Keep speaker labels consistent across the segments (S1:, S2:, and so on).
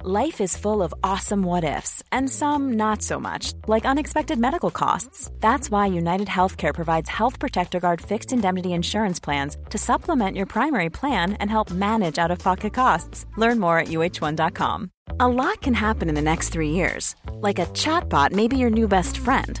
S1: Life is full of awesome what ifs, and some not so much, like unexpected medical costs. That's why United Healthcare provides Health Protector Guard fixed indemnity insurance plans to supplement your primary plan and help manage out of pocket costs. Learn more at uh1.com. A lot can happen in the next three years. Like a chatbot may be your new best friend.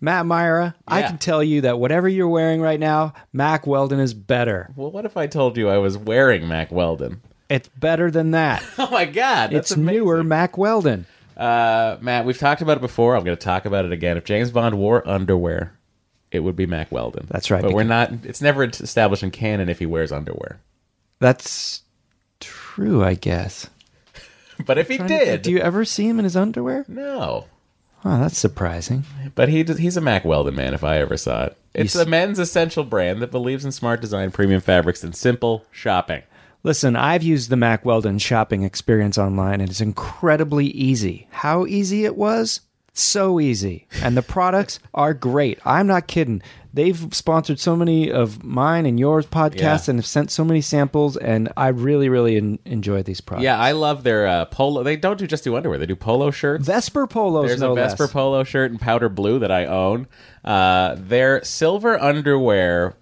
S2: Matt Myra, I
S3: Yeah.
S2: can tell you that whatever you're wearing right now, Mac Weldon is better.
S3: Well, what if I told you I was wearing Mac Weldon?
S2: It's better than that.
S3: Oh my God, that's
S2: it's
S3: amazing.
S2: newer Mac Weldon.
S3: Uh, Matt, we've talked about it before. I'm going to talk about it again. If James Bond wore underwear, it would be Mac Weldon.
S2: That's right,
S3: But we're
S2: because-
S3: not. It's never established in canon if he wears underwear.
S2: That's true, I guess.
S3: But if he
S2: Trying to think,
S3: did,
S2: Do you ever see him in his underwear?
S3: no.
S2: Oh, that's surprising.
S3: But he does, he's a Mac Weldon man. If I ever saw it, it's
S2: s-
S3: a men's essential brand that believes in smart design, premium fabrics, and simple shopping.
S2: Listen, I've used the Mac Weldon shopping experience online and it's incredibly easy. How easy it was? So easy. And the products are great. I'm not kidding. They've sponsored so many of mine and yours podcasts
S3: Yeah.
S2: and have sent so many samples, and I really, really en- enjoy these products.
S3: Yeah, I love their uh, polo. They don't do just do underwear. They do polo shirts.
S2: Vesper polos,
S3: There's
S2: no
S3: a Vesper
S2: less.
S3: polo shirt in powder blue that I own. Uh, their silver underwear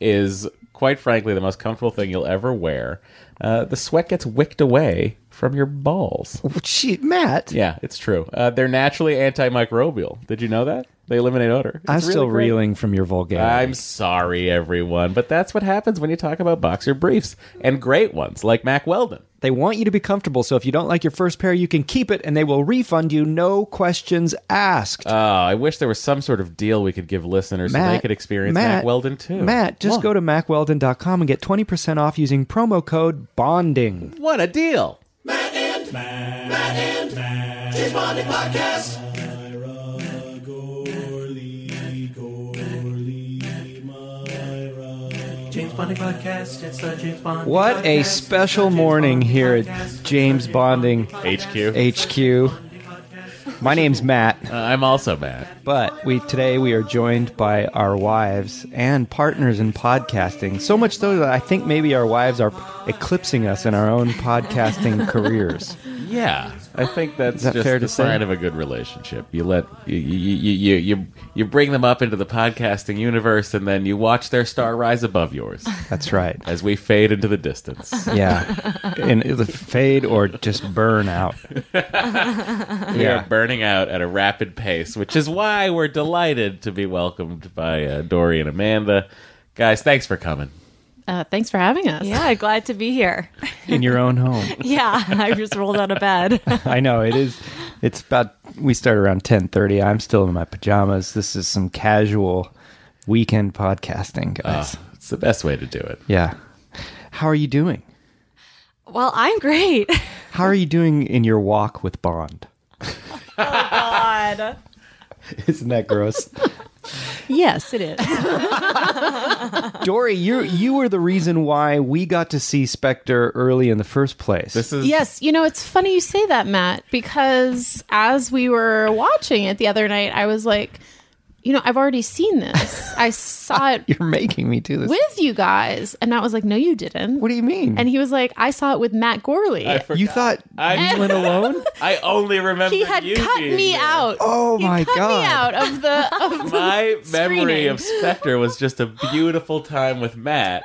S3: is, quite frankly, the most comfortable thing you'll ever wear. Uh, the sweat gets wicked away from your balls.
S2: Gee, Matt,
S3: Yeah, it's true. Uh, they're naturally antimicrobial. Did you know that? They eliminate odor.
S2: I'm
S3: It's really
S2: still
S3: great.
S2: reeling from your vulgarity.
S3: I'm sorry, everyone, but that's what happens when you talk about boxer briefs and great ones like Mac Weldon.
S2: They want you to be comfortable, so if you don't like your first pair, you can keep it and they will refund you, no questions asked.
S3: Oh, I wish there was some sort of deal we could give listeners so they could experience Mac Weldon too.
S2: Matt, just
S3: Wow.
S2: go to macweldon.com and get 20% off using promo code BONDING.
S3: What a deal!
S4: James Bonding podcast. It's the James Bond.
S2: What a special morning here at James Bonding
S3: HQ.
S2: HQ. My name's Matt,
S3: Uh, I'm also Matt.
S2: but we today we are joined by our wives and partners in podcasting. So much so that I think maybe our wives are eclipsing us in our own podcasting careers.
S3: Yeah, I think that's
S2: Is that
S3: just
S2: fair
S3: the
S2: to say?
S3: sign of a good relationship. You let you you, you you you bring them up into the podcasting universe, and then you watch their star rise above yours
S2: That's right.
S3: as we fade into the distance.
S2: Yeah. And it'll fade or just burn out.
S3: We are burning out at a rapid pace, which is why we're delighted to be welcomed by uh, Dory and Amanda. Guys, thanks for coming.
S5: Uh, thanks for having us.
S6: Yeah, glad to be here.
S2: In your own home.
S6: Yeah, I just rolled out of bed.
S2: I know it is. It's about we start around ten thirty. I'm still in my pajamas. This is some casual weekend podcasting, guys.
S3: It's the best way to do it.
S2: yeah. How are you doing?
S6: Well, I'm great.
S2: How are you doing in your walk with Bond?
S6: God.
S2: Isn't that gross?
S5: Yes, it is.
S2: Dory, you you were the reason why we got to see Spectre early in the first place.
S3: This is
S5: yes, you know, it's funny you say that, Matt, because as we were watching it the other night, I was like, you know, I've already seen this. I saw it
S2: You're making me do this.
S5: with you guys. And Matt was like, no, you didn't.
S2: what do you mean?
S5: and he was like, I saw it with Matt Gorley.
S2: you thought
S3: I-
S2: you went alone?
S3: I only remember
S5: he had
S3: you
S5: cut
S3: being
S5: me
S3: there.
S5: out.
S2: Oh
S5: He
S2: my
S5: cut
S2: god!
S5: me out of the of the
S3: My memory
S5: screening.
S3: of Spectre was just a beautiful time with Matt.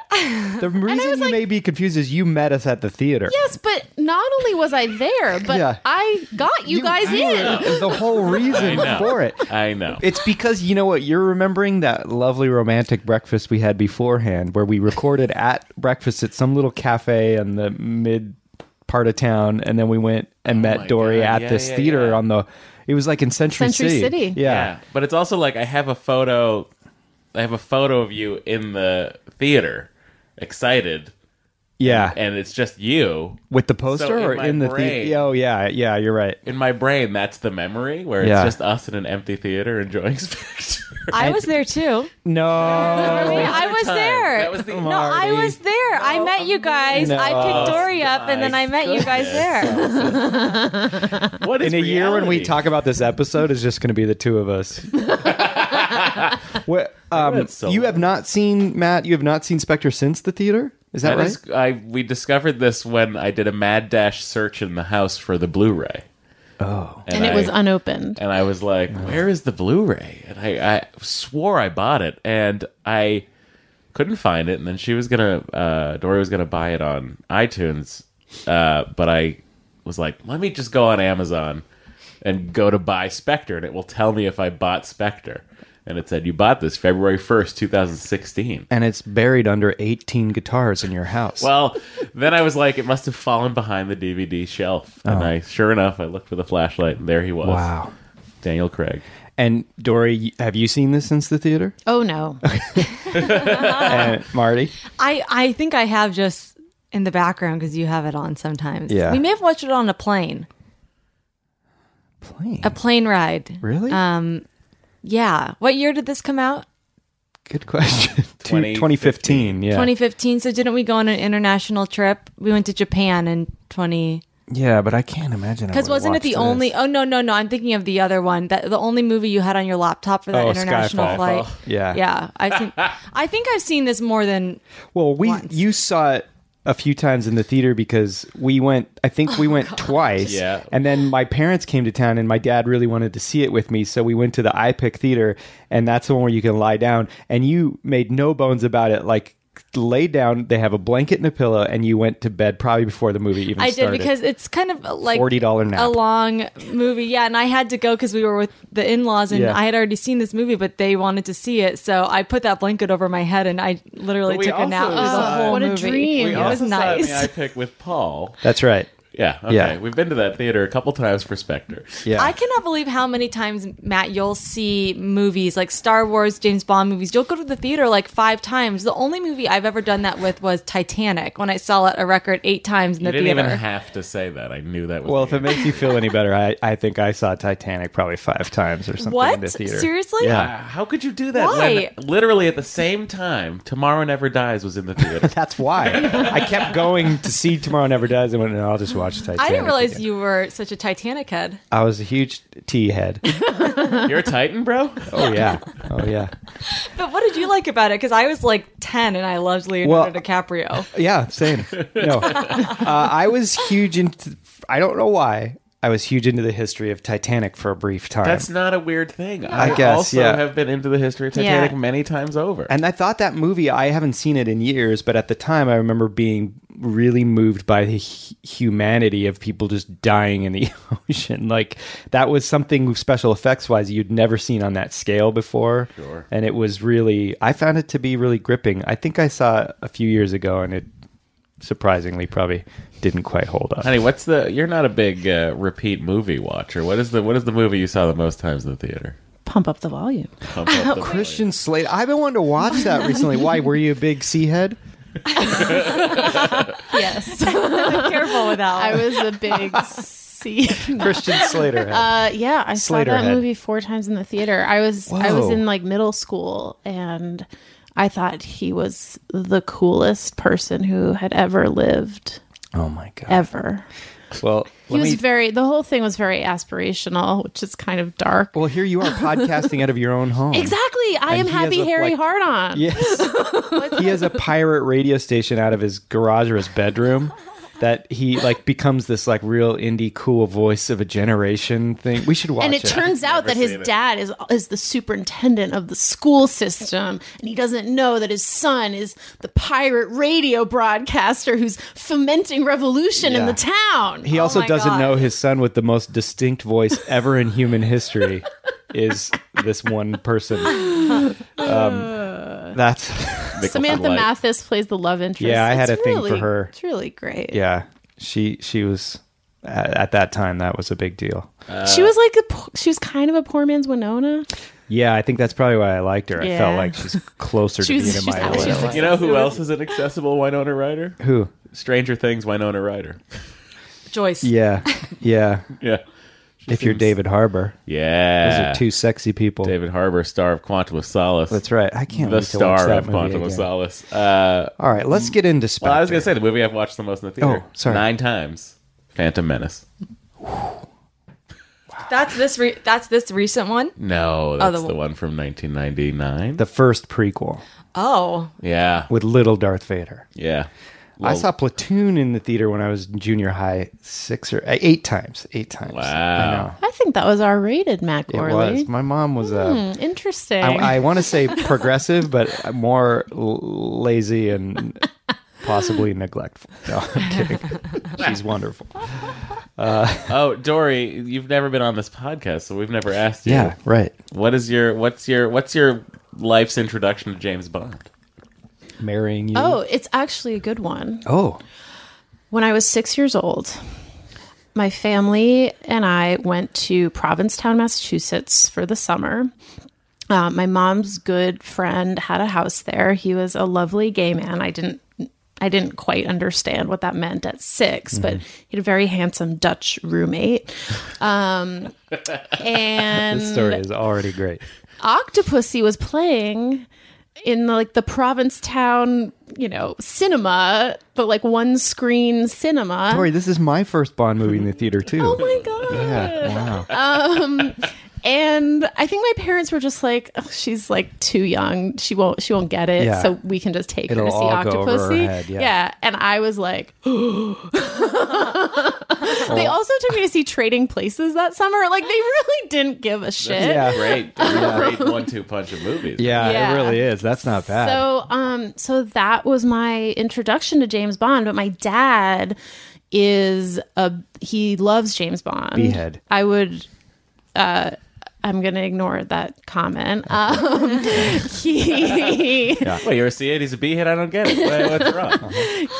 S2: The reason you
S5: was like-
S2: may be confused is you met us at the theater.
S5: Yes, but not only was I there, but
S2: Yeah.
S5: I got you, guys in.
S2: were the whole reason
S3: I know.
S2: for it.
S3: I know.
S2: It's because you know what you're remembering that lovely romantic breakfast we had beforehand, where we recorded at breakfast at some little cafe in the mid part of town, and then we went and
S3: Oh my
S2: met Dory
S3: God.
S2: at
S3: Yeah,
S2: this
S3: yeah,
S2: theater
S3: yeah.
S2: on the. It was like in Century
S5: Century
S2: City.
S5: City.
S2: Yeah.
S3: But it's also like I have a photo I have a photo of you in the theater, excited.
S2: Yeah.
S3: and it's just you
S2: With the poster
S3: So in
S2: or
S3: my
S2: in the
S3: brain-
S2: theater? Oh, yeah. Yeah, you're right.
S3: in my brain. That's the memory where
S2: Yeah.
S3: it's just us in an empty theater enjoying Spectre.
S6: I was there too.
S2: No.
S6: I was
S3: time.
S6: there.
S3: That was the-
S6: no, I was there. I met you guys. I picked Dory up, and then I met you guys there.
S3: What is
S2: in a year when we
S3: reality?
S2: talk about this episode is just going to be the two of us. Wha- um,
S3: That's so
S2: you have not seen Matt. You have not seen Spectre since the theater. Is that,
S3: That
S2: right?
S3: is- I we discovered this when I did a mad dash search in the house for the Blu-ray. Oh,
S5: and it was
S3: I,
S5: unopened.
S3: and I was like, "Where is the Blu-ray?" And I, I swore I bought it, and I couldn't find it. And then she was gonna, uh, Dory was gonna buy it on iTunes, uh, but I was like, "Let me just go on Amazon and go to buy Spectre, and it will tell me if I bought Spectre." And it said, "You bought this February first, two thousand sixteen.
S2: and it's buried under 18 guitars in your house.
S3: Well, then I was like, it must have fallen behind the DVD shelf. And I, sure enough, I looked with a flashlight, and there he was.
S2: wow.
S3: Daniel Craig.
S2: And Dory, have you seen this since the theater?
S5: Oh no.
S6: Uh.
S2: and Marty,
S6: I I think I have just in the background because you have it on sometimes.
S2: Yeah.
S6: we may have watched it on a plane,
S2: plane.
S6: a plane ride.
S2: really?
S6: Um, yeah. What year did this come out?
S2: Good question. Two-
S3: 2015.
S2: 2015. Yeah.
S6: 2015. So didn't we go on an international trip? We went to Japan in 20.
S2: yeah, but I can't imagine. I
S6: Because
S2: would've
S6: wasn't it the
S2: watched
S6: only?
S2: this.
S6: Oh no, no, no! I'm thinking of the other one. That the only movie you had on your laptop for that
S2: Oh,
S6: international
S2: Skyfall.
S6: flight.
S2: Yeah.
S6: yeah. I think I think I've seen this more than
S2: Well, we
S6: once.
S2: you saw it a few times in the theater because we went. I think
S6: Oh
S2: we went twice.
S3: Yeah.
S2: And then my parents came to town, and my dad really wanted to see it with me, so we went to the IPIC theater, and that's the one where you can lie down. And you made no bones about it, like. Lay down. They have a blanket and a pillow, and you went to bed probably before the movie even
S6: I did
S2: started.
S6: because it's kind of like
S2: $40 nap.
S6: a long movie. Yeah, and I had to go because we were with the in laws, and
S2: Yeah.
S6: I had already seen this movie, but they wanted to see it, so I put that blanket over my head, and I literally
S3: But we
S6: took a nap.
S3: also
S6: through the
S3: saw-
S6: whole
S5: what a
S6: movie.
S5: dream.
S3: We
S5: It
S6: It
S5: also
S6: was nice.
S3: I pick with Paul.
S2: that's right.
S3: Yeah, okay.
S2: Yeah.
S3: We've been to that theater a couple times for Spectre.
S2: Yeah,
S6: I cannot believe how many times Matt you'll see movies like Star Wars, James Bond movies. You'll go to the theater like five times. The only movie I've ever done that with was Titanic when I saw it a record eight times in
S3: You
S6: the
S3: didn't
S6: theater.
S3: even have to say that. I knew that was
S2: Well, if
S3: the
S2: it makes you feel any better, I, I think I saw Titanic probably five times or something in
S6: what
S2: the theater.
S6: seriously?
S2: Yeah.
S3: Uh, How could you do that
S6: Why?
S3: when literally at the same time, Tomorrow Never Dies was in the theater?
S2: That's why I kept going to see Tomorrow Never Dies. and went, no, I'll just watch Titanic.
S6: I didn't realize
S2: again."
S6: you were such a Titanic head.
S2: I was a huge T head.
S3: You're a Titan, bro?
S2: Oh yeah, oh yeah,
S6: But what did you like about it? Because I was like ten and I loved
S2: Well-
S6: Leonardo DiCaprio.
S2: yeah. Same. No, uh, I was huge into. I don't know why. I was huge into the history of Titanic for a brief time.
S3: That's not a weird thing. I,
S2: guess,
S3: also
S2: yeah.
S3: have been into the history of Titanic
S5: Yeah.
S3: many times over.
S2: And I thought that movie, I haven't seen it in years, but at the time I remember being really moved by the hu- humanity of people just dying in the ocean. Like that was something special effects wise you'd never seen on that scale before. Sure. And it was really, I found it to be really gripping. I think I saw it a few years ago and it surprisingly probably didn't quite hold up.
S3: Honey, what's the? You're not a big uh, repeat movie watcher. What is the? What is the movie you saw the most times in the theater?
S5: Pump up the volume.
S3: Pump up the
S2: Christian Slater. I've been wanting to watch that recently. Why? Were you a big sea head?
S5: Yes.
S6: Careful with that.
S5: I was a big C.
S2: Christian Slater. Head.
S5: Uh, yeah, I saw that
S2: Slaterhead.
S5: movie four times in the theater. I was I was
S2: Whoa.
S5: in like middle school, and I thought he was the coolest person who had ever lived
S2: oh my God.
S5: ever.
S2: Well,
S5: He was very. The whole thing was very aspirational, which is kind of dark.
S2: Well, here you are podcasting out of your own home.
S5: Exactly.
S2: And
S5: I am
S2: he has
S5: happy
S2: a,
S5: Harry
S2: like-
S5: Hard on.
S2: Yes. he has a pirate radio station out of his garage or his bedroom that he like becomes this like real indie cool voice of a generation thing. We should watch
S5: and it turns out that his
S3: seen it.
S5: dad is is the superintendent of the school system and he doesn't know that his son is the pirate radio broadcaster who's fomenting revolution in
S2: Yeah.
S5: the town
S2: he also
S6: Oh my
S2: doesn't
S6: God.
S2: know his son with the most distinct voice ever in human history is this one person. Um, that's
S3: Nicholas
S5: samantha
S3: Light.
S5: mathis plays the love interest
S2: Yeah, I had
S5: It's
S2: a thing for
S5: really-
S2: her.
S5: it's really great
S2: yeah. She she was at, at that time that was a big deal.
S5: she was like a, po- she was kind of a poor man's winona
S2: Yeah, I think that's probably why I liked her. I
S5: Yeah.
S2: felt like she's closer to
S5: She was-
S2: being in
S5: she's
S2: my
S5: out- she's
S2: own.
S5: out-
S3: You know who else is an accessible Winona Ryder?
S2: Who?
S3: Stranger Things, Winona Ryder.
S6: Joyce.
S2: Yeah, yeah.
S3: Yeah. She
S2: if you're
S3: seems-
S2: David Harbor, those
S3: Yeah.
S2: are two sexy people.
S3: David Harbor, star of Quantum of Solace.
S2: That's right. I can't
S3: the
S2: wait to watch
S3: star
S2: that
S3: of
S2: movie
S3: Quantum of
S2: again.
S3: Solace. Uh,
S2: All right, let's get into Spectre.
S3: well, I was going to say the movie I've watched the most in the theater.
S2: Oh, sorry.
S3: Nine times. Phantom Menace.
S6: That's this. Re- that's this recent one.
S3: No, that's
S6: the-
S3: the one from 1999.
S2: Oh, the first prequel
S6: Oh,
S3: yeah.
S2: with little Darth Vader.
S3: Yeah.
S2: I saw Platoon in the theater when I was in junior high, six or eight times. Eight times.
S3: Wow.
S5: I think that was R rated, Mac
S2: I know. It
S5: Orley.
S2: was. My mom was uh,
S5: Hmm, interesting.
S2: I, I want to say progressive, but more l- lazy and possibly neglectful. No, I'm kidding. She's wonderful.
S3: Oh, Dory, you've never been on this podcast, so we've never asked you.
S2: Yeah, right.
S3: What is your what's your what's your life's introduction to James Bond?
S2: Marrying you.
S5: oh, it's actually a good one.
S2: Oh.
S5: When I was six years old, my family and I went to Provincetown, Massachusetts for the summer. Uh, my mom's good friend had a house there. He was a lovely gay man. I didn't. I didn't quite understand what that meant at 6
S2: Mm-hmm.
S5: but he had a very handsome Dutch roommate. Um, and
S2: This story is already great.
S5: Octopussy was playing in like the Provincetown, you know, cinema, but like one screen cinema.
S2: Sorry, this is my first Bond movie in the theater, too.
S5: Um, Oh my god. Uh,
S2: yeah, wow.
S5: And I think my parents were just like, "Ugh, she's like too young. She won't she won't get it.
S2: Yeah.
S5: So we can just take
S2: It'll
S5: her to see
S2: all go over her
S5: Octopussy.
S2: head, yeah.
S5: And I was like, They also took me to see Trading Places that summer. Like they really didn't give a shit.
S2: Yeah.
S3: Great, great one-two punch of movies.
S2: Yeah,
S5: Yeah.
S2: it really is. That's not bad.
S5: So, um, so that was my introduction to James Bond. But my dad is a he loves James Bond.
S2: Behead.
S5: I would. Uh, I'm gonna ignore that comment. Um, he
S3: Wait, you're a C8, he's a B hit. I don't get it. Wait, what's wrong?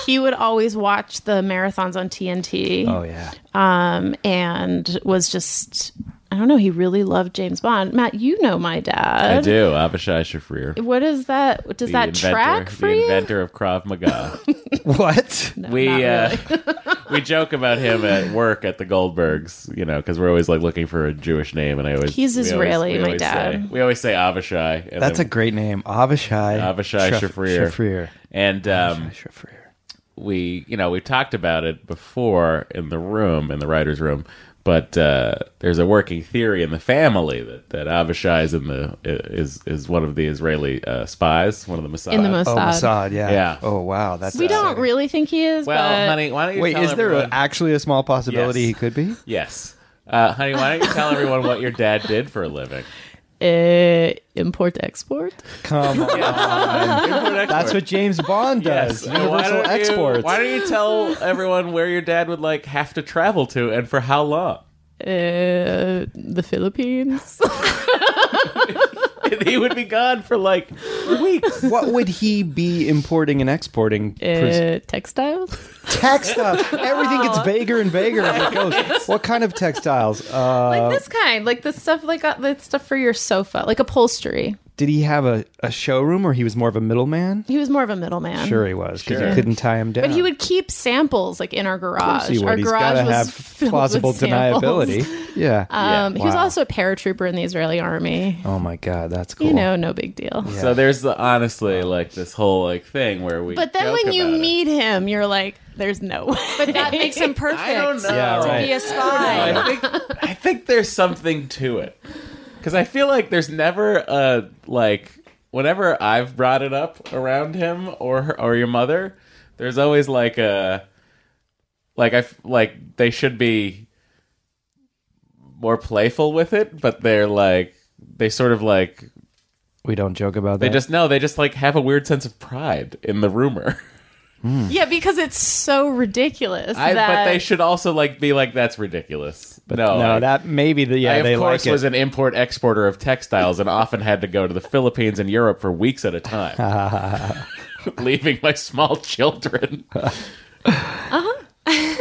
S5: he would always watch the marathons on TNT.
S2: oh, yeah.
S5: um, and was just I don't know. He really loved James Bond. Matt, you know my
S3: I
S5: dad.
S3: do. Abishai Shafrir.
S5: What is that? Does
S3: the
S5: that
S3: inventor,
S5: track for
S3: the
S5: you?
S3: inventor of Krav Maga.
S2: What?
S3: we
S5: not
S3: uh, we joke about him at work at the Goldbergs, you know, because we're always like looking for a Jewish name, and I always
S5: He's
S3: we always-
S5: Israeli,
S3: we
S5: my
S3: always
S5: dad.
S3: say- we always say Avishai. and
S2: That's a
S3: then-
S2: great name. Avishai.
S3: Avishai
S2: Shaf-
S3: Shafrir.
S2: Shafrir.
S3: and um,
S2: Shafrir.
S3: we you know we talked about it before in the room in the writers' room, but uh, there's a working theory in the family that that Avishai is in the is is one of the Israeli uh, spies, one of the Mossad.
S5: In the Mossad.
S2: Oh, Mossad, yeah.
S3: Yeah.
S2: Oh, wow. That's
S5: We don't really think he is.
S3: Well,
S5: but
S3: honey, why don't you
S2: Wait,
S3: tell
S2: is there
S3: everyone-
S2: actually a small possibility
S3: Yes.
S2: he could be?
S3: Yes. Uh, honey, why don't you tell everyone what your dad did for a living?
S6: Eh,
S5: Uh, import export.
S2: Come on. That's
S3: That's
S2: what James Bond does. Universal exports.
S3: why don't you tell everyone where your dad would like have to travel to and for how long?
S6: Eh,
S5: Uh, the Philippines.
S3: he would be gone for like weeks.
S2: what would he be importing and exporting?
S6: Eh,
S5: Uh, textiles.
S2: textiles. Everything gets vaguer and vaguer as it goes. What kind of textiles? Uh,
S5: Like this kind, like the stuff, like uh, the stuff for your sofa, like upholstery.
S2: did he have a, a showroom or he was more of a middleman?
S5: He was more of a middleman.
S2: Sure, he was because
S3: Sure.
S2: you couldn't tie him down.
S5: But he would keep samples like in our garage.
S2: He would.
S5: Our
S2: He's
S5: garage
S2: gotta
S5: was
S2: have
S5: filled
S2: plausible
S5: with samples.
S2: deniability. Yeah.
S5: Um, He was
S2: Wow.
S5: also a paratrooper in the Israeli army.
S2: oh my God, that's cool.
S5: You know, no big deal.
S3: So there's the, honestly like this whole like thing where we.
S5: But then
S3: joke
S5: when you
S3: about it.
S5: meet him, you're like, "There's no way."
S6: but that makes him perfect.
S3: I don't know.
S2: Yeah,
S6: To
S2: right.
S6: be a spy.
S3: I think I think there's something to it because I feel like there's never a like whenever I've brought it up around him or her, or your mother, there's always like a like I f- like they should be more playful with it, but they're like they sort of like
S2: we don't joke about that.
S3: they just no they just like have a weird sense of pride in the rumor.
S5: yeah, because it's so ridiculous.
S3: I,
S5: that
S3: but they should also like be like that's ridiculous. But no,
S2: no,
S3: I-
S2: that maybe the yeah
S3: I, of
S2: they
S3: course,
S2: like it.
S3: was an import exporter of textiles and often had to go to the Philippines and Europe for weeks at a time, leaving my small children. Uh huh. yeah.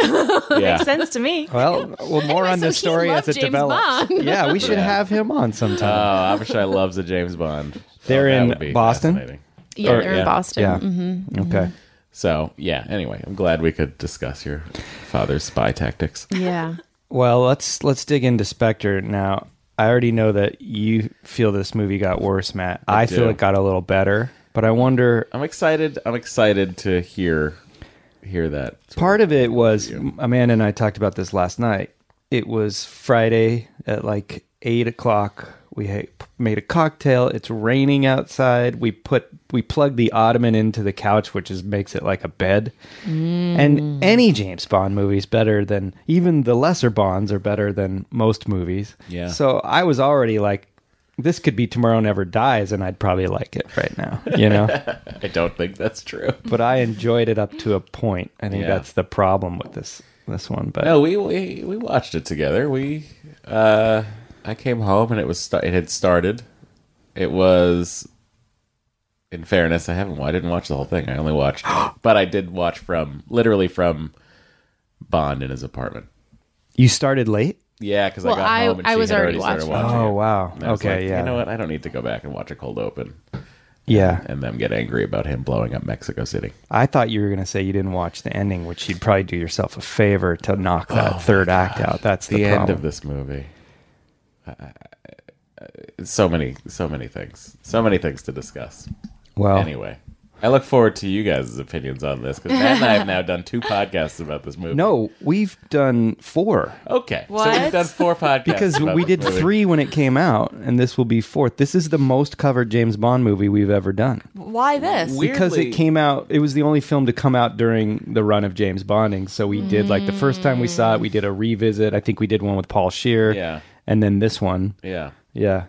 S6: Uh-huh. Makes sense to me.
S2: Well, well, more on
S5: so
S2: this
S5: he
S2: story as
S5: loved
S2: it
S5: James
S2: develops.
S5: Bond.
S2: yeah, we should
S3: Yeah.
S2: have him on
S3: Oh,
S2: sometime.
S3: Abishai loves a James Bond.
S2: They're
S3: that
S2: in
S3: would be
S2: Boston?
S3: fascinating.
S5: yeah,
S2: or-
S5: they're
S3: yeah.
S5: in Boston.
S2: yeah. Okay.
S3: So yeah. Anyway, I'm glad we could discuss your father's spy tactics.
S5: Yeah.
S2: Well, let's let's dig into Spectre now. I already know that you feel this movie got worse, Matt. I,
S3: do.
S2: feel it got a little better, but I wonder.
S3: I'm excited. I'm excited to hear hear that.
S2: Part of it was Amanda and I talked about this last night. It was Friday at like eight o'clock. We ha- made a cocktail. It's raining outside. We put we plugged the ottoman into the couch, which is makes it like a bed. And any James Bond movie is better than even the lesser Bonds are better than most movies.
S3: Yeah.
S2: So I was already like, this could be Tomorrow Never Dies, and I'd probably like it right now. You know.
S3: I don't think that's true.
S2: but I enjoyed it up to a point. I think
S3: Yeah.
S2: that's the problem with this this one. But
S3: No, we we, we watched it together. We uh, I came home and it was sta- it had started. It was. In fairness, I haven't. I didn't watch the whole thing. I only watched, but I did watch from literally from Bond in his apartment.
S2: you started late.
S3: Yeah, because
S5: Well,
S3: I got
S5: I-
S3: home and
S5: I
S3: she
S5: was
S3: had
S5: already
S3: already started
S5: watching
S3: watching.
S2: Oh
S3: it.
S2: wow.
S3: And I was
S2: Okay.
S3: like,
S2: yeah.
S3: You know what? I don't need to go back and watch a cold open
S2: Yeah.
S3: and then get angry about him blowing up Mexico City.
S2: I thought you were gonna say you didn't watch the ending, which you'd probably do yourself a favor to knock that third act out. That's the,
S3: Oh the
S2: problem.
S3: end of this movie. I- I- I- so many, so many things, so many things to discuss.
S2: Well,
S3: Anyway, I look forward to you guys' opinions on this because Matt and I have now done two podcasts about this movie.
S2: no, we've done four
S3: okay, so we've
S6: What?
S3: done four podcasts
S2: because
S3: about
S2: we
S3: this
S2: did
S3: movie.
S2: three when it came out, and this will be fourth. This is the most covered James Bond movie we've ever done.
S6: Why this?
S3: We-
S2: because it
S3: Weirdly-
S2: came out it was the only film to come out during the run of james bonding so we did like the first time we saw it we did a revisit i think we did one with paul shear
S3: Yeah.
S2: and then this one
S3: Yeah,
S2: yeah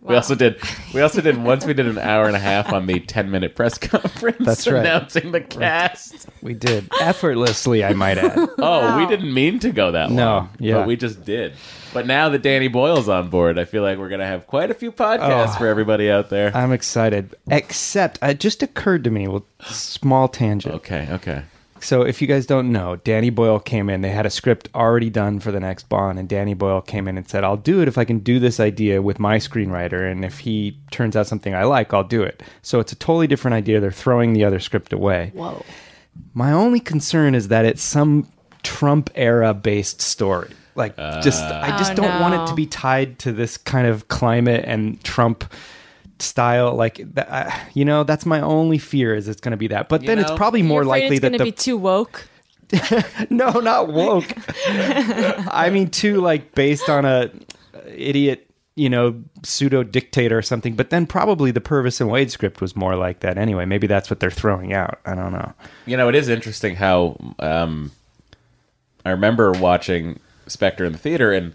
S3: we also did. We also did once. We did an hour and a half on the ten-minute press conference
S2: That's right.
S3: announcing the cast.
S2: we did effortlessly i might add
S3: Oh, we didn't mean to go that
S2: No,
S3: long.
S2: yeah.
S3: But we just did. But now that Danny Boyle's on board, I feel like we're going to have quite a few podcasts
S2: Oh.
S3: for everybody out there.
S2: i'm excited except it just occurred to me well small tangent
S3: okay, okay.
S2: so if you guys don't know danny boyle came in they had a script already done for the next bond and danny boyle came in and said i'll do it if i can do this idea with my screenwriter and if he turns out something i like i'll do it so it's a totally different idea they're throwing the other script away
S5: Whoa.
S2: My only concern is that it's some Trump era based story. Like just I just
S6: Oh,
S2: don't want it to
S6: no.
S2: be tied to this kind of climate and Trump style like that, I- you know that's my only fear is it's going to be that but then it's
S3: know,
S2: probably more
S6: You're afraid
S2: likely
S6: it's
S2: that
S6: going
S2: the
S6: to be too woke.
S2: no not woke i mean too like based on a idiot you know pseudo dictator or something but then probably the purvis and wade script was more like that anyway maybe that's what they're throwing out i don't know
S3: You know, it is interesting how um, I remember watching Spectre in the theater and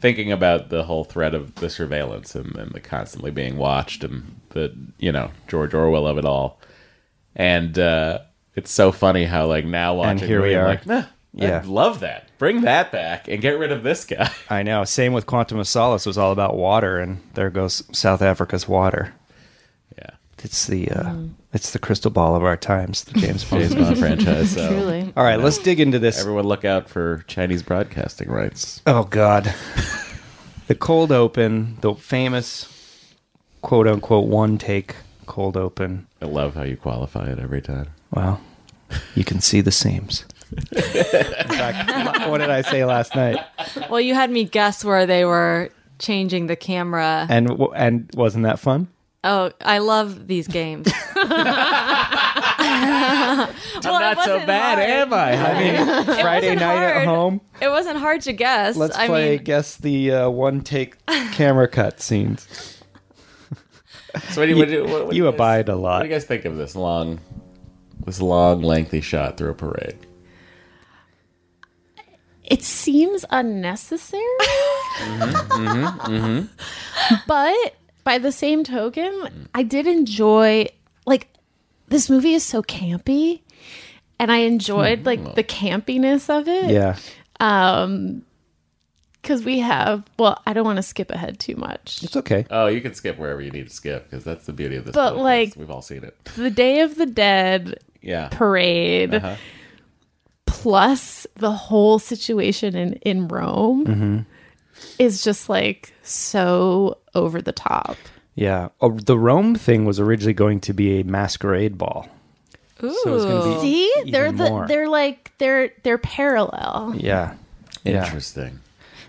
S3: thinking about the whole threat of the surveillance and, and the constantly being watched and the, you know, George Orwell of it all. And uh, it's so funny how, like, now watching
S2: here
S3: the movie,
S2: we
S3: I'm
S2: are.
S3: like, nah,
S2: Yeah.
S3: I love that. Bring that back and get rid of this guy.
S2: I know. Same with Quantum of Solace was all about water, and there goes South Africa's water.
S3: yeah.
S2: It's the uh, it's the crystal ball of our times, the James Bond.
S3: James Bond franchise. So
S5: Truly.
S2: all right, let's dig into this.
S3: everyone look out for Chinese broadcasting rights.
S2: Oh God, the cold open, the famous quote unquote one take cold open.
S3: I love how you qualify it every time.
S2: Well, you can see the seams. In fact, what did I say last night?
S6: Well, you had me guess where they were changing the camera.
S2: And w- and wasn't that fun?
S6: Oh, I love these games.
S3: I'm not so bad, am I? I mean,
S2: Friday
S6: wasn't
S2: night at
S6: hard.
S2: home.
S6: It wasn't hard to guess.
S2: Let's
S6: I
S2: play
S6: mean,
S2: guess the uh, one take camera cut scenes.
S3: so what do you, what do you- what- what do
S2: you
S3: guys-
S2: abide a lot.
S3: What do you guys think of this long, this long, lengthy shot through a parade?
S5: It seems unnecessary. But by the same token, I did enjoy like this movie is so campy and I enjoyed like the campiness of it. um,
S2: Yeah.
S5: Cause we have well, I don't want to skip ahead too much.
S2: It's okay.
S3: Oh, you can skip wherever you need to skip because that's the beauty of this.
S5: But,
S3: podcast.
S5: like-
S3: we've all seen it.
S5: The Day of the Dead
S3: Yeah.
S5: parade plus the whole situation in in Rome is just like so over the top.
S2: Yeah. Oh, the Rome thing was originally going to be a masquerade ball. So it's going to be
S5: See,
S2: even
S5: they're the
S2: more.
S5: they're like they're they're parallel.
S2: yeah, yeah,
S3: Interesting.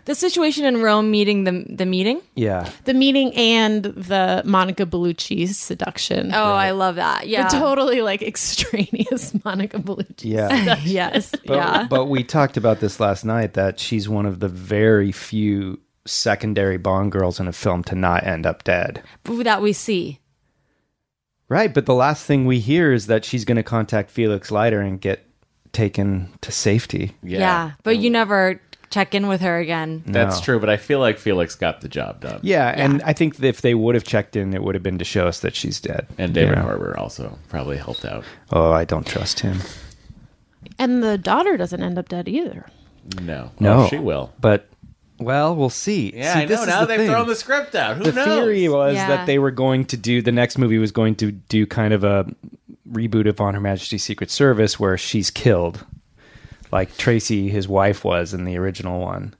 S6: The situation in Rome meeting the the meeting.
S2: yeah.
S5: The meeting and the Monica Bellucci seduction.
S6: Oh, I love that.
S5: the
S6: Yeah.
S5: totally like extraneous Monica Bellucci.
S2: Yeah.
S6: yes.
S2: But,
S6: yeah.
S2: but we talked about this last night that she's one of the very few secondary Bond girls in a film to not end up dead.
S6: that we see.
S2: Right. But the last thing we hear is that she's going to contact Felix Leiter and get taken to safety.
S6: Yeah. But you never check in with her again.
S3: That's
S2: No.
S3: true, but I feel like Felix got the job done.
S2: Yeah. And I think that if they would have checked in, it would have been to show us that she's dead.
S3: And David
S2: Yeah.
S3: Harbour also probably helped out.
S2: Oh, I don't trust him.
S5: And the daughter doesn't end up dead either.
S3: No.
S2: No.
S3: Oh, she will.
S2: But, well, we'll see.
S3: Yeah,
S2: see,
S3: I
S2: this
S3: know.
S2: is
S3: Now
S2: the
S3: they've
S2: thing.
S3: thrown the script out. Who
S2: the
S3: knows?
S2: theory was
S6: Yeah.
S2: that they were going to do the next movie was going to do kind of a reboot of on her majesty's secret service where she's killed like tracy his wife was in the original one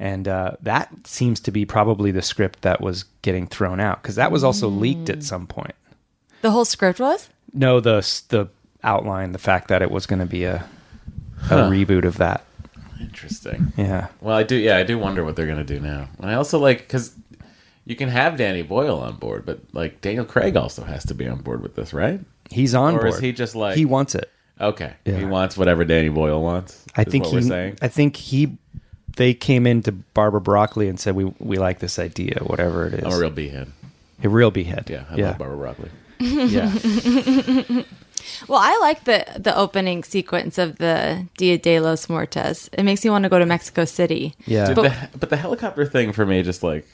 S2: and uh, that seems to be probably the script that was getting thrown out because that was also leaked
S3: Hmm.
S2: at some point
S6: The whole script was?
S2: no the s- the outline the fact that it was going to be a, a reboot of that
S3: Interesting.
S2: yeah
S3: Well, I do. Yeah, I do wonder what they're gonna do now. And I also like because you can have Danny Boyle on board, but like Daniel Craig also has to be on board with this, right?
S2: he's on
S3: Or
S2: board
S3: is he just like-
S2: he wants it
S3: Okay, he
S2: Yeah.
S3: wants whatever Danny Boyle wants.
S2: I
S3: is
S2: think
S3: what
S2: he.
S3: we're saying.
S2: I think he. They came into Barbara Broccoli and said, "We we like this idea, whatever it is."
S3: I'm a real behead.
S2: a real behead.
S3: Yeah, I
S2: yeah,
S3: love Barbara Broccoli.
S2: yeah.
S6: Well, I like the the opening sequence of the Dia de los Muertos. It makes me want to go to Mexico City.
S2: Yeah.
S3: Did
S2: But-
S3: the- but the helicopter thing for me, just like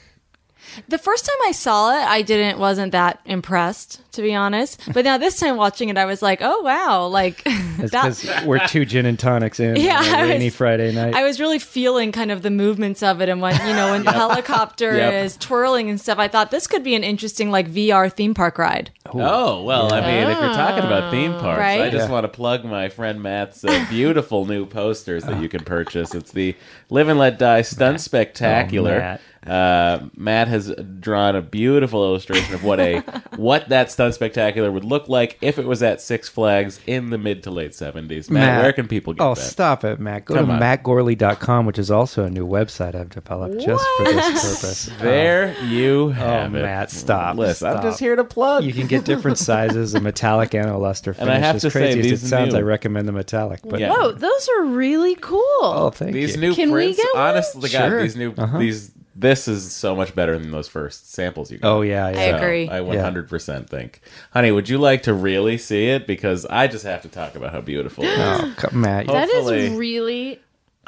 S6: The first time I saw it, I didn't wasn't that impressed, to be honest. But now this time watching it, I was like, "Oh wow!" Like
S2: It's
S6: that.
S2: 'cause we're two gin and tonics in
S6: Yeah,
S2: on
S6: I
S2: a
S6: was-
S2: rainy Friday night.
S6: I was really feeling kind of the movements of it and when you know when the helicopter
S3: Yep.
S6: is twirling and stuff. I thought this could be an interesting like VR theme park ride.
S3: Oh well, I mean, if you're talking about theme parks, I
S6: Right?
S3: just
S2: Yeah.
S3: want to plug my friend Matt's uh, beautiful new posters that you can purchase. It's the Live and Let Die Stunt Spectacular.
S2: Oh,
S3: Uh, Matt has drawn a beautiful illustration of what a what that stunt spectacular would look like if it was at Six Flags in the mid to late seventies. Matt, where can people get
S2: Oh,
S3: that?
S2: stop it, Matt. Go
S3: Come
S2: to
S3: on.
S2: mattgorley.com, which is also a new website I've developed just for this purpose.
S3: There you have it,
S2: Oh, Matt, stop,
S3: Listen, I'm
S2: stop.
S3: just here to plug.
S2: You can get different sizes of metallic and a luster finish.
S3: And I have
S2: as
S3: to say,
S2: crazy as
S3: these
S2: it sounds,
S3: new-
S2: I recommend the metallic. But
S3: Yeah.
S5: Whoa, those are really cool.
S2: oh, thank
S3: these
S2: you.
S3: new
S5: Can we
S3: prints
S5: get one?
S3: honestly god
S2: Sure. Uh-huh.
S3: these new these this is so much better than those first samples you got
S2: oh yeah, yeah.
S6: I agree.
S3: I 100% think. Honey, would you like to really see it? Because I just have to talk about how beautiful it is.
S2: Oh, come- Matt,
S5: that
S3: hopefully-
S5: is really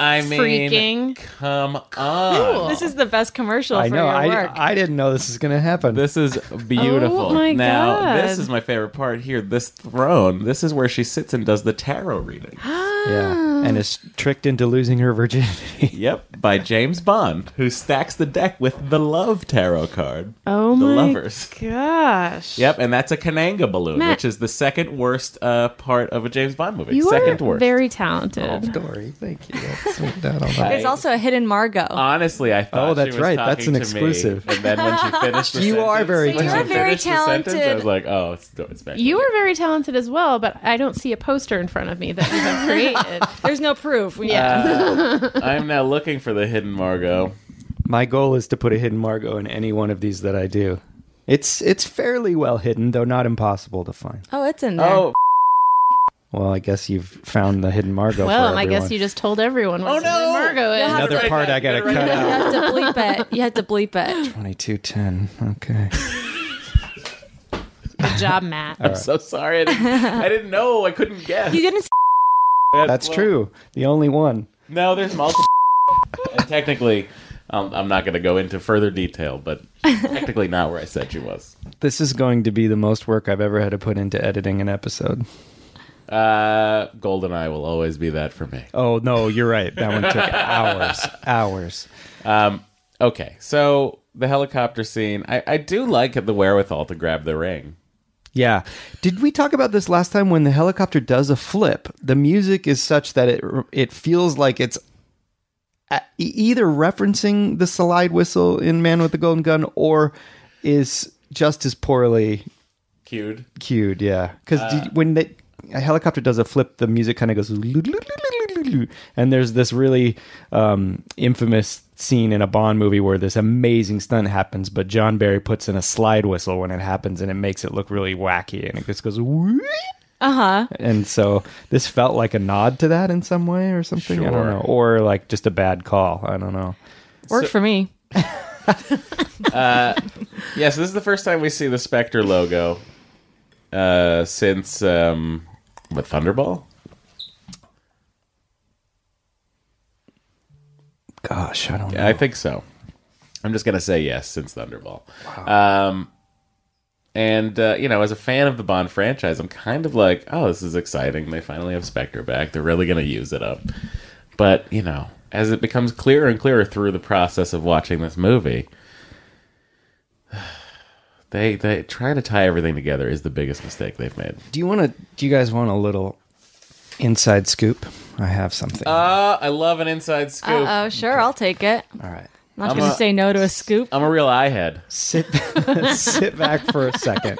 S3: I mean,
S5: Freaking
S3: come on.
S5: cool.
S6: This is the best commercial
S2: I
S6: for
S2: know.
S6: your
S2: I,
S6: work.
S2: I didn't know this is going to happen.
S3: This is beautiful.
S5: Oh my
S3: now,
S5: God.
S3: this is my favorite part here. This throne. This is where she sits and does the tarot reading.
S2: Yeah, and is tricked into losing her virginity.
S3: yep, by James Bond, who stacks the deck with the love tarot card.
S5: oh
S3: the
S5: my
S3: lovers.
S5: gosh.
S3: Yep, and that's a Kananga balloon,
S5: Matt-
S3: which is the second worst uh, part of a James Bond movie.
S5: You
S3: second
S5: are
S3: worst.
S5: very talented.
S2: Story, Oh, thank you. That's- I don't know.
S6: There's also a hidden Margot.
S3: Honestly, I thought
S2: Oh, that's
S3: she was
S2: right.
S3: talking
S2: That's an
S3: to me,
S2: exclusive.
S3: and then when she finished, the
S2: You
S3: sentence,
S2: are very
S3: when she
S2: talented.
S6: You are very
S3: finished the sentence, I
S6: talented.
S3: was like, oh, it's, it's back.
S5: You are very talented as well, but I don't see a poster in front of me that you have created.
S6: There's no proof. We-
S3: Uh, I'm now looking for the hidden Margot.
S2: My goal is to put a hidden Margot in any one of these that I do. It's it's fairly well hidden, though not impossible to find.
S6: Oh, it's in there.
S3: Oh,
S2: Well, I guess you've found the hidden Margot.
S5: well,
S2: for
S5: and I guess
S2: everyone.
S5: you just told everyone what
S3: Oh, no!
S5: oh, Margo is.
S6: You'll have
S2: Another
S3: Right
S2: part
S3: back,
S2: I gotta
S3: right
S2: cut
S3: back.
S6: You
S2: out.
S6: have to bleep it. You have to bleep it.
S2: Twenty-two ten. Okay.
S5: Good job, Matt.
S3: I'm so sorry. I didn't, I didn't know. I couldn't guess.
S6: You didn't. s-
S2: That's
S3: Well,
S2: true. The only one.
S3: No, there's multiple. and technically, um, I'm not going to go into further detail, but technically not where I said she was.
S2: This is going to be the most work I've ever had to put into editing an episode.
S3: Uh, Goldeneye will always be that for me.
S2: Oh no, you're right. That one took hours. Hours.
S3: Okay, so the helicopter scene. I, I do like the wherewithal to grab the ring.
S2: Yeah. Did we talk about this last time when the helicopter does a flip? The music is such that it it feels like it's a- e- either referencing the slide whistle in Man with the Golden Gun or is just as poorly
S3: Cued. Uh.
S2: cued, yeah. Cuz when they a helicopter does a flip, the music kind of goes, "Loo-loo-loo-loo-loo-loo-loo." and there's this really um, infamous scene in a Bond movie where this amazing stunt happens, but John Barry puts in a slide whistle when it happens, and it makes it look really wacky, and it just goes. Uh huh. And so this felt like a nod to that in some way or something. I don't
S3: Sure.
S2: know. Or like just a bad call. I don't know.
S6: Worked for me.
S3: Yeah, so this is the first time we see the Spectre logo uh, since um, what Thunderball?
S2: Gosh, I don't know.
S3: I think so. I'm just gonna say yes since Thunderball. Um, and uh, you know, as a fan of the Bond franchise, I'm kind of like, oh, this is exciting. They finally have Spectre back. They're really gonna use it up. But you know, as it becomes clearer and clearer through the process of watching this movie, they they trying to tie everything together is the biggest mistake they've made.
S2: Do you want to? Do you guys want a little inside scoop? I have something.
S3: Uh, I love an inside scoop.
S6: Uh oh, sure, I'll take it.
S2: All right.
S6: I'm not going to say no to a scoop.
S3: I'm a real eye head.
S2: Sit sit back for a second.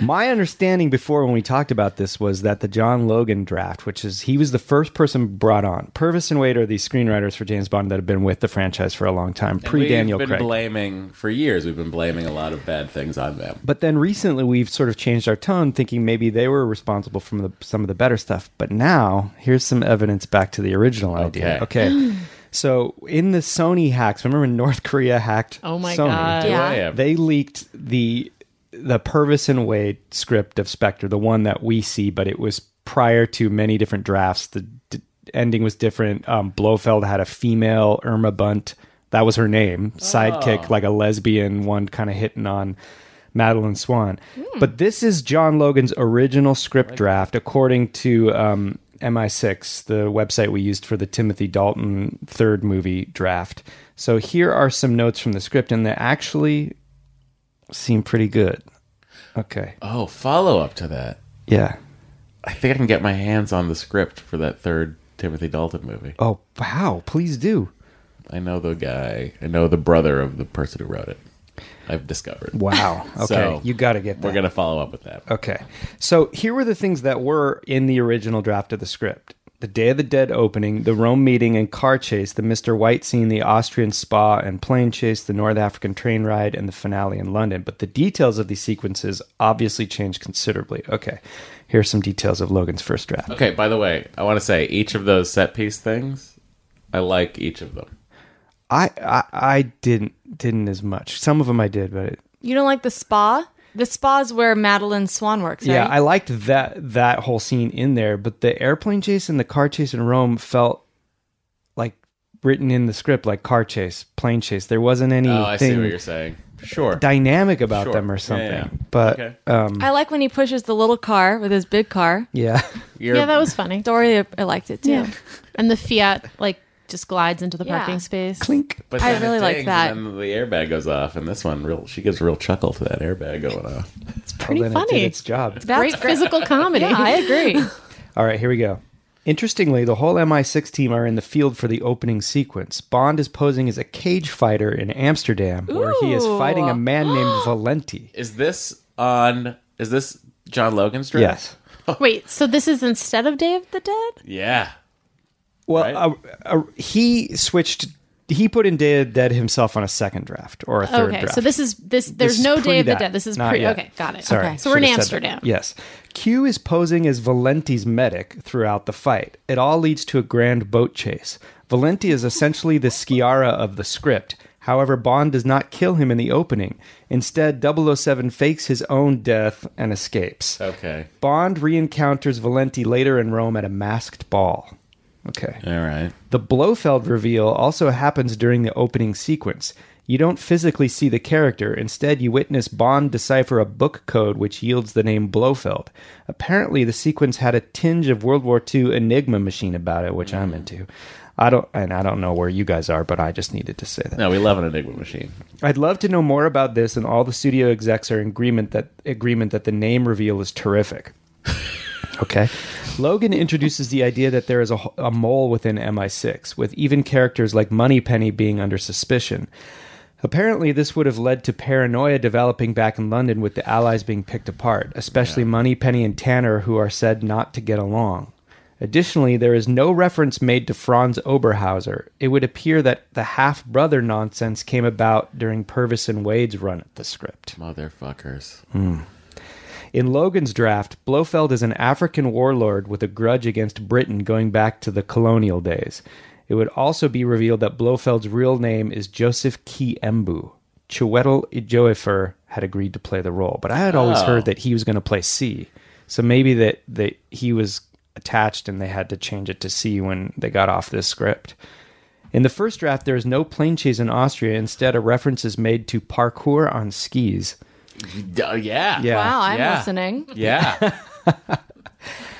S2: My understanding before when we talked about this was that the John Logan draft, which is he was the first person brought on. Purvis and Wade are these screenwriters for James Bond that have been with the franchise for a long time, pre Daniel
S3: We've been
S2: Craig.
S3: blaming for years. We've been blaming a lot of bad things on them.
S2: But then recently we've sort of changed our tone, thinking maybe they were responsible for the, some of the better stuff. But now here's some evidence back to the original idea. Okay. so in the Sony hacks, remember when North Korea hacked
S5: Oh my
S2: Sony?
S5: God.
S3: Do
S6: Yeah.
S3: I ever?
S2: They leaked the the Purvis and Wade script of Spectre, the one that we see, but it was prior to many different drafts. The d- ending was different. Um, Blofeld had a female Irma Bunt. That was her name. Sidekick, like a lesbian one, kind of hitting on Madeline Swan. But this is John Logan's original script draft, according to um, MI6, the website we used for the Timothy Dalton third movie draft. So here are some notes from the script, and they actually seem pretty good. Okay.
S3: oh, follow up to that.
S2: Yeah.
S3: I think I can get my hands on the script for that third Timothy Dalton movie.
S2: Oh, wow. Please do.
S3: I know the guy. I know the brother of the person who wrote it. I've discovered.
S2: Wow. Okay.
S3: So,
S2: you got to get that.
S3: We're gonna follow up with that.
S2: Okay. So here were the things that were in the original draft of the script. The Day of the Dead opening, the Rome meeting and car chase, the Mr. White scene, the Austrian spa and plane chase, the North African train ride, and the finale in London. But the details of these sequences obviously changed considerably. Okay, here are some details of Logan's first draft.
S3: Okay. By the way, I want to say each of those set piece things. I like each of them.
S2: I, I I didn't didn't as much. Some of them I did, but it,
S6: You don't like the spa? The spa's where Madeline Swan works, right?
S2: Yeah, I liked that that whole scene in there, but the airplane chase and the car chase in Rome felt like written in the script, like car chase, plane chase. There wasn't anything
S3: Oh, I see what you're saying. Sure.
S2: dynamic about
S3: Sure.
S2: them or
S3: Yeah,
S2: something.
S3: yeah.
S2: But
S3: Okay.
S2: um,
S6: I like when he pushes the little car with his big car.
S2: yeah,
S3: You're-
S5: Yeah, that was funny.
S6: Dory I liked it too.
S5: Yeah. And the Fiat like just glides into the
S6: Yeah.
S5: parking space.
S2: clink.
S3: But
S6: I
S3: then it
S6: really like
S3: dings,
S6: that.
S3: And then the airbag goes off, and this one, real, she gives a real chuckle to that airbag going off.
S2: It's pretty It
S5: funny.
S2: did its job.
S6: That's
S5: Great
S6: great.
S5: physical comedy.
S6: Yeah, I agree.
S2: All right, here we go. Interestingly, the whole MI6 team are in the field for the opening sequence. Bond is posing as a cage fighter in Amsterdam, where he is fighting a man named Valenti.
S3: Is this on? Is this John Logan's draft?
S2: Yes.
S5: Wait, so this is instead of Day of the Dead?
S3: Yeah.
S2: Well,
S3: right?
S2: uh, uh, he switched. He put in Day of the Dead himself on a second draft or a third
S5: okay,
S2: draft.
S5: so this is this. There's
S2: is
S5: no
S2: pre
S5: Day of the
S2: that.
S5: Dead. This is
S2: Not
S5: pre.
S2: yet.
S5: Okay, got it.
S2: Sorry,
S5: okay, so we're in
S2: should've said that.
S5: Amsterdam.
S2: Yes, Q is posing as Valenti's medic throughout the fight. It all leads to a grand boat chase. Valenti is essentially the Sciara of the script. However, Bond does not kill him in the opening. Instead, 007 fakes his own death and escapes.
S3: Okay.
S2: Bond re-encounters Valenti later in Rome at a masked ball. Okay.
S3: All right.
S2: The Blofeld reveal also happens during the opening sequence. You don't physically see the character, instead, you witness Bond decipher a book code which yields the name Blofeld. Apparently, the sequence had a tinge of World War II Enigma machine about it, which I'm into. I don't, and I don't know where you guys are, but I just needed to say that.
S3: No, we love an Enigma machine.
S2: I'd love to know more about this, and all the studio execs are in agreement that agreement that the name reveal is terrific. okay, Logan introduces the idea that there is a, ho- a mole within MI6, with even characters like Moneypenny being under suspicion. Apparently, this would have led to paranoia developing back in London with the Allies being picked apart, especially Moneypenny and Tanner, who are said not to get along. Additionally, there is no reference made to Franz Oberhauser. It would appear that the half brother nonsense came about during Purvis and Wade's run at the script.
S3: Motherfuckers.
S2: In Logan's draft, Blofeld is an African warlord with a grudge against Britain going back to the colonial days. It would also be revealed that Blofeld's real name is Joseph Kiembu. Chiwetel Ejiofor had agreed to play the role, but I had always
S3: Oh.
S2: heard that he was going to play C. So maybe that, that he was attached and they had to change it to C when they got off this script. In the first draft, there is no plain cheese in Austria. Instead, a reference is made to parkour on skis.
S3: Duh, yeah.
S2: Yeah.
S6: Wow, I'm
S3: Yeah.
S6: listening.
S3: Yeah.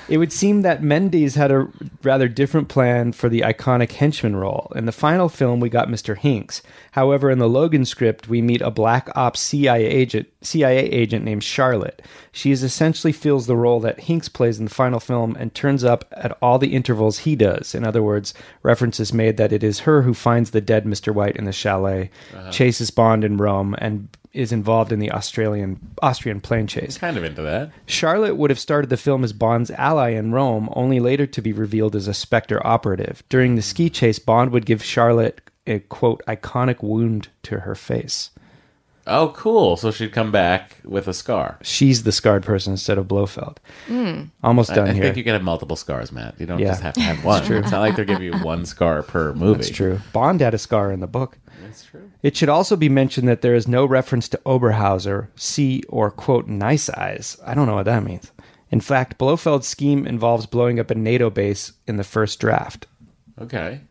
S2: It would seem that Mendes had a rather different plan for the iconic henchman role. In the final film, we got Mr. Hinks. However, in the Logan script, we meet a black ops CIA agent, CIA agent named Charlotte. She is essentially fills the role that Hinks plays in the final film and turns up at all the intervals he does. In other words, references made that it is her who finds the dead Mr. White in the chalet, chases Bond in Rome, and is involved in the Australian Austrian plane chase.
S3: kind of into that.
S2: Charlotte would have started the film as Bond's ally in Rome, only later to be revealed as a Spectre operative. During the ski chase, Bond would give Charlotte a quote iconic wound to her face.
S3: Oh, cool. So she'd come back with a scar.
S2: She's the scarred person instead of Blofeld. Almost
S3: I,
S2: done
S3: I
S2: here.
S3: think you can have multiple scars, Matt. You don't
S2: Yeah.
S3: just have to have one. It's not like they're giving you one scar per movie.
S2: That's true. Bond had a scar in the book.
S3: That's true.
S2: It should also be mentioned that there is no reference to Oberhauser, C, or quote, nice eyes. I don't know what that means. In fact, Blofeld's scheme involves blowing up a NATO base in the first draft.
S3: Okay.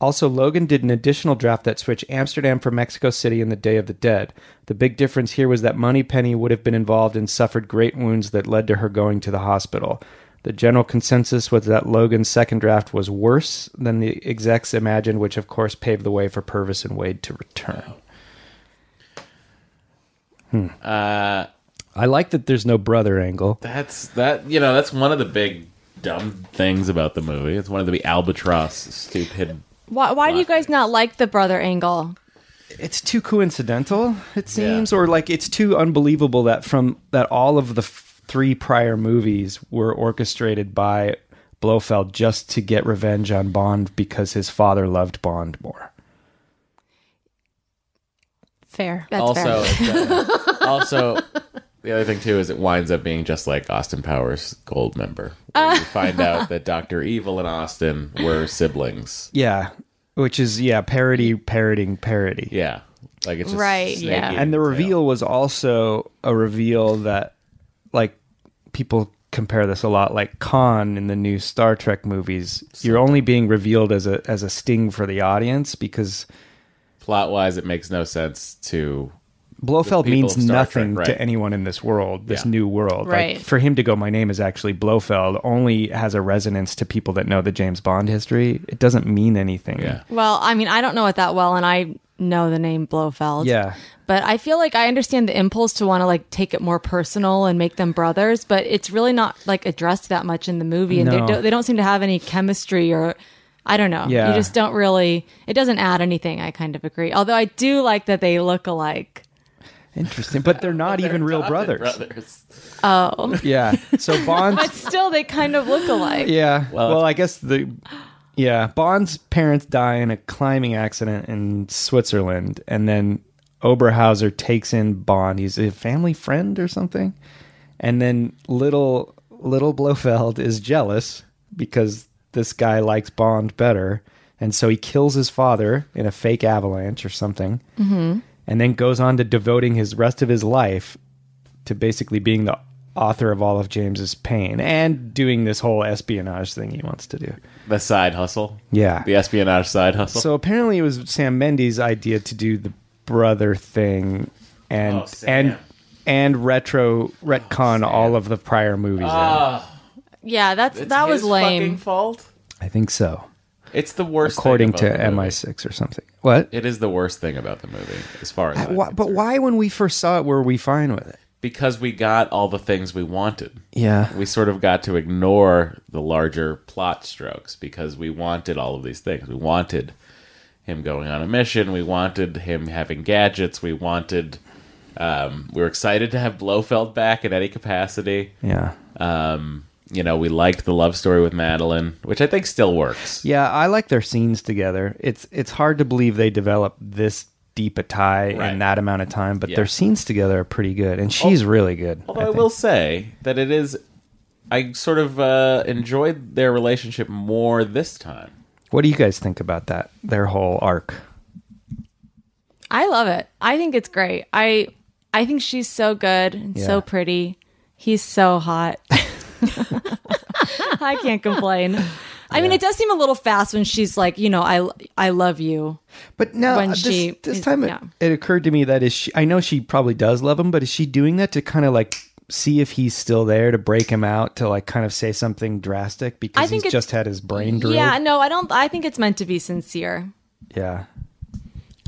S2: Also, Logan did an additional draft that switched Amsterdam for Mexico City in the Day of the Dead. The big difference here was that Moneypenny would have been involved and suffered great wounds that led to her going to the hospital. The general consensus was that Logan's second draft was worse than the execs imagined, which of course paved the way for Purvis and Wade to return.
S3: Uh,
S2: I like that there's no brother angle.
S3: that's that. You know, that's one of the big dumb things about the movie. It's one of the big albatross stupid.
S6: Why, why do you guys not like the brother angle?
S2: It's too coincidental, it seems, or like it's too unbelievable that from that all of the f- three prior movies were orchestrated by Blofeld just to get revenge on Bond because his father loved Bond more.
S5: Fair.
S6: That's
S3: also,
S6: fair.
S3: it's, uh, also, the other thing too is it winds up being just like Austin Powers Gold Member. where you find out that Doctor Evil and Austin were siblings.
S2: Yeah, which is yeah, parody parroting parody.
S3: Yeah, like it's just
S6: Right,
S3: snake
S5: yeah.
S3: eating
S2: And the
S3: tail.
S2: reveal was also a reveal that like people compare this a lot like Khan in the new Star Trek movies. You're only being revealed as a as a sting for the audience because
S3: plot wise, it makes no sense to.
S2: Blofeld
S3: the people
S2: means
S3: of Star
S2: nothing
S3: Trek, right.
S2: to anyone in this world, this
S3: Yeah.
S2: new world. Like,
S5: Right.
S2: for him to go, my name is actually Blofeld, only has a resonance to people that know the James Bond history. It doesn't mean anything.
S3: Yeah.
S6: Well, I mean, I don't know it that well, and I know the name Blofeld.
S2: Yeah.
S6: But I feel like I understand the impulse to want to like take it more personal and make them brothers, but it's really not like addressed that much in the movie, and
S2: No.
S6: they, do, they don't seem to have any chemistry or I don't know.
S2: Yeah.
S6: You just don't really. It doesn't add anything. I kind of agree. Although I do like that they look alike.
S2: Interesting. But they're not even real brothers.
S3: Brothers.
S6: Oh,
S2: Yeah. So Bond's.
S6: but still they kind of look alike.
S2: yeah. Well,
S3: Well,
S2: I guess the. Yeah. Bond's parents die in a climbing accident in Switzerland, and then Oberhauser takes in Bond. He's a family friend or something. And then little little Blofeld is jealous because this guy likes Bond better, and so he kills his father in a fake avalanche or something, mm-hmm. and then goes on to devoting his rest of his life to basically being the author of all of James's pain and doing this whole espionage thing he wants to do.
S3: The side hustle.
S2: Yeah.
S3: The espionage side hustle.
S2: So apparently it was Sam Mendes' idea to do the brother thing and
S3: Oh, Sam.
S2: and and retro retcon all of the prior movies. in.
S6: Yeah, that's that was lame.
S3: fault.
S2: I think so.
S3: It's the worst. thing
S2: according
S3: about
S2: to
S3: the movie.
S2: MI6 or something. What?
S3: It is the worst thing about the movie, as far as I'm
S2: Why, but
S3: concerned.
S2: why, when we first saw it, were we fine with it?
S3: Because we got all the things we wanted.
S2: Yeah.
S3: We sort of got to ignore the larger plot strokes because we wanted all of these things. We wanted him going on a mission. We wanted him having gadgets. We wanted. Um, we were excited to have Blofeld back in any capacity.
S2: Yeah.
S3: Um, you know, we liked the love story with Madeline, which I think still works.
S2: Yeah, I like their scenes together. It's it's hard to believe they developed this deep a tie
S3: Right.
S2: in that amount of time, but
S3: Yeah.
S2: their scenes together are pretty good, and she's really good.
S3: Although
S2: I
S3: I,
S2: think.
S3: will say that it is, I sort of uh, enjoyed their relationship more this time.
S2: What do you guys think about that? Their whole arc.
S6: I love it. I think it's great. I I think she's so good and
S2: Yeah.
S6: so pretty. He's so hot. I can't complain. I mean, it does seem a little fast when she's like, you know, I I love you.
S2: But now
S6: When
S2: this,
S6: she-
S2: this time it,
S6: yeah.
S2: it occurred to me that is she, I know she probably does love him, but is she doing that to kind of like see if he's still there to break him out to like kind of say something drastic because
S6: I think
S2: he's
S6: it's-
S2: just had his brain drilled?
S6: Yeah, no, I don't. I think it's meant to be sincere.
S2: yeah,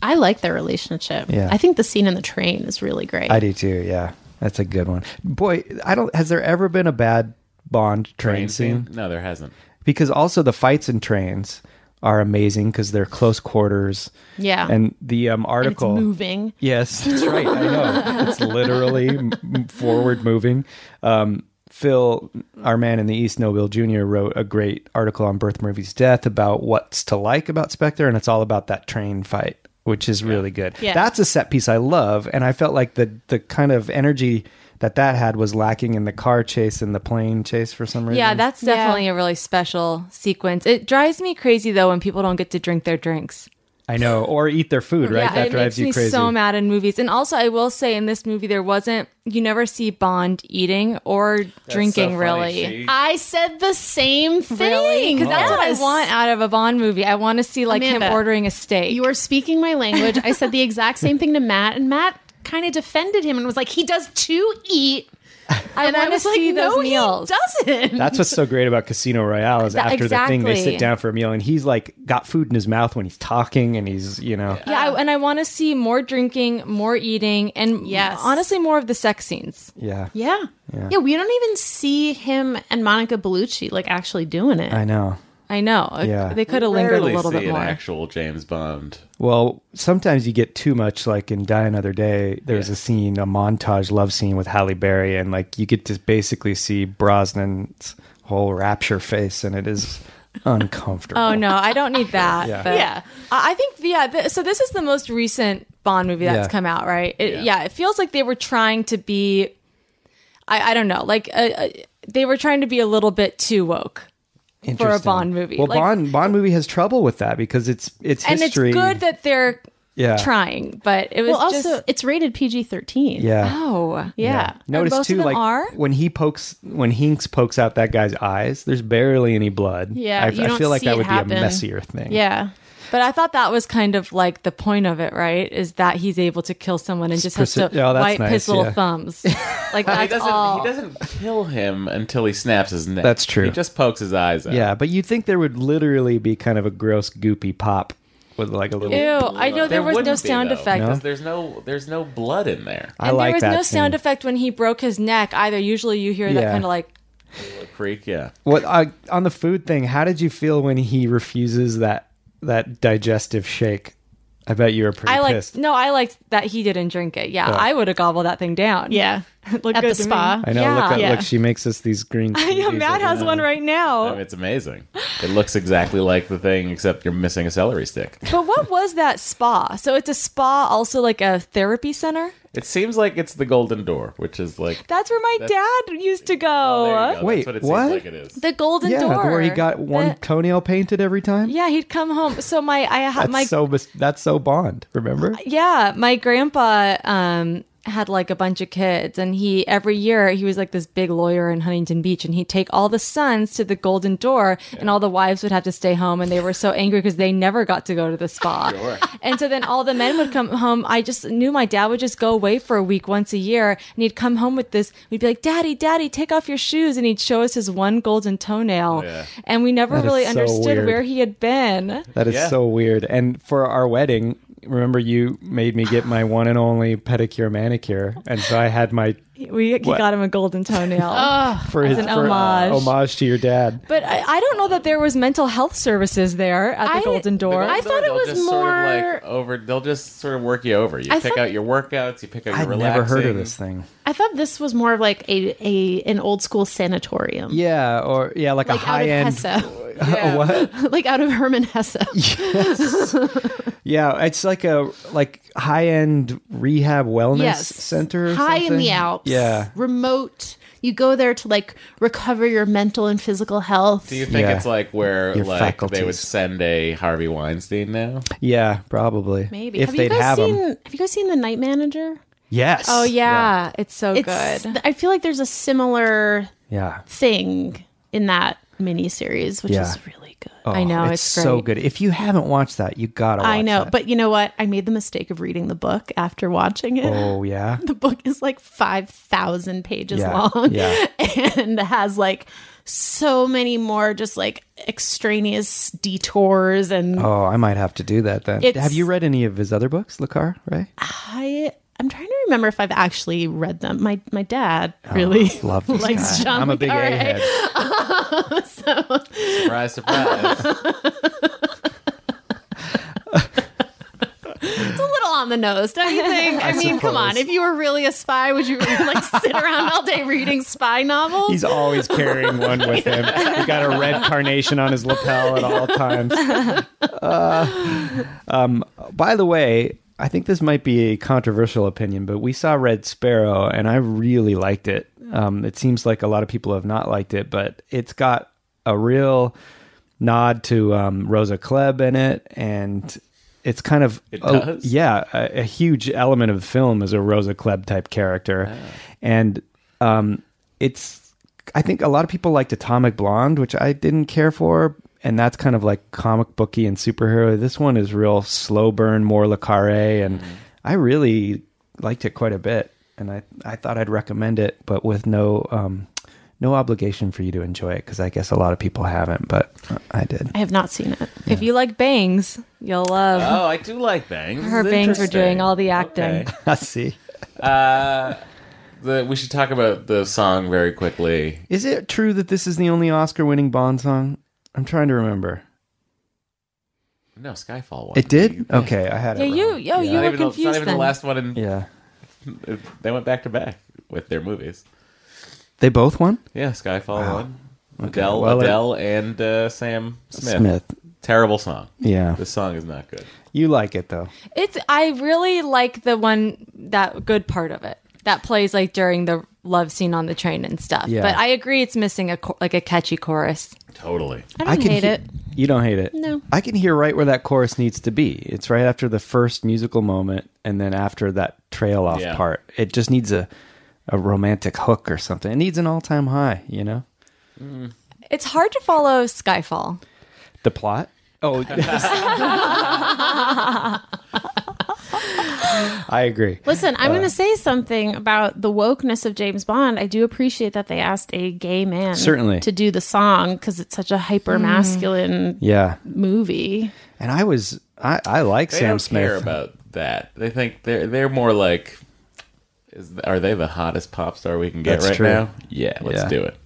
S5: I like their relationship.
S2: Yeah.
S5: I think the scene in the train is really great.
S2: I do too. Yeah, that's a good one. Boy, I don't. Has there ever been a bad Bond train,
S3: Train
S2: scene?
S3: scene? No, there hasn't.
S2: Because also the fights in trains are amazing because they're close quarters.
S5: Yeah.
S2: and the um,
S5: And it's
S2: article.
S5: moving.
S2: Yes, that's right. I know. It's literally m- m- forward moving. Um, Phil, our man in the East, Nobel Jr., wrote a great article on Birth Murphy's death about what's to like about Spectre, and it's all about that train fight, which is really good.
S5: Yeah.
S2: That's a set piece I love, and I felt like the the kind of energy that that had was lacking in the car chase and the plane chase for some reason.
S6: Yeah, that's
S5: Yeah.
S6: definitely a really special sequence. It drives me crazy though when people don't get to drink their drinks.
S2: I know, or eat their food, right? that
S6: it
S2: drives
S6: makes me
S2: you crazy.
S6: so mad in movies. And also, I will say in this movie, there wasn't you never see Bond eating or drinking
S3: so funny.
S6: really.
S3: She-
S5: I said the same thing. Really?
S6: Because that's what I want out of a Bond movie. I want to see like him
S5: Amanda,
S6: ordering a steak.
S5: You are speaking my language. I said the exact same thing to Matt, and Matt kind of defended him and was like, he does too eat.
S6: I
S5: And I
S6: want to
S5: was like,
S6: see those
S5: no,
S6: meals.
S5: he doesn't.
S2: That's what's so great about Casino Royale is
S6: That-
S2: after the thing they
S6: exactly.
S2: sit down for a meal and he's like got food in his mouth when he's talking and he's you know
S6: yeah, I, and I want to see more drinking, more eating, and
S5: Yes.
S6: honestly, more of the sex scenes.
S2: yeah,
S5: yeah. yeah. we don't even see him and Monica Bellucci like actually doing it.
S2: I know.
S6: I know
S2: Yeah.
S6: they could have lingered a
S3: Rarely
S6: little
S3: see
S6: bit
S3: an
S6: more.
S3: actual James Bond.
S2: Well, sometimes you get too much. Like in Die Another Day, there's a scene, a montage love scene with Halle Berry, and like you get to basically see Brosnan's whole rapture face, and it is uncomfortable.
S6: Oh no, I don't need that.
S2: Yeah.
S6: but-
S5: Yeah.
S6: I I think yeah. Th- so this is the most recent Bond movie that's
S2: Yeah.
S6: come out, right? It, yeah.
S3: Yeah.
S6: it feels like they were trying to be. I, I don't know, like uh, uh, they were trying to be a little bit too woke.
S2: Interesting.
S6: Bond movie,
S2: Well,
S6: like-
S2: Bond Bond movie has trouble with that because it's it's history.
S6: And it's good that they're
S2: Yeah.
S6: trying, but it was
S5: well, also,
S6: just
S5: it's rated PG 13.
S2: yeah.
S6: oh
S5: Yeah.
S2: Notice
S6: both of
S2: too,
S6: them
S2: like
S6: are?
S2: when he pokes, when Hinks pokes out that guy's eyes, there's barely any blood.
S5: Yeah,
S2: I,
S5: you
S2: I
S5: don't
S2: feel like
S5: see
S2: that
S5: it
S2: would be a
S5: happen.
S2: messier thing.
S5: Yeah.
S6: But I thought that was kind of like the point of it, right? Is that he's able to kill someone and just has to
S2: Persi- oh, that's
S6: wipe
S2: nice,
S6: his little
S2: yeah.
S6: thumbs. Like
S3: He
S6: that's
S3: doesn't.
S6: all.
S3: He doesn't kill him until he snaps his neck.
S2: That's true.
S3: He just pokes his eyes out.
S2: yeah. But you'd think there would literally be kind of a gross, goopy pop with like a little.
S6: Ew! I know there, was no sound effect.
S3: because there's no there's no blood in there.
S2: I
S6: and
S2: like
S6: there was
S2: that
S6: no sound
S2: scene.
S6: effect when he broke his neck either. Usually you hear that
S2: Yeah.
S6: kind of like
S3: A creek, yeah.
S2: What I, on the food thing? How did you feel when he refuses that that digestive shake? I bet you were pretty
S6: I
S2: pissed.
S6: liked no, I liked that he didn't drink it. Yeah, I would have gobbled that thing down.
S5: Yeah.
S6: Looked
S5: At
S6: good
S5: the
S6: to me.
S5: spa.
S2: I know. Look,
S6: Yeah.
S2: at,
S5: Yeah.
S2: look, she makes us these green.
S6: yeah,
S2: smoothies
S6: Matt
S2: every
S6: has
S2: now
S6: one
S2: and
S6: right
S3: I
S6: now.
S3: mean, it's amazing. It looks exactly like the thing, except you're missing a celery stick.
S6: But what was that spa? So it's a spa, also like a therapy center.
S3: It seems like it's the Golden Door, which is like.
S6: That's where my
S3: That's-
S6: dad used to go.
S3: Oh, there you go.
S2: Wait,
S3: That's what it
S2: what?
S3: seems like it is.
S6: The golden
S2: then.
S6: door.
S2: Yeah, where he got one
S6: The-
S2: toenail painted every time.
S6: yeah, he'd come home. So my I had
S2: that's
S6: my
S2: so. mis- That's so Bond. Remember?
S6: Yeah, my grandpa um had like a bunch of kids and he every year he was like this big lawyer in Huntington Beach and he'd take all the sons to the Golden Door and all the wives would have to stay home and they were so angry because they never got to go to the spa. And so then all the men would come home. I just knew my dad would just go away for a week once a year and he'd come home with this we'd be like, "Daddy, daddy, take off your shoes." And he'd show us his one golden toenail.
S3: Oh, yeah.
S6: And we never
S2: That is
S6: really
S2: so
S6: understood
S2: weird.
S6: where he had been.
S2: That is
S3: Yeah.
S2: so weird. And for our wedding, remember you made me get my one and only pedicure manicure, and so I had my
S6: We he
S2: What?
S6: got him a golden toenail.
S2: for his
S6: an
S2: for, uh,
S6: homage.
S2: homage to your dad.
S6: But I, I don't know that there was mental health services there at the
S5: I-
S6: Golden Door.
S5: I thought it
S3: They'll
S5: was
S3: just sort of
S5: more-
S3: like over. They'll just sort of work you over. You
S5: I
S3: pick
S5: thought-
S3: out your workouts. You pick out your
S2: I'd
S3: relaxing.
S2: never heard of this thing.
S5: I thought this was more of like a, a an old school sanatorium.
S2: Yeah, or yeah, like,
S5: Like
S2: a
S5: out
S2: high
S5: of
S2: end.
S5: Hesse.
S3: Yeah.
S2: what?
S5: like out of Herman Hesse.
S2: Yeah, it's like a like high end rehab wellness
S5: yes.
S2: center. or
S5: High in
S2: something?
S5: the Alps.
S2: Yeah,
S5: Remote. You go there to like recover your mental and physical health.
S3: Do you think
S2: Yeah.
S3: it's like where
S2: Your
S3: like they would
S2: faculties.
S3: send a Harvey Weinstein now?
S2: yeah, probably.
S5: Maybe.
S2: if
S5: have
S2: they'd
S5: you guys
S2: have
S5: seen
S2: them.
S5: have you guys seen The Night Manager?
S2: Yes.
S6: oh yeah, it's so
S5: It's-
S6: good.
S5: I feel like there's a similar
S2: Yeah.
S5: thing in that miniseries, which
S2: Yeah.
S5: is really good.
S3: Oh,
S6: I know
S2: Oh, it's,
S6: it's,
S2: so
S6: great.
S2: good. If you haven't watched that, you gotta. watch
S5: I know,
S2: that.
S5: but you know what? I made the mistake of reading the book after watching it.
S2: oh yeah,
S5: The book is like 5,000 pages
S2: Yeah,
S5: long
S2: yeah.
S5: and has like so many more just like extraneous detours. And
S2: oh I might have to do that then.
S5: It's-
S2: Have you read any of his other books, Lakar? Right?
S5: I, I'm trying to remember if I've actually read them. My, my dad
S2: Oh,
S5: really
S2: Love this
S5: likes
S2: guy.
S5: John
S2: I'm a big
S5: Le
S2: A
S5: Carre.
S2: head.
S3: Surprise, surprise.
S5: It's a little on the nose, don't you think? I, mean, come on.
S2: suppose.
S5: If you were really a spy, would you really like sit around all day reading spy novels?
S2: He's always carrying one with him. He got a red carnation on his lapel at all times. Uh, um, by the way, I think this might be a controversial opinion, but we saw Red Sparrow, and I really liked it. Um, it seems like a lot of people have not liked it, but it's got a real nod to um, Rosa Klebb in it, and it's kind of
S3: It
S2: a-
S3: does?
S2: yeah, a, a huge element of the film is a Rosa Klebb type character, and um, it's I think a lot of people liked Atomic Blonde, which I didn't care for, and that's kind of like comic booky and superhero. This one is real slow burn, more Le Carre, and I really liked it quite a bit, and I I thought I'd recommend it, but with no. Um, no obligation for you to enjoy it because I guess a lot of people haven't, but I did.
S5: I have not seen it.
S6: If you like bangs, you'll love.
S3: oh, I do like bangs.
S6: Her
S3: It's
S6: bangs were
S3: interesting.
S6: doing all the acting.
S3: Okay.
S2: I see.
S3: The- we should talk about the song very quickly.
S2: Is it true that this is the only Oscar winning Bond song? I'm trying to remember.
S3: No, Skyfall one.
S2: It did? Okay, I had
S6: Yeah,
S2: it.
S6: you,
S2: wrong.
S6: oh, you
S3: Not even
S6: were
S3: the- it's not
S6: confused
S3: even
S6: then.
S3: the last one. In,
S2: Yeah.
S3: They went back to back with their movies.
S2: They both won?
S3: Yeah, Skyfall one. Adele,
S2: well, it-
S3: Adele, and uh, Sam Smith.
S2: Smith.
S3: Terrible song.
S2: Yeah.
S3: This song is not good.
S2: You like it though.
S6: It's I really like the one that good part of it that plays like during the love scene on the train and stuff.
S2: Yeah.
S6: But I agree, it's missing a cho- like a catchy chorus.
S3: Totally.
S5: I don't
S2: can
S5: hate
S2: he-
S5: it.
S2: You don't hate it?
S5: No.
S2: I can hear right where that chorus needs to be. It's right after the first musical moment and then after that trail off
S3: Yeah.
S2: part. It just needs a a romantic hook or something. It needs an all time high, you know?
S6: It's hard to follow Skyfall.
S2: The plot? Oh I agree.
S5: Listen, I'm
S2: Uh,
S5: going to say something about the wokeness of James Bond. I do appreciate that they asked a gay man
S2: Certainly. Mm.
S5: to do the song because it's such a hyper masculine
S2: Yeah.
S5: movie.
S2: And I was I, I like
S3: They
S2: Sam
S3: don't
S2: Smith.
S3: care about that. They think they're they're more like, is, are they the hottest pop star we can get
S2: That's
S3: right
S2: true.
S3: now? Yeah, let's
S2: Yeah.
S3: do it.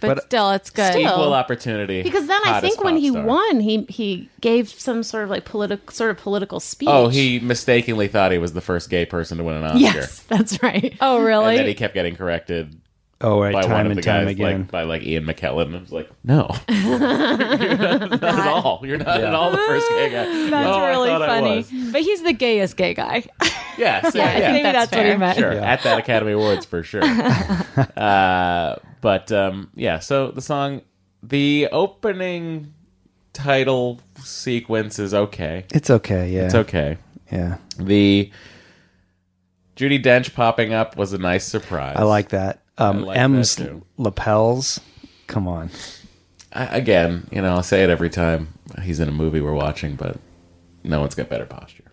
S6: But, still, it's good.
S5: Still-
S3: Equal opportunity.
S5: Because then I
S3: hottest
S5: think when
S3: pop
S5: he
S3: star.
S5: won, he he gave some sort of like political sort of political speech.
S3: Oh, he mistakenly thought he was the first gay person to win an Oscar.
S5: yes, that's right.
S6: oh,
S3: And then he
S6: really?
S3: kept getting corrected
S2: Oh, right,
S3: by one
S2: time
S3: of
S2: and
S3: the
S2: time
S3: guys,
S2: again.
S3: like by like Ian McKellen. I was like, no, You're not at all. You're not at all the first gay guy.
S6: That's
S3: Oh, I
S6: really
S3: thought I
S6: funny.
S3: was.
S6: But he's the gayest gay guy.
S3: Yes, yeah, yeah.
S6: Maybe
S5: that's
S6: that's, what he
S5: fair.
S6: meant.
S3: sure at that Academy Awards for sure. uh, but um, yeah, so the song, the opening title sequence is okay.
S2: It's okay, yeah.
S3: It's okay.
S2: Yeah.
S3: The Judy Dench popping up was a nice surprise.
S2: I like that. Um,
S3: like
S2: M's
S3: that, too.
S2: lapels. Come on.
S3: I, again, you know, I'll say it every time he's in a movie we're watching, but no one's got better posture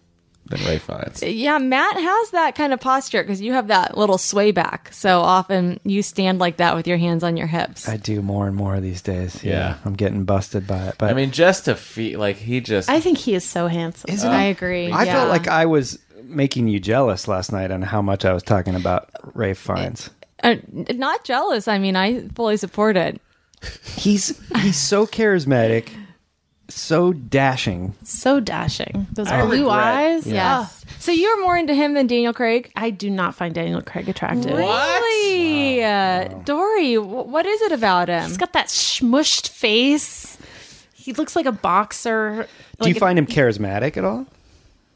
S3: than Ray Fiennes.
S6: Yeah, Matt has that kind of posture because you have that little sway back. So often you stand like that with your hands on your hips.
S2: I do more and more these days. Yeah.
S3: Yeah.
S2: I'm getting busted by it. But
S3: I mean, just to feel like he just
S5: I think he is so handsome.
S2: isn't
S3: uh,
S6: I
S2: it-
S6: agree.
S2: I
S6: yeah.
S2: felt like I was making you jealous last night on how much I was talking about
S7: Rafe finds.
S6: Uh, not jealous. I mean, I fully support it.
S7: He's he's so charismatic, so dashing.
S5: So dashing. Those
S7: I
S5: blue
S7: regret-
S5: eyes.
S6: Yes. So you're more into him than Daniel Craig?
S5: I do not find Daniel Craig attractive.
S6: Really? Uh, Dory, wh- what is it about him?
S5: He's got that smushed face. He looks like a boxer.
S7: Do you find him charismatic at all?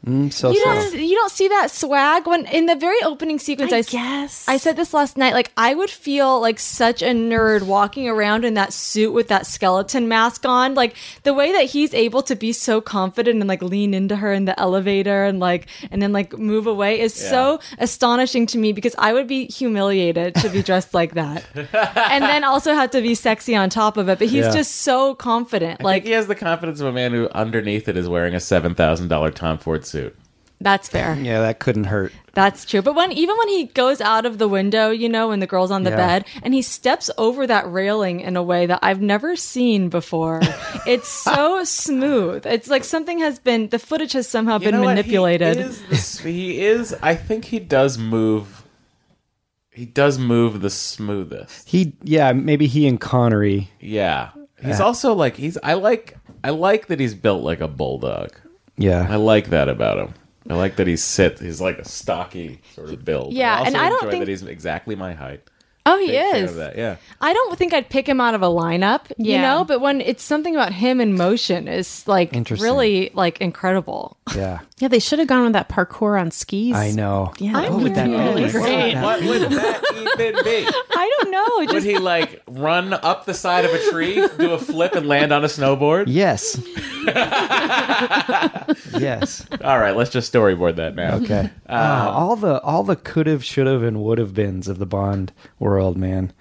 S7: Mm, so
S6: you
S7: so.
S6: don't you don't see that swag when in the very opening sequence. I,
S5: I
S6: s-
S5: guess.
S6: I said this last night. Like I would feel like such a nerd walking around in that suit with that skeleton mask on. Like the way that he's able to be so confident and like lean into her in the elevator and like and then like move away is so astonishing to me because I would be humiliated to be dressed like that, and then also have to be sexy on top of it. But he's
S7: Yeah.
S6: just so confident.
S3: Like
S6: Like
S3: he has the confidence of a man who underneath it is wearing a seven thousand dollar Tom Ford suit.
S6: that's fair.
S7: Yeah, that couldn't hurt.
S6: That's true. But when even when he goes out of the window, you know, when the girl's on the
S7: Yeah.
S6: bed, and he steps over that railing in a way that I've never seen before. it's so smooth. It's like something has been the footage has somehow been manipulated.
S3: He is, he is. I think he does move. He does move the smoothest.
S7: He yeah, maybe he and Connery.
S3: Yeah. He's also like he's. I like. I like that he's built like a bulldog. I
S7: Yeah.
S3: like that about him. I like that he's sit. He's like a stocky sort of build.
S6: Yeah,
S3: I also
S6: and I don't
S3: enjoy
S6: think-
S3: that he's exactly my height.
S6: oh, he
S3: Big fan
S6: is.
S3: of that, Yeah.
S6: I don't think I'd pick him out of a lineup, you
S5: Yeah.
S6: know, but when it's something about him in motion is like
S7: Interesting.
S6: really like incredible.
S7: Yeah.
S5: yeah, they should have gone with that parkour on skis.
S7: I know.
S5: Yeah,
S6: I'm
S5: that would be really
S6: curious.
S5: great.
S3: What would that even be?
S6: I don't know.
S3: Would
S6: Just
S3: he like run up the side of a tree, do a flip, and land on a snowboard?
S7: Yes. yes.
S3: All right, let's just storyboard that now.
S7: Okay. Ah, all the all the could have, should have, and would have beens of the Bond world, man.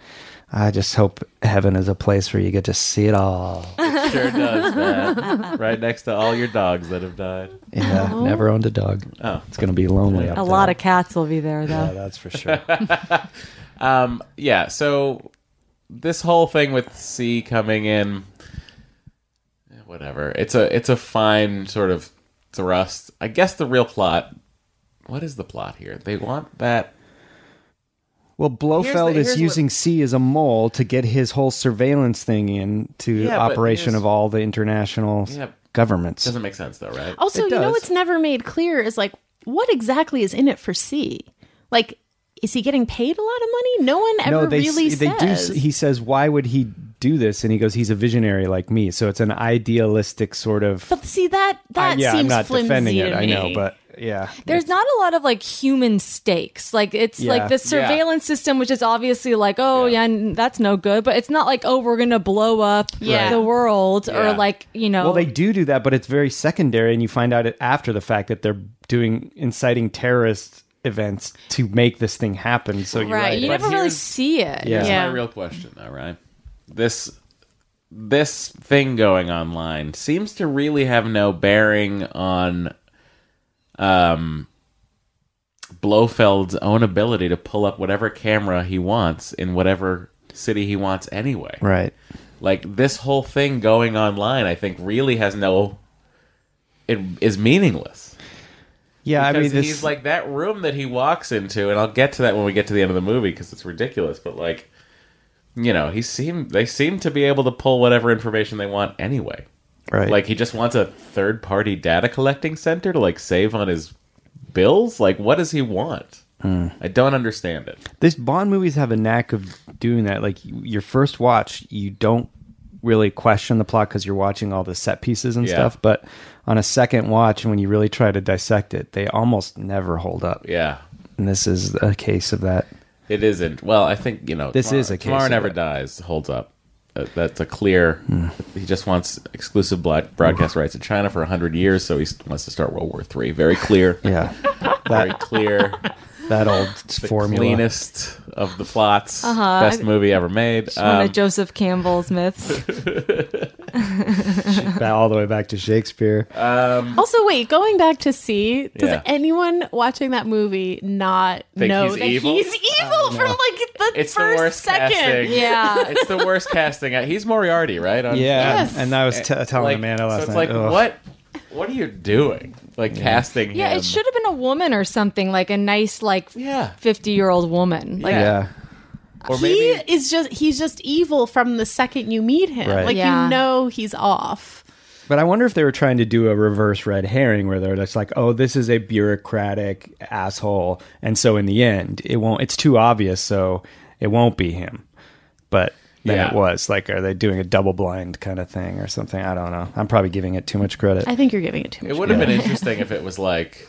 S7: I just hope heaven is a place where you get to see it all.
S3: Sure does, man. right next to all your dogs that have died.
S7: Yeah, never owned a dog.
S3: Oh.
S7: It's gonna be lonely. Up
S6: a
S7: there.
S6: lot of cats will be there though.
S7: Yeah, that's for sure.
S3: Um, yeah, so this whole thing with C coming in eh, whatever. It's a it's a fine sort of thrust. I guess the real plot what is the plot here? They want that
S7: Well, Blofeld
S3: Here's the-
S7: is
S3: here's
S7: using C as a mole to get his whole surveillance thing in to
S3: Yeah, but
S7: operation
S3: here's-
S7: of all the international s-
S3: Yeah.
S7: governments.
S3: doesn't make sense though, right?
S5: Also,
S7: It
S5: you know
S7: does.
S5: what's never made clear is like what exactly is in it for C? Like, is he getting paid a lot of money? No one ever
S7: no, they s-
S5: really
S7: they do.
S5: says.
S7: s- He says, "Why would he do this?" And he goes, "He's a visionary like me." So it's an idealistic sort of.
S5: but see that
S7: I-
S5: that
S7: yeah,
S5: seems
S7: I'm not
S5: flimsy
S7: defending
S5: to
S7: it. I
S5: me.
S7: know, but yeah,
S6: there's not a lot of like human stakes. Like it's
S7: Yeah.
S6: like the surveillance system, which is obviously like, oh yeah, n that's no good. But it's not like, oh, we're gonna blow up
S5: Yeah.
S6: the world
S3: Yeah.
S6: or like you know.
S7: Well, they do do that, but it's very secondary, and you find out it after the fact that they're doing inciting terrorist events to make this thing happen. So you're
S6: right.
S7: right.
S6: You
S3: But
S6: never really
S3: here's-
S6: see it.
S7: Yeah.
S3: That's my real question, though, right? This this thing going online seems to really have no bearing on um Blofeld's own ability to pull up whatever camera he wants in whatever city he wants anyway.
S7: right.
S3: Like this whole thing going online I think really has no it is meaningless.
S7: Yeah, I mean,
S3: Because
S7: this,
S3: he's like that room that he walks into, and I'll get to that when we get to the end of the movie because it's ridiculous. But like, you know, he seemed they seem to be able to pull whatever information they want anyway.
S7: right.
S3: Like he just wants a third party data collecting center to like save on his bills. Like, what does he want?
S7: Hmm.
S3: I don't understand it.
S7: this Bond movies have a knack of doing that. Like y- your first watch, you don't really question the plot because you're watching all the set pieces and
S3: Yeah.
S7: stuff. But on a second watch, when you really try to dissect it, they almost never hold up.
S3: Yeah,
S7: And this is a case of that.
S3: it isn't. Well, I think you know
S7: This
S3: tomorrow,
S7: is a case
S3: tomorrow
S7: of
S3: never
S7: it.
S3: dies holds up. Uh, That's a clear. He just wants exclusive black broadcast rights in China for hundred years, so he s- wants to start World War Three. Very clear.
S7: Yeah,
S3: very clear,
S7: that old
S3: the
S7: formula.
S3: cleanest of the plots,
S6: Uh-huh.
S3: best movie ever made.
S6: One
S3: Um,
S6: of Joseph Campbell's myths.
S7: Ba- all the way back to Shakespeare.
S5: Also, wait, going back to C, does
S3: Yeah.
S5: anyone watching that movie not
S3: Think
S5: know
S3: he's
S5: that
S3: evil?
S5: he's evil for like the
S3: it's the
S5: first
S3: worst
S5: second?
S3: casting.
S6: yeah.
S3: it's the worst casting. He's Moriarty, right? On-
S7: yeah,
S5: Yes.
S7: and I was t- telling
S3: like,
S7: Amanda
S3: so
S7: last
S3: it's
S7: night.
S3: like
S7: ugh,
S3: what? What are you doing? Like casting
S6: Yeah,
S3: him.
S6: it should have been a woman or something like a nice like
S3: Yeah.
S6: fifty year old woman. Like
S7: Yeah.
S3: Or
S5: he
S3: maybe
S5: is just he's just evil from the second you meet him.
S7: Right.
S5: Like
S6: Yeah.
S5: you know he's off.
S7: But I wonder if they were trying to do a reverse red herring where they're just like, oh, this is a bureaucratic asshole. And so in the end, it won't, it's too obvious. So it won't be him. But then
S3: Yeah.
S7: it was. Like, are they doing a double blind kind of thing or something? I don't know. I'm probably giving it too much credit.
S5: I think you're giving it too much.
S3: it would have been interesting if it was like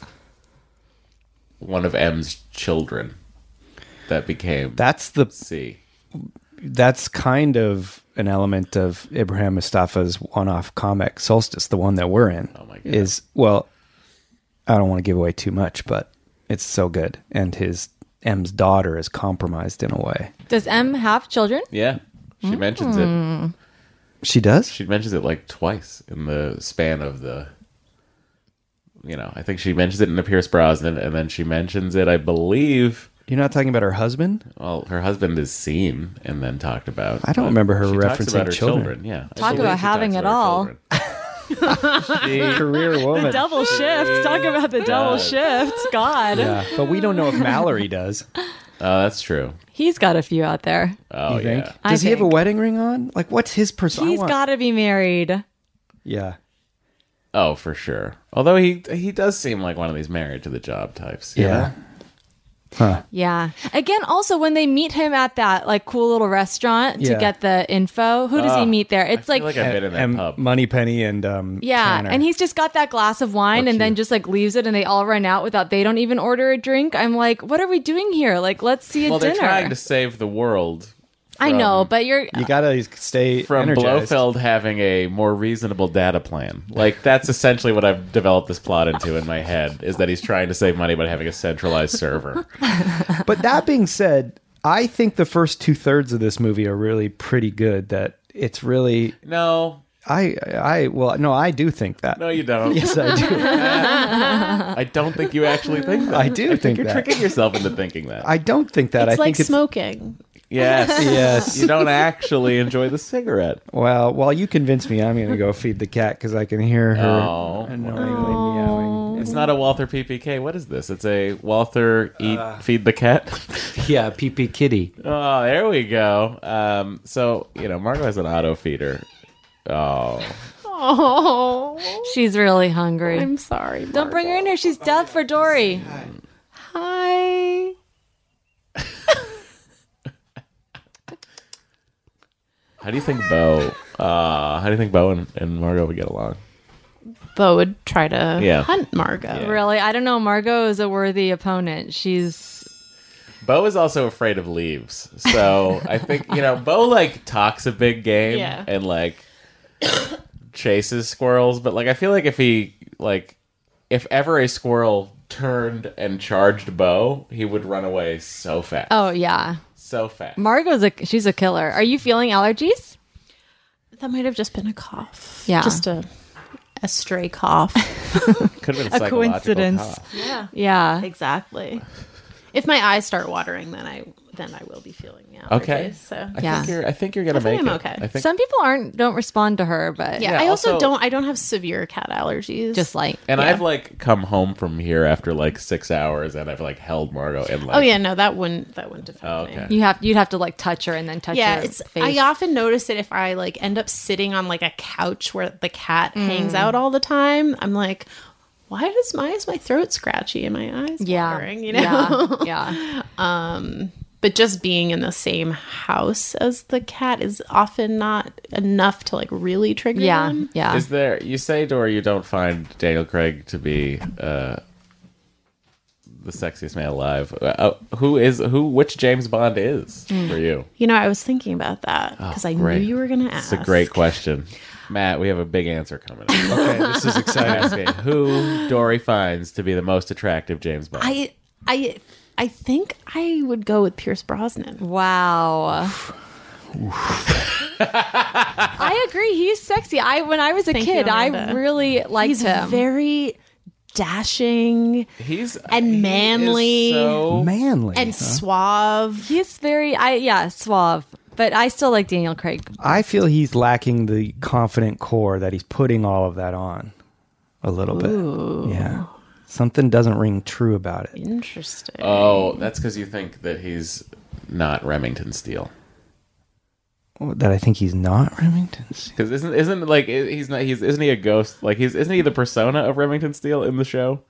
S3: one of M's children that became
S7: that's the
S3: C.
S7: that's kind of an element of Ibrahim Mustafa's one-off comic Solstice, the one that we're in. Oh
S3: my God.
S7: Is well, I don't want to give away too much, but it's so good, and his M's daughter is compromised in a way.
S6: does M have children?
S3: Yeah. She mentions it.
S7: She does.
S3: She mentions it like twice in the span of the you know, I think she mentions it in the Pierce Brosnan and then she mentions it, I believe
S7: You're not talking about her husband.
S3: well, her husband is seen and then talked about.
S7: I don't
S3: but
S7: remember her
S3: she talks
S7: referencing
S3: about her
S7: children.
S3: Yeah. I
S6: Talk
S3: believe
S6: about
S3: she
S6: having
S3: talks
S6: it
S3: about her
S6: all.
S3: children.
S7: Career woman.
S6: Double shift. Talk about the double shift. God,
S7: yeah, but we don't know if Mallory does.
S3: Oh, that's true.
S6: he's got a few out there.
S3: Oh
S7: you think?
S3: yeah.
S6: I
S7: Does he have a
S6: think.
S7: wedding ring on? Like, what's his persona?
S6: He's got to be married.
S7: Yeah.
S3: Oh, for sure. Although he he does seem like one of these married to the job types. you
S7: Yeah.
S3: know?
S7: Huh.
S6: Yeah. Again, also when they meet him at that like cool little restaurant
S7: Yeah.
S6: to get the info, who does he meet there? It's
S3: Ah, I
S6: like,
S3: feel like I've been in that
S7: And
S3: pub.
S7: Moneypenny and um.
S6: yeah,
S7: Tanner.
S6: and he's just got that glass of wine and then
S7: cute.
S6: just like leaves it, and they all run out without they don't even order a drink. I'm like, what are we doing here? Like, let's see a
S3: well, they're
S6: dinner.
S3: trying to save the world
S6: I know, but you're
S7: You gotta stay
S3: from
S7: energized.
S3: Blofeld having a more reasonable data plan. Like that's essentially what I've developed this plot into in my head is that he's trying to save money by having a centralized server.
S7: But that being said, I think the first two thirds of this movie are really pretty good. That it's really
S3: No,
S7: I I well no I do think that.
S3: no, you don't.
S7: Yes, I do.
S3: I don't think you actually think that.
S7: I do think
S3: You're
S7: that.
S3: tricking yourself into thinking that.
S7: I don't think that.
S5: It's
S7: I
S5: like
S7: think
S5: smoking.
S3: yes,
S7: Yes.
S3: you don't actually enjoy the cigarette.
S7: it's well. While you convince me, I'm going to go feed the cat because I can hear her
S3: Oh.
S7: annoyingly meowing.
S3: It's not a Walther PPK. What is this? It's a Walther eat
S7: Uh.
S3: feed the cat.
S7: Yeah, pee pee kitty.
S3: oh, there we go. Um, so you know, Margot has an auto feeder. Oh,
S5: Oh,
S6: she's really hungry.
S5: I'm sorry.
S6: don't bring her in here. She's deaf for Dory.
S5: Hi.
S3: how do you think Bo? Uh, how do you think Bo and, and Margot would get along?
S5: Bo would try to
S3: Yeah.
S5: hunt Margot.
S6: Really, I don't know. Margot is a worthy opponent. She's
S3: Bo is also afraid of leaves, so I think you know Bo like talks a big game
S5: Yeah.
S3: and like chases squirrels, but like I feel like if he like if ever a squirrel turned and charged Bo, he would run away so fast,
S6: oh yeah,
S3: so fast.
S6: Margot's a she's a killer. Are you feeling allergies?
S5: That might have just been a cough.
S6: Yeah.
S5: Just a a stray cough.
S3: Could have been a
S6: coincidence.
S5: yeah.
S6: Yeah.
S5: Exactly. If my eyes start watering, then I then I will be feeling allergies.
S3: Okay.
S5: So
S3: I
S5: yeah.
S6: Yeah.
S3: think you're. I think you're gonna
S5: I think
S3: make
S5: I'm
S3: it.
S5: okay.
S3: I think.
S6: Some people aren't don't respond to her, but
S5: I also,
S3: also-
S5: don't I don't have severe cat allergies.
S6: just like
S3: and I've like come home from here after like six hours, and I've like held Margot and like.
S5: Oh yeah, no, that wouldn't that wouldn't affect
S3: Oh,
S5: me.
S3: okay.
S6: you have you'd have to like touch her and then touch
S5: Yeah,
S6: her
S5: it's
S6: face.
S5: I often notice it if I like end up sitting on like a couch where the cat hangs out all the time. I'm like, why does my is my throat scratchy and my eyes
S6: yeah,
S5: watering? You know.
S6: yeah, yeah.
S5: But just being in the same house as the cat is often not enough to like really trigger
S6: Yeah,
S5: them.
S6: yeah.
S3: Is there? You say, Dora, you don't find Daniel Craig to be uh, the sexiest man alive. Uh, who is who? Which James Bond is
S5: Mm.
S3: for you?
S5: You know, I was thinking about that
S7: Oh,
S5: because I
S3: great.
S5: knew you were going to ask.
S3: It's a great question, Matt. We have a big answer coming. up. okay, this is exciting. Asking who Dory finds to be the most attractive James Bond.
S5: I I I think I would go with Pierce Brosnan.
S6: Wow. I agree. He's sexy. I when I was a
S5: Thank you,
S6: kid, I
S5: Amanda.
S6: really liked
S5: He's
S6: him.
S5: very dashing
S3: He's uh,
S5: and
S3: he is
S5: manly.
S3: so-
S7: Oh. Manly.
S5: and suave.
S6: He's very I yeah suave, but I still like Daniel Craig.
S7: I feel he's lacking the confident core that he's putting all of that on. a little bit. Yeah. Something doesn't ring true about it.
S5: Interesting.
S3: Oh, that's because you think that he's not Remington Steele.
S7: That I think he's not Remington. Steele.
S3: Because isn't isn't like i- he's not he's isn't he a ghost? Like he's isn't he the persona of Remington Steele in the show?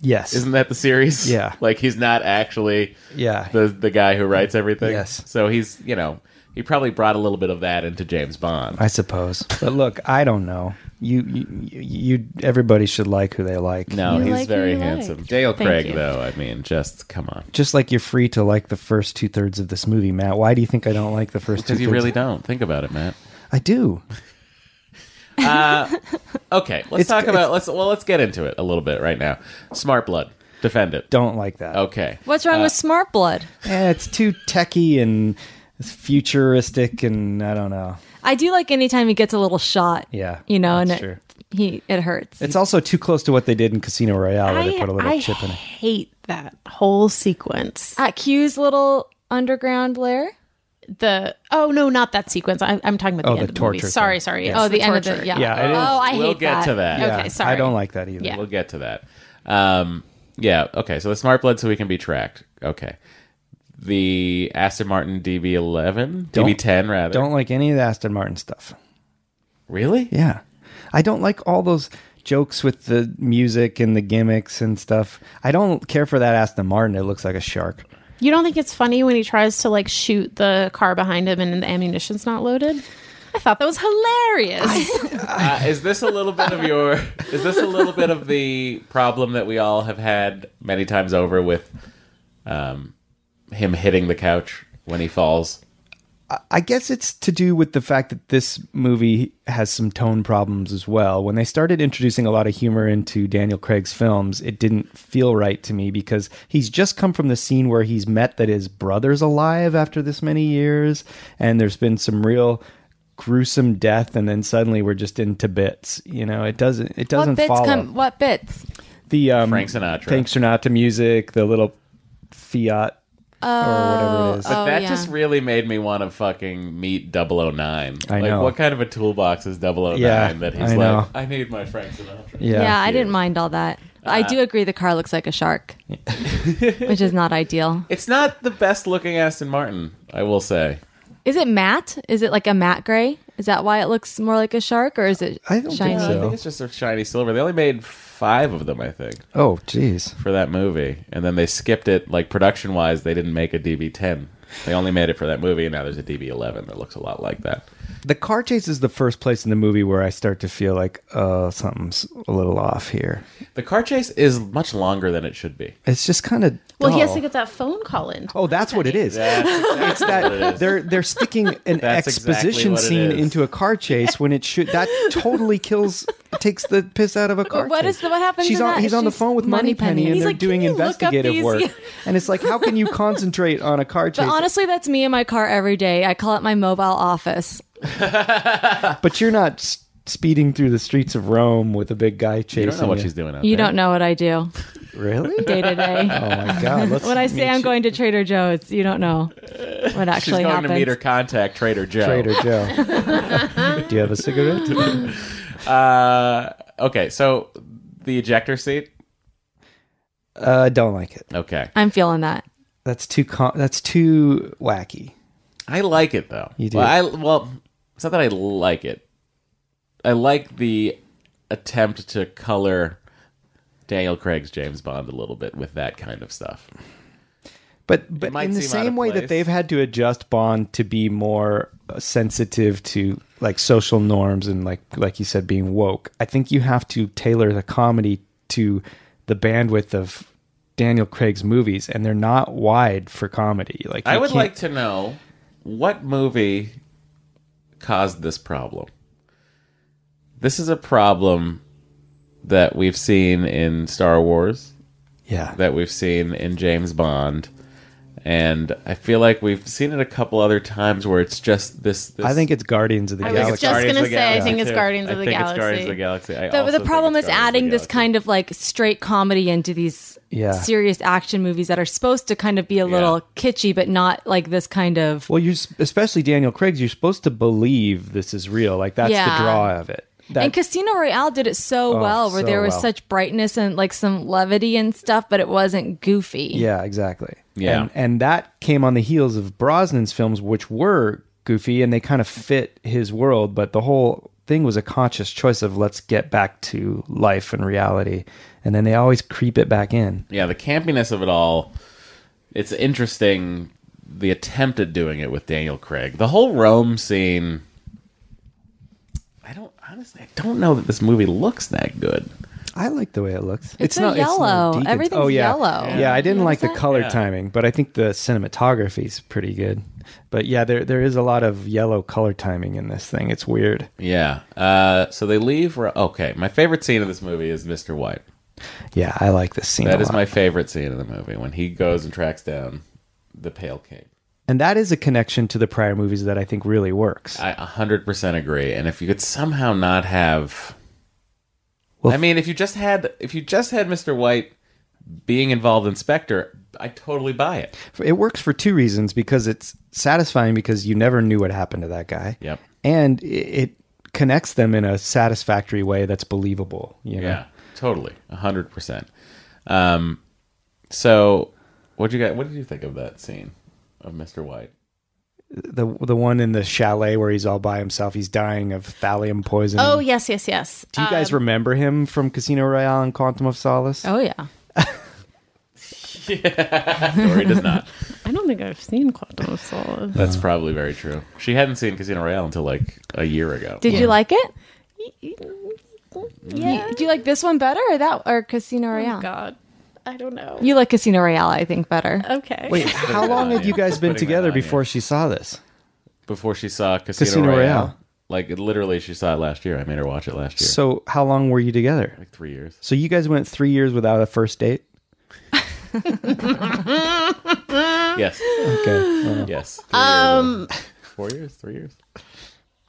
S7: Yes.
S3: Isn't that the series?
S7: Yeah.
S3: Like he's not actually
S7: Yeah.
S3: the the guy who writes everything.
S7: Yes.
S3: So he's you know he probably brought a little bit of that into James Bond.
S7: I suppose. But look, I don't know. You, you, you, you everybody should like who they like.
S3: no,
S5: You
S3: he's
S5: like who
S3: very
S5: you
S3: handsome.
S5: like.
S3: Dale
S5: Thank
S3: Craig,
S5: you.
S3: though. I mean, just come on.
S7: Just like you're free to like the first two thirds of this movie, Matt. Why do you think I don't like the first two?
S3: Because you
S7: thirds?
S3: really don't think about it, Matt.
S7: I do.
S3: Okay, let's
S7: It's-
S3: talk
S7: it's-
S3: about let's well let's get into it a little bit right now. Smart Blood, defend it.
S7: Don't like that.
S3: Okay,
S6: What's wrong
S3: Uh,
S6: with Smart Blood?
S7: Eh, it's too techy and futuristic, and I don't know.
S6: I do like anytime he gets a little shot.
S7: Yeah,
S6: You know, and
S7: that's
S6: it,
S7: true.
S6: he it hurts.
S7: It's also too close to what they did in Casino Royale. where they
S5: I,
S7: put a little
S5: I
S7: chip in it.
S5: hate that whole sequence.
S6: At Q's little underground lair.
S5: The oh no, not that sequence. I, I'm talking about
S7: Oh,
S5: the end
S7: the
S5: of the movie.
S7: torture thing.
S5: Sorry, sorry.
S6: Oh, the, end of
S5: torture.
S6: the yeah.
S7: Yeah, it is.
S6: oh, I
S3: we'll
S6: hate
S3: get
S6: that.
S3: to that.
S5: Okay,
S7: Yeah,
S5: sorry.
S7: I don't like that either.
S5: Yeah.
S3: We'll get to that. Um, yeah. Okay. So the smart blood, so we can be tracked. Okay. The Aston Martin DB11,
S7: Don't-
S3: DB10 rather.
S7: Don't like any of the Aston Martin stuff.
S3: really.
S7: Yeah. I don't like all those jokes with the music and the gimmicks and stuff. I don't care for that Aston Martin. It looks like a shark.
S5: You don't think it's funny when he tries to like shoot the car behind him and the ammunition's not loaded? I thought that was hilarious.
S3: Uh, is this a little bit of your? Is this a little bit of the problem that we all have had many times over with, um, him hitting the couch when he falls?
S7: I guess it's to do with the fact that this movie has some tone problems as well. When they started introducing a lot of humor into Daniel Craig's films, it didn't feel right to me because he's just come from the scene where he's met that his brother's alive after this many years, and there's been some real gruesome death, and then suddenly we're just into bits. You know, it doesn't it doesn't
S6: What bits
S7: follow.
S6: come? What bits?
S7: the um,
S3: Frank Sinatra.
S7: Frank Sinatra music, the little Fiat or
S6: Oh.
S7: whatever it is.
S3: But that
S6: yeah.
S3: just really made me want to fucking meet 009.
S7: I
S3: like,
S7: know.
S3: what kind of a toolbox is 009
S7: Yeah,
S3: that he's
S7: I
S3: like,
S7: know.
S3: I need my Frank Sinatra.
S6: Yeah,
S7: yeah,
S6: I didn't mind all that. I do agree the car looks like a shark, which is not ideal.
S3: It's not the best looking Aston Martin, I will say.
S6: Is it matte? Is it like a matte gray? Is that why it looks more like a shark, or is it
S7: I don't think
S6: shiny?
S7: so.
S3: I think it's just a shiny silver. They only made five of them, I think,
S7: Oh, jeez.
S3: for that movie. And then they skipped it, like production wise, they didn't make a DB10. They only made it for that movie, and now there's a DB11 that looks a lot like that.
S7: The car chase is the first place in the movie where I start to feel like, oh, something's a little off here.
S3: The car chase is much longer than it should be.
S7: It's just kind of.
S5: well, he has to get that phone call in.
S7: Oh, that's what it is.
S3: That's
S7: It's that they're they're sticking an
S3: That's exactly
S7: exposition
S3: what it
S7: scene
S3: is.
S7: into a car chase when it should that totally kills takes the piss out of a car.
S6: What
S7: chase.
S6: is the- what happens
S7: She's
S6: in
S7: on
S6: that?
S7: he's on the
S6: She's
S7: phone with Moneypenny,
S6: Moneypenny.
S7: and
S6: He's
S7: they're
S6: like, "Can
S7: doing
S6: you look up
S7: investigative
S6: these?"
S7: work,
S6: Yeah.
S7: and it's like how can you concentrate on a car chase?
S6: But honestly, that's me in my car every day. I call it my mobile office.
S7: But you're not s- speeding through the streets of Rome with a big guy chasing
S3: You don't know what
S7: you.
S3: she's doing out
S6: You
S3: there.
S6: don't know what I do
S7: Really?
S6: day to
S7: Oh
S6: day.
S7: my god! Let's
S6: When I say I'm going to Trader Joe's, you don't know what
S3: She's
S6: actually
S3: going
S6: happens.
S3: to meet her contact, Trader Joe.
S7: Trader Joe. Do you have a cigarette?
S3: Uh, okay, so the ejector seat.
S7: Uh, don't like it.
S3: Okay,
S6: I'm feeling that.
S7: That's too com- that's too wacky.
S3: I like it though.
S7: You do.
S3: Well, I, well, it's not that I like it. I like the attempt to color Daniel Craig's James Bond a little bit with that kind of stuff.
S7: But but
S3: might
S7: in the
S3: seem out of
S7: same way
S3: place.
S7: that they've had to adjust Bond to be more uh, sensitive to like social norms and like like you said being woke, I think you have to tailor the comedy to the bandwidth of Daniel Craig's movies, and they're not wide for comedy. Like
S3: I
S7: you
S3: would
S7: can't-
S3: like to know what movie caused this problem. This is a problem that we've seen in Star Wars.
S7: yeah.
S3: that we've seen in James Bond. And I feel like we've seen it a couple other times where it's just this. this
S7: I think it's Guardians of the
S5: I was
S7: Galaxy.
S5: just
S3: Guardians
S5: gonna
S3: of the
S5: say, I
S3: Galaxy,
S5: think it's
S3: too.
S5: Guardians of
S3: I
S5: the
S3: think it's
S5: Galaxy.
S3: Guardians of the Galaxy. I
S6: The,
S3: also
S6: the
S3: think
S6: problem
S3: it's
S6: is
S3: Guardians of the
S6: adding this
S3: Galaxy.
S6: kind of like straight comedy into these
S7: Yeah.
S6: serious action movies that are supposed to kind of be a little kitschy, but not like this kind of.
S7: Well, you especially Daniel Craig's. You're supposed to believe this is real. Like that's
S6: Yeah.
S7: the draw of it. That- Oh,
S6: and Casino Royale did it so well, where
S7: so
S6: there was
S7: well.
S6: such brightness and like some levity and stuff, but it wasn't goofy.
S7: Yeah, exactly.
S3: Yeah.
S7: And, and that came on the heels of Brosnan's films, which were goofy and they kind of fit his world, but the whole thing was a conscious choice of let's get back to life and reality. And then they always creep it back in.
S3: yeah, the campiness of it all. It's interesting the attempt at doing it with Daniel Craig. The whole Rome scene. I don't honestly. I don't know that this movie looks that good.
S7: I like the way it looks.
S6: It's so yellow.
S7: deacon-
S6: Everything's
S7: oh, yeah.
S6: yellow.
S7: Yeah, I didn't like the color timing, but I think the cinematography's pretty good. But yeah, there there is a lot of yellow color timing in this thing. It's weird.
S3: Yeah. Uh, so they leave. Ro- Okay, my favorite scene of this movie is Mr. White.
S7: Yeah, I like this scene.
S3: That
S7: a
S3: is
S7: lot.
S3: my favorite scene of the movie when he goes and tracks down the pale king.
S7: and that is a connection to the prior movies that I think really works.
S3: I 100% agree. And if you could somehow not have
S7: Well,
S3: I mean, if you just had if you just had Mr. White being involved in Spectre, I totally buy it.
S7: It works for two reasons because it's satisfying because you never knew what happened to that guy.
S3: Yep.
S7: And i- it connects them in a satisfactory way that's believable. You know?
S3: Yeah. Totally. 100%. Um so what you got what did you think of that scene of Mr. White?
S7: The the one in the chalet where he's all by himself, he's dying of thallium poisoning.
S5: Oh yes, yes, yes. Um,
S7: Do you
S3: um,
S7: guys remember him from Casino Royale and Quantum of Solace?
S6: Oh yeah.
S3: Dory does not.
S5: I don't think I've seen Quantum of Solace.
S3: That's probably very true. She hadn't seen Casino Royale until like a year ago.
S6: Did you like it? Yeah. Do you like this one better or that or Casino Royale?
S5: God, I don't know.
S6: you like Casino Royale, I think, better.
S5: okay?
S7: Wait, how long had you guys
S3: Putting
S7: been
S3: that
S7: together
S3: on you.
S7: before she saw this?
S3: before she saw Casino,
S7: Casino
S3: Royale.
S7: Royale.
S3: Like it- literally, she saw it last year. I made her watch it last year.
S7: So how long were you together?
S3: like three years.
S7: So you guys went three years without a first date?
S3: Yes,
S7: Okay. well,
S3: yes. Um, four years, three years.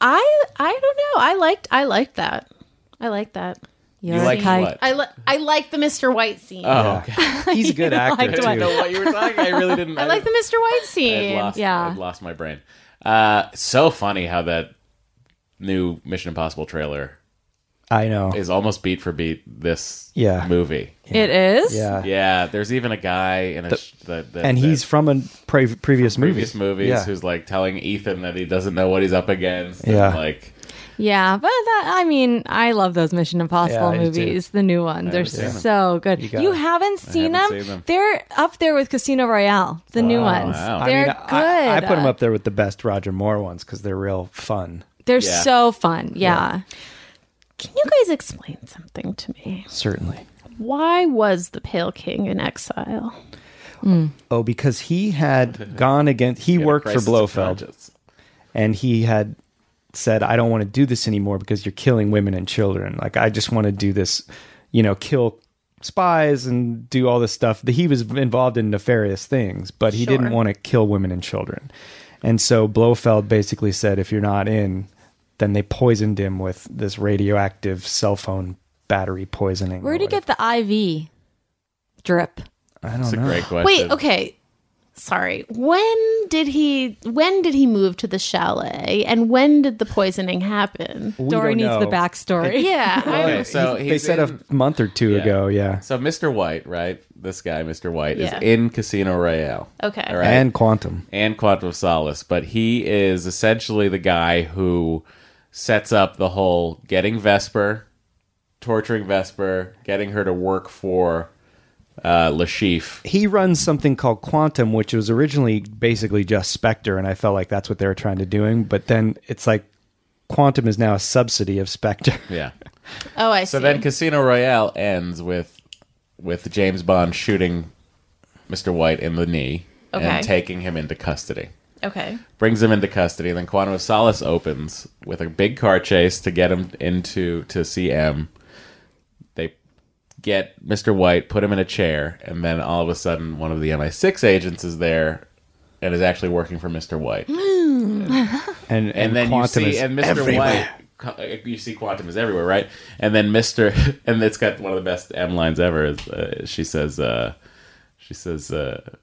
S5: I I don't know. I liked I liked that. I liked that.
S6: You
S3: liked what?
S5: I li- I like the Mr. White scene.
S3: Oh, okay.
S7: he's a good actor
S3: I didn't
S7: too.
S3: know what you were talking. I really didn't.
S5: I like the Mr. White
S3: I'd
S5: scene.
S3: lost,
S6: Yeah.
S3: I'd lost my brain. Uh, so funny how that new Mission Impossible trailer
S7: I know.
S3: is almost beat for beat this
S7: Yeah.
S3: movie.
S6: It is?
S7: Yeah.
S3: Yeah, there's even a guy in a sh- the, the,
S7: and
S3: the
S7: he's from a pre- previous movie.
S3: previous movies
S7: Yeah.
S3: who's like telling Ethan that he doesn't know what he's up against. and,
S7: Yeah.
S3: like
S6: Yeah, but that I mean, I love those Mission Impossible
S7: Yeah, I do too.
S6: movies. The new ones are
S3: seen them.
S6: so good. You,
S7: gotta-
S6: haven't seen them?
S3: haven't seen them.
S6: They're up there with Casino Royale, the new ones.
S3: Wow. I
S6: They're good.
S7: I, I put him up there with the best Roger Moore ones because they're real fun.
S6: They're
S3: Yeah.
S6: so fun. Yeah.
S5: Can you guys explain something to me?
S7: Certainly.
S5: Why was the Pale King in exile?
S7: Oh, because he had gone against. He worked for
S3: Crisis of
S7: Blofeld,
S3: Conscience.
S7: and he had said, "I don't want to do this anymore because you're killing women and children. Like I just want to do this, you know, kill." spies and do all this stuff he was involved in nefarious things but he didn't want to kill women and children and so blofeld basically said if you're not in then they poisoned him with this radioactive cell phone battery poisoning
S6: Where'd you get the IV drip?
S7: i don't
S3: It's a
S7: know
S3: great question.
S5: Wait, okay. Sorry. When did he when did he move to the chalet and when did the poisoning happen?
S7: We
S6: Dory
S7: don't
S6: needs the
S7: know.
S6: backstory.
S5: Yeah. I-
S3: Okay, Oh, so
S7: He- they
S3: he's
S7: said
S3: in-
S7: a month or two ago, yeah.
S3: So Mr. White, right? This guy, Mr. White,
S5: Yeah.
S3: is in Casino Royale.
S5: Okay.
S3: All right.
S7: And quantum.
S3: and Quantum of Solace, but he is essentially the guy who sets up the whole getting Vesper, torturing Vesper, getting her to work for uh, Lashif.
S7: He runs something called Quantum, which was originally basically just Spectre, and I felt like that's what they were trying to doing. But then it's like Quantum is now a subsidy of Spectre.
S3: Yeah.
S5: Oh, I
S3: So
S5: see.
S3: then Casino Royale ends with with James Bond shooting Mr. White in the knee
S5: Okay.
S3: and taking him into custody.
S5: okay.
S3: brings him into custody. And then Quantum of Solace opens with a big car chase to get him into to CM. They get Mr. White, put him in a chair, and then all of a sudden, one of the MI6 agents is there and is actually working for Mr. White. And,
S7: And, and,
S3: then
S7: Quantum
S3: you see,
S7: is
S3: and Mr. White. You see, Quantum is everywhere, right? And then Mr. and it's got one of the best M lines ever. Is, uh, she says, uh, "She says, uh,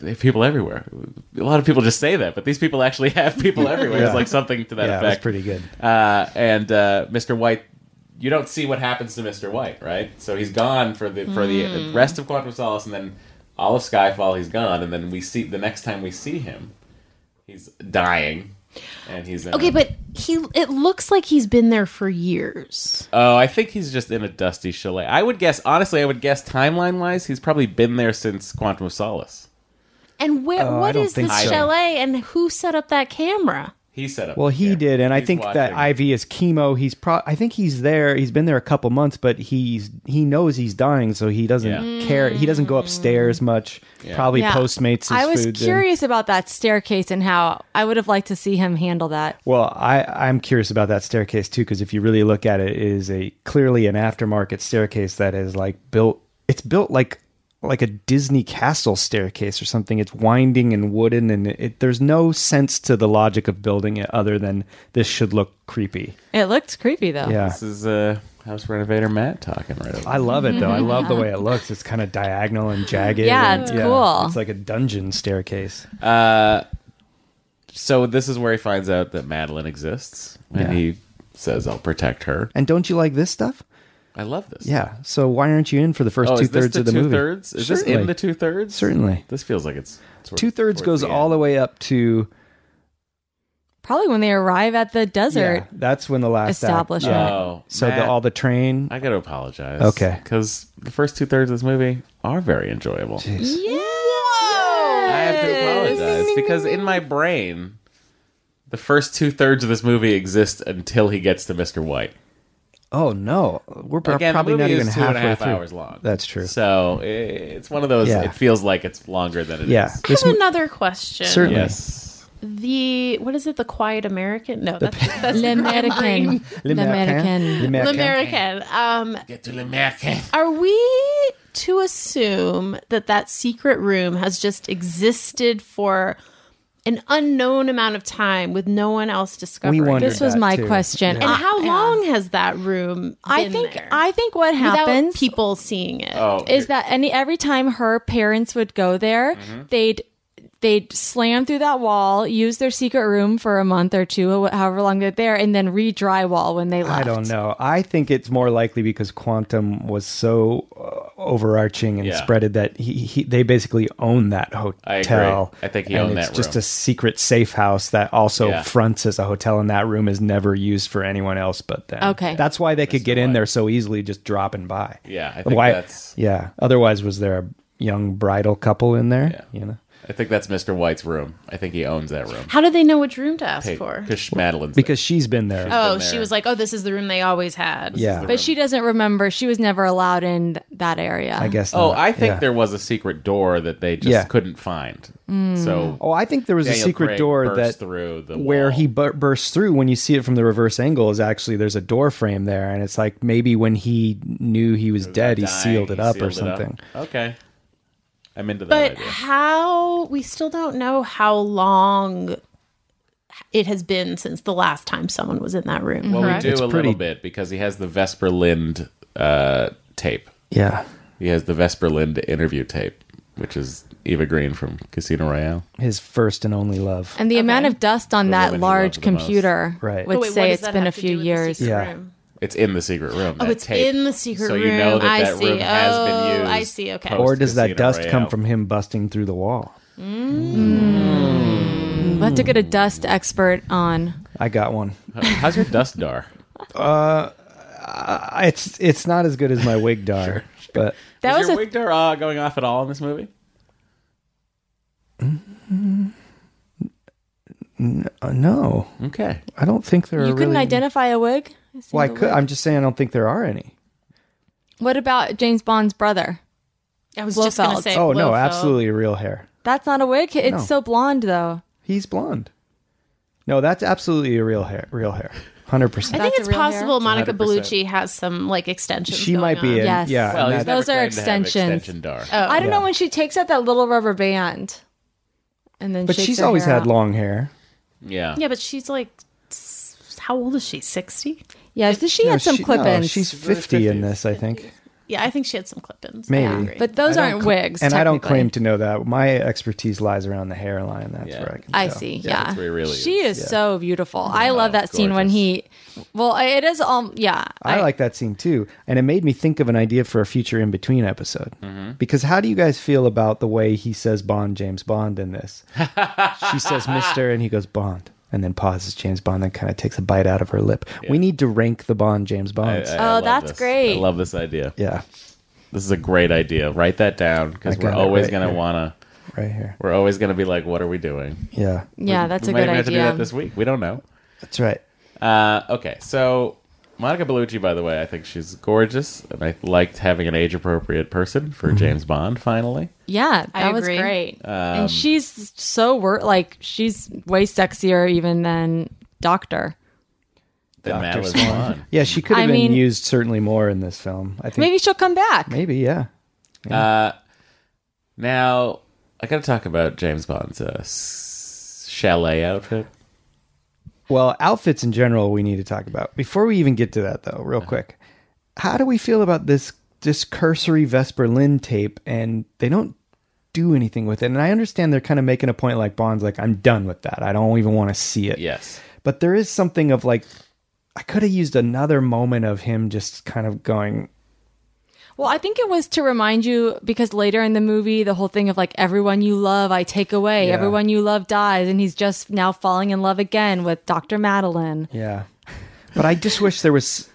S3: they have people everywhere. A lot of people just say that, but these people actually have people everywhere. It's
S7: Yeah.
S3: like something to that
S7: Yeah, it was
S3: effect.
S7: pretty good.
S3: Uh, and uh, Mr. White, you don't see what happens to Mr. White, right? So he's gone for the for the rest of Quantum of Solace, and then all of Skyfall, he's gone, and then we see the next time we see him, he's dying, and he's in
S5: Okay,
S3: a-
S5: but he it looks like he's been there for years.
S3: Oh, I think he's just in a dusty chalet. I would guess, honestly, I would guess timeline wise, he's probably been there since Quantum of Solace.
S5: And where
S7: Oh, I
S5: what
S7: don't
S5: is
S7: think
S5: this
S7: so.
S5: chalet and who set up that camera?
S3: He set up.
S7: Well,
S3: the
S7: he
S3: camera.
S7: did, and I
S3: He's
S7: think
S3: watching.
S7: that IV is chemo. He's pro. I think he's there. He's been there a couple months, but he's he knows he's dying, so he doesn't
S3: Yeah. Mm.
S7: care. He doesn't go upstairs much. Probably
S6: Yeah.
S7: Postmates. His
S6: I was
S7: food there.
S6: curious about that staircase and how I would have liked to see him handle that.
S7: Well, I I'm curious about that staircase too, because if you really look at it, it is a clearly an aftermarket staircase that is like built. It's built like like a Disney castle staircase or something. It's winding and wooden, and it, there's no sense to the logic of building it other than this should look creepy.
S6: It looked creepy though.
S7: Yeah.
S3: This is uh, House Renovator Matt talking right over.
S7: I love it though. I love the way it looks. It's kind of diagonal and jagged.
S6: Mm-hmm. Yeah,
S7: and-
S6: it's cool.
S7: It's like a dungeon staircase.
S3: So this is where he finds out that Madeline exists, and
S7: Yeah.
S3: he says, "I'll protect her."
S7: And don't you like this stuff?
S3: I love this.
S7: Yeah. So why aren't you in for the first
S3: Oh,
S7: two
S3: is this
S7: thirds
S3: the
S7: of the
S3: two
S7: movie?
S3: thirds? Is this in the two thirds?
S7: Certainly.
S3: This feels like it's sort of
S7: Two thirds
S3: towards
S7: goes all
S3: end.
S7: the way up to
S6: Probably when they arrive at the desert.
S7: yeah, That's when the last act-
S6: Establishment.
S7: yeah.
S3: Oh,
S7: so the,
S3: Matt.
S7: all the train.
S3: I got to apologize.
S7: Okay.
S3: because the first two thirds of this movie are very enjoyable. I have to apologize because in my brain, the first two thirds of this movie exist until he gets to Mr. White.
S7: Oh no, we're pro-
S3: Again,
S7: probably
S3: the movie
S7: not even
S3: is two and a
S7: halfway
S3: half
S7: through.
S3: hours long.
S7: That's true.
S3: So i- it's one of those.
S7: Yeah.
S3: It feels like it's longer than it is.
S7: yeah.
S5: I have
S7: mo-
S5: another question.
S7: Certainly.
S3: Yes.
S5: The what is it? The Quiet American? No, that's that's
S6: L'American.
S7: Le
S6: L'American.
S5: the
S7: Mercan.
S5: American. Um,
S3: Get to American.
S5: are we to assume that that secret room has just existed for an unknown amount of time with no one else discovering?
S7: We wondered
S6: This was
S7: that,
S6: my
S7: too.
S6: question.
S5: And
S6: I-
S5: how
S6: yeah.
S5: long has that room?
S6: I
S5: been
S6: think
S5: there?
S6: I think what
S5: Without
S6: happens
S5: people seeing it.
S3: Oh,
S6: is that any every time her parents would go there,
S7: Mm-hmm.
S6: they'd they'd slam through that wall, use their secret room for a month or two, or wh- however long they're there, and then re drywall when they left.
S7: I don't know. I think it's more likely because quantum was so uh, overarching and
S3: Yeah.
S7: spreaded that he, he they basically own that
S3: I agree.
S7: hotel.
S3: I think he
S7: and
S3: owned
S7: it's
S3: that
S7: just
S3: room.
S7: a secret safe house that also
S3: Yeah.
S7: fronts as a hotel, and that room is never used for anyone else but them.
S6: Okay.
S7: that's why they could get in there so easily, just dropping by.
S3: Yeah, I think
S7: why,
S3: that's-
S7: yeah. Otherwise, was there a young bridal couple in there?
S3: Yeah.
S7: You know,
S3: I think that's Mr. White's room. I think he owns that room.
S5: How do they know which room to ask for?
S3: Because Madeline's
S7: because she's been there.
S5: Oh,
S3: been
S5: she
S3: there.
S5: was like, "Oh, this is the room they always had."
S7: yeah,
S6: But she doesn't remember. She was never allowed in th- that area.
S7: I guess.
S3: there. Oh,
S7: not.
S3: I think
S7: Yeah.
S3: there was a secret door that they just
S7: Yeah.
S3: couldn't find.
S5: Mm.
S3: So
S7: Oh, I think there was
S3: Daniel
S7: a secret
S3: Craig
S7: door
S3: burst
S7: that
S3: through the
S7: where
S3: wall.
S7: he bur- bursts through when you see it from the reverse angle is actually there's a door frame there, and it's like maybe when he knew he was dead, he
S3: dying,
S7: sealed it up or
S3: sealed it up.
S7: something.
S3: Okay, I'm into that
S5: But
S3: idea.
S5: how we still don't know how long it has been since the last time someone was in that room.
S3: Well, we
S5: correct?
S3: do a
S7: pretty-
S3: little bit because he has the Vesper Lind uh, tape.
S7: Yeah,
S3: He has the Vesper Lind interview tape, which is Eva Green from Casino Royale.
S7: his first and only love.
S6: and the amount of dust on
S3: woman
S6: that
S3: he
S6: large
S3: loved the most.
S6: computer
S7: Right.
S6: would
S5: But Oh, wait, what
S6: say
S5: does
S6: it's
S5: that
S6: been a
S5: have to
S6: few
S5: do with the
S6: years.
S5: secret
S7: Yeah.
S5: room?
S3: It's in the secret room.
S5: Oh,
S3: that
S5: it's
S3: tape.
S5: in the secret
S3: so you know
S5: room.
S3: that
S5: I
S3: that
S5: see.
S3: room has been
S5: Oh,
S3: used.
S5: I see. Okay.
S7: Or does that
S3: post-Casino
S7: dust come
S3: Royale.
S7: from him busting through the wall?
S6: We'll have to get a dust expert on.
S7: I got one.
S3: How's your dust dar?
S7: I- It's it's not as good as my wig dar, but
S6: That
S3: was
S6: was,
S3: your
S6: a
S3: wig dar uh, going off at all in this movie?
S7: uh, no,
S3: Okay.
S7: I don't think there are.
S6: you couldn't
S7: really-
S6: identify a wig. A
S7: Well, I
S6: single
S7: could.
S6: wig?
S7: I'm just saying I don't think there are any.
S6: What about James Bond's brother?
S5: I was just going to
S6: Blofeld.
S5: say.
S7: Oh no,
S5: Blofeld.
S7: absolutely real hair.
S6: That's not a wig. It's
S7: No.
S6: so blonde though.
S7: He's blonde. No, that's absolutely a real hair. Real hair, hundred
S5: I
S7: percent.
S5: think
S6: That's
S5: it's
S6: a real hair?
S5: possible Monica
S3: 100%.
S5: Bellucci has some like extensions.
S7: She
S5: going
S7: might be.
S5: on.
S7: In,
S6: Yes.
S7: Yeah,
S3: Well,
S7: and
S3: he's
S7: that-
S3: never
S6: Those are
S3: claimed to have
S6: extensions.
S3: Extension dar.
S6: I don't know when she takes out that little rubber band, and then.
S7: but
S6: shakes
S7: she's
S6: her
S7: always
S6: hair
S7: had
S6: out.
S7: long hair.
S3: Yeah.
S5: Yeah, but she's like, s- how old is she? Sixty.
S6: Yeah, she
S7: No,
S6: had some
S7: she- no,
S6: clip-ins.
S7: she's fifty in this, I think.
S5: Yeah, I think she had some clip-ins.
S7: Maybe.
S5: I agree.
S6: But those
S7: I don't
S6: aren't
S7: cl-
S6: wigs.
S7: and I don't
S6: technically.
S7: claim to know that. My expertise lies around the hairline. That's
S3: Yeah.
S7: where I can.
S6: I
S7: tell.
S6: see. Yeah,
S3: that's where he really
S6: she
S3: is.
S6: is so beautiful. I love that scene when
S3: gorgeous.
S6: he. Well, it is all. Yeah,
S7: I, like that scene too, and it made me think of an idea for a future in between episode. Because how do you guys feel about the way he says Bond, James Bond in this? she says Mister, and he goes Bond, and then pauses James Bond, then kind of takes a bite out of her lip. We need to rank the Bond James Bonds.
S6: Oh,
S3: love
S6: that's
S3: this.
S6: great.
S3: I love this idea.
S7: yeah,
S3: This is a great idea. Write that down because
S7: I
S3: we're
S7: got it
S3: always
S7: right
S3: gonna
S7: here.
S3: wanna.
S7: right here.
S3: We're always gonna be like, what are we doing?
S7: Yeah,
S6: Yeah, that's
S3: we
S6: a
S3: might
S6: good
S3: even have to do
S6: idea.
S3: that this week. We don't know.
S7: that's right.
S3: Uh, okay, so Monica Bellucci, by the way, I think she's gorgeous, and I liked having an age-appropriate person for
S7: Mm-hmm.
S3: James Bond. Finally,
S6: yeah, that
S5: I
S6: was
S5: agree.
S6: great.
S3: Um,
S6: and she's so wor- like she's way sexier even than Doctor.
S3: then Matt
S7: Dr.
S3: was
S7: Swan.
S3: on.
S7: Yeah, she could have
S6: I
S7: been
S6: mean-
S7: used certainly more in this film. I think
S6: Maybe she'll come back.
S7: maybe yeah.
S3: Uh, Now I got to talk about James Bond's uh, s- chalet outfit.
S7: Well, outfits in general, we need to talk about. Before we even get to that, though, real quick, how do we feel about this this cursory Vesper Lynn tape? And they don't do anything with it. And I understand they're kind of making a point, like Bond's, like I'm done with that. I don't even want to see it.
S3: Yes,
S7: But there is something of like, I could have used another moment of him just kind of going,
S6: Well, I think it was to remind you because later in the movie, the whole thing of like everyone you love, I take away.
S7: Yeah.
S6: Everyone you love dies, and he's just now falling in love again with Doctor Madeline.
S7: yeah. But I just wish there was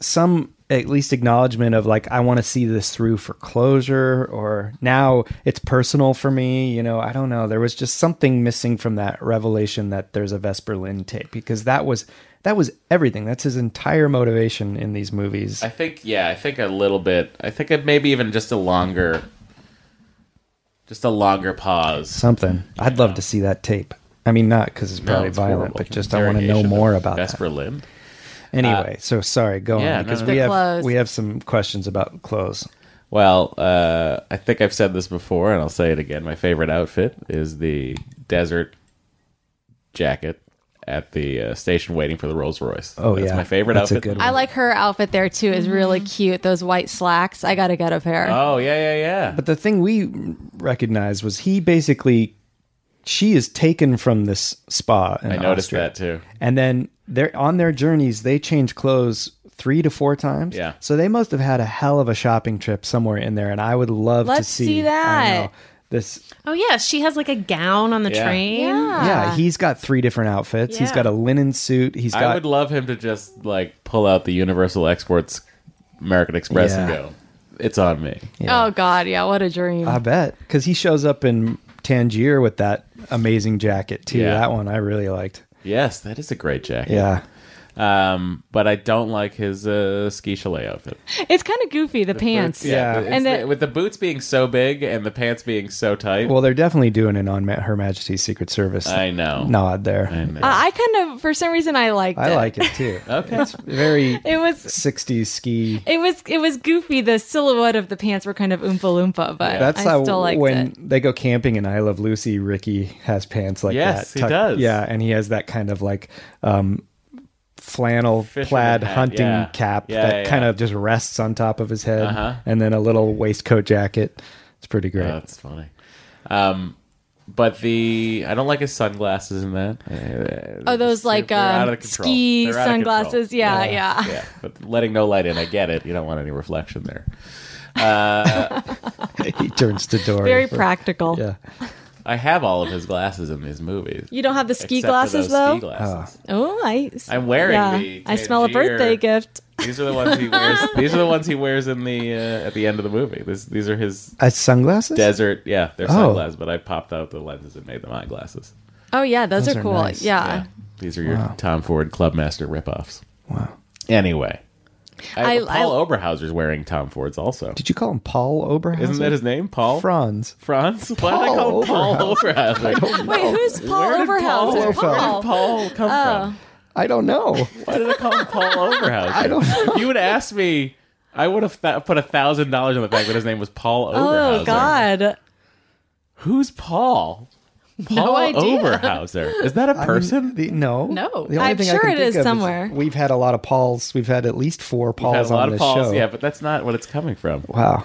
S7: some at least acknowledgement of like I want to see this through for closure or now it's personal for me, you know, I don't know. There was just something missing from that revelation that there's a Vesper Lynn tape because that was that was everything. That's his entire motivation in these movies.
S3: I think. Yeah, I think a little bit. I think it maybe even just a longer, just a longer pause.
S7: something. I'd love to see that tape. I mean not cuz it's
S3: No,
S7: probably
S3: it's
S7: violent,
S3: horrible.
S7: but just I want to know
S3: Interrogation
S7: more
S3: of
S7: about that.
S3: Vesper Lynn.
S7: Anyway, so sorry, go
S3: yeah, no,
S7: on because
S3: no,
S7: we
S3: no.
S7: have
S6: Clothes.
S7: we have some questions about clothes.
S3: Well, uh, I think I've said this before, and I'll say it again. My favorite outfit is the desert jacket at the uh, station waiting for the Rolls Royce.
S7: Oh,
S3: That's
S7: yeah.
S3: my favorite
S7: That's a
S3: outfit.
S7: good one.
S6: I like her outfit there too. Is really cute. Those white slacks. I gotta get a pair.
S7: Uh,
S3: Oh yeah, yeah, yeah.
S7: But the thing we recognized was he basically she is taken from this spa. In
S3: I noticed
S7: Austria.
S3: that too.
S7: And then they're on their journeys. They change clothes three to four times.
S3: Yeah.
S7: So they must have had a hell of a shopping trip somewhere in there. And I would love to
S6: Let's
S7: see,
S6: see
S7: I
S6: that.
S7: know, this.
S5: oh yeah, she has like a gown on the
S3: Yeah.
S5: train.
S7: Yeah, he's got three different outfits. He's
S5: Yeah.
S7: got a linen suit. He's got
S3: I would love him to just like pull out the Universal Exports American Express and
S7: Yeah.
S3: go. It's on me.
S6: Oh God, yeah, what a dream.
S7: I bet because he shows up in Tangier with that amazing jacket too.
S3: Yeah.
S7: That one I really liked.
S3: Yes, that is a great jacket.
S7: Yeah.
S3: Um, but I don't like his uh, ski chalet outfit.
S6: it's kind of goofy. The, pants.
S7: yeah.
S3: It's
S6: And
S3: the-
S6: the-
S3: with the boots being so big and the pants being so tight.
S7: Well, they're definitely doing it on Ma- Her Majesty's Secret Service.
S3: I know.
S7: nod there.
S3: I know.
S6: I, I kind of, for some reason, I liked
S7: I
S6: it.
S7: like it too.
S3: Okay.
S7: It's very
S6: It was.
S7: 60s ski.
S6: It was it was goofy. The silhouette of the pants were kind of oompa loompa, but
S7: That's
S6: I
S7: how
S6: still liked
S7: when
S6: it.
S7: they go camping in I Love Lucy, Ricky has pants like
S3: Yes,
S7: that.
S3: he does.
S7: Yeah, and he has that kind of like um, flannel
S3: Fisherman
S7: plaid
S3: hat,
S7: hunting
S3: yeah.
S7: cap
S3: Yeah,
S7: that
S3: yeah, Uh-huh.
S7: kind
S3: yeah.
S7: of just rests on top of his head, and then a little waistcoat jacket. It's pretty great.
S3: That's funny. Um, but the I don't like his sunglasses in that. Uh,
S6: Oh, those like
S3: they're out
S6: um,
S3: of control.
S6: ski
S3: They're out of control.
S6: sunglasses. Yeah, yeah.
S3: yeah, but letting no light in, I get it. You don't want any reflection there.
S7: he turns to Dory.
S6: Very
S7: for-
S6: practical.
S7: Yeah.
S3: I have all of his glasses in these movies.
S6: You don't have the ski
S3: except for those
S6: glasses though.
S3: Ski glasses.
S6: Oh, I.
S3: I'm wearing
S6: Yeah,
S3: the
S6: I smell a
S3: Tangier-
S6: birthday gift.
S3: These are the ones he wears. these are the ones he wears in the uh, at the end of the movie. This, these are his
S7: Uh, sunglasses?
S3: desert. Yeah, they're
S7: Oh.
S3: sunglasses, but I popped out the lenses and made them eyeglasses.
S6: Oh yeah, those,
S7: Those
S6: are,
S7: are
S6: cool.
S7: nice.
S6: Yeah.
S3: Yeah, these are your Tom Ford Clubmaster ripoffs.
S7: Wow.
S3: Anyway, I,
S6: I-
S3: Paul Oberhauser's wearing Tom Ford's also.
S7: Did you call him Paul Oberhauser?
S3: Isn't that his name? Paul
S7: Franz.
S3: Franz? Why did I call him Paul Oberhauser?
S6: Wait, who's Paul Oh, Overhauser?
S7: Paul Overfeld?
S6: Paul.
S3: Paul come from?
S7: I don't know.
S3: Why did I call him Paul Oberhauser? I
S7: don't
S3: If you would ask me, I would have th- put a thousand dollars on the fact that his name was Paul Oberhauser.
S6: Oh God.
S3: Who's Paul? Paul
S5: idea.
S3: Overhauser. Is that a person?
S7: The- no,
S5: No.
S7: The only
S6: I'm
S7: thing I
S6: sure
S7: can
S6: it
S7: think
S6: is
S7: of
S6: somewhere.
S7: we've had a lot of Pauls. We've had at least four Pauls
S3: We've had a lot
S7: on
S3: of
S7: this
S3: Pauls,
S7: show.
S3: yeah, but that's not what it's coming from.
S7: Wow.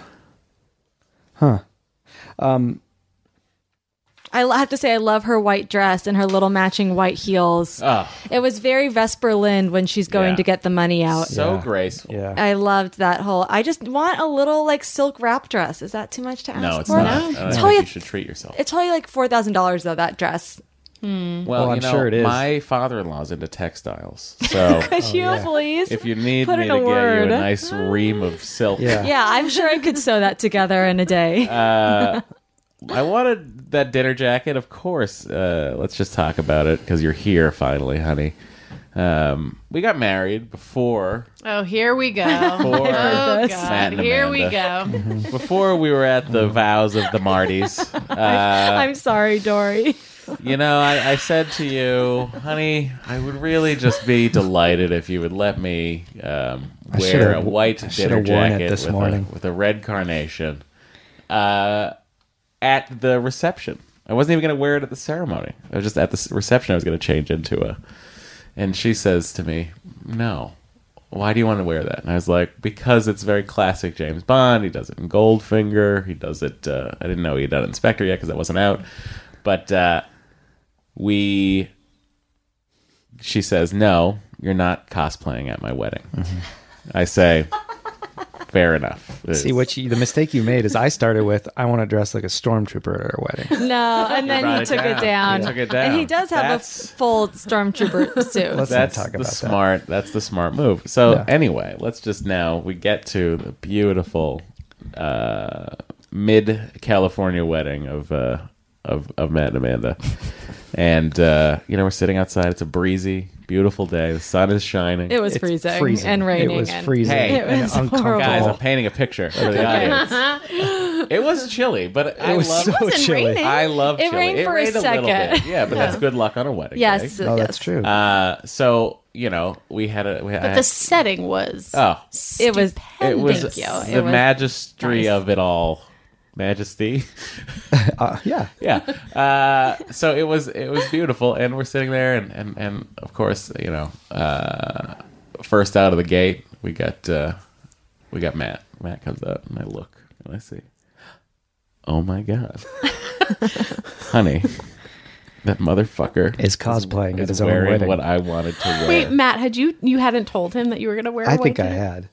S6: I lo- have to say, I love her white dress and her little matching white heels.
S3: Ah.
S6: It was very Vesper Lind when she's going
S3: Yeah.
S6: to get the money out.
S3: So
S7: Yeah.
S3: graceful.
S7: Yeah.
S6: I loved that whole. I just want a little like silk wrap dress. Is that too much to ask
S3: No, it's
S6: for?
S3: not. I don't
S6: It's
S3: think
S6: probably
S3: you should treat yourself.
S6: it's probably like four thousand dollars though. That dress.
S3: Well,
S7: Well,
S3: you
S7: I'm
S3: know,
S7: sure it is.
S3: My father-in-law's into textiles, so
S6: Could you please?
S3: Oh, if you need
S6: Put
S3: me
S6: in
S3: to
S6: a
S3: get you a
S6: word.
S3: nice ream of silk,
S7: Yeah.
S6: yeah, I'm sure I could sew that together in a day.
S3: Uh, I wanted that dinner jacket. Of course, uh, let's just talk about it because you're here finally, honey. Um, we got married before
S5: Oh, here we go.
S3: before
S5: Oh
S3: Matt
S6: this.
S5: God!
S3: and
S5: Here we go.
S3: Amanda. before we were at the vows of the Martys. Uh,
S6: I'm sorry, Dory.
S3: You know, I, I said to you, honey, I would really just be delighted if you would let me um,
S7: I
S3: wear
S7: shoulda-
S3: a white
S7: I shoulda
S3: dinner
S7: worn it
S3: jacket
S7: this
S3: with,
S7: morning.
S3: A, with a red carnation uh, at the reception. I wasn't even going to wear it at the ceremony. I was just at the s- reception. I was going to change into a. And she says to me, "No, why do you want to wear that?" And I was like, "Because it's very classic James Bond. He does it in Goldfinger. He does it. Uh, I didn't know he had done it in Spectre yet because that wasn't out. But uh, we." She says, "No, you're not cosplaying at my wedding." I say, "Fair enough."
S7: See what you, the mistake you made is I started with I want to dress like a stormtrooper at our wedding.
S6: No, and then
S3: brought
S6: he
S3: it
S6: took it
S3: down.
S6: down.
S3: He took it down.
S6: And he does have a
S3: That's-
S6: f- full stormtrooper suit.
S7: Let's
S3: that's
S7: not talk
S3: the
S7: about that.
S3: smart. That's the smart move. So
S7: Yeah.
S3: anyway, let's just now we get to the beautiful uh, mid California wedding of uh, of of Matt and Amanda, and uh, you know we're sitting outside. It's a breezy, beautiful day. The sun is shining.
S6: It was
S7: It's
S6: freezing,
S7: freezing.
S6: and raining.
S7: It was
S6: and-
S7: freezing.
S3: Hey. It
S7: and
S6: was
S7: uncomfortable.
S6: horrible.
S3: Guys, I'm painting a picture for the audience. it was chilly, but I
S7: it was
S3: love.
S7: so
S5: wasn't
S7: chilly.
S5: raining.
S3: I love
S6: It
S3: chili.
S6: rained for a
S3: rained little
S6: second.
S3: bit. Yeah, but that's good luck on a wedding.
S6: Yes,
S3: day.
S7: Oh,
S6: yes.
S7: that's true.
S3: Uh, so you know we had a. We,
S5: But
S3: had,
S5: the setting was
S3: oh,
S6: It was
S3: it was
S5: Thank you.
S3: the
S5: It was
S3: magistry of it all majesty
S7: Uh, yeah.
S3: yeah uh, so it was it was beautiful and we're sitting there and and, and of course you know uh, first out of the gate we got uh, we got matt matt comes up and i look and i see oh my god honey that motherfucker
S7: Is cosplaying at
S3: is
S7: his own
S3: wearing
S7: wedding.
S3: what i wanted to wear
S5: Wait, Matt, had you you hadn't told him that you were going to wear? a
S7: I
S5: white
S7: think I
S5: dinner?
S7: had.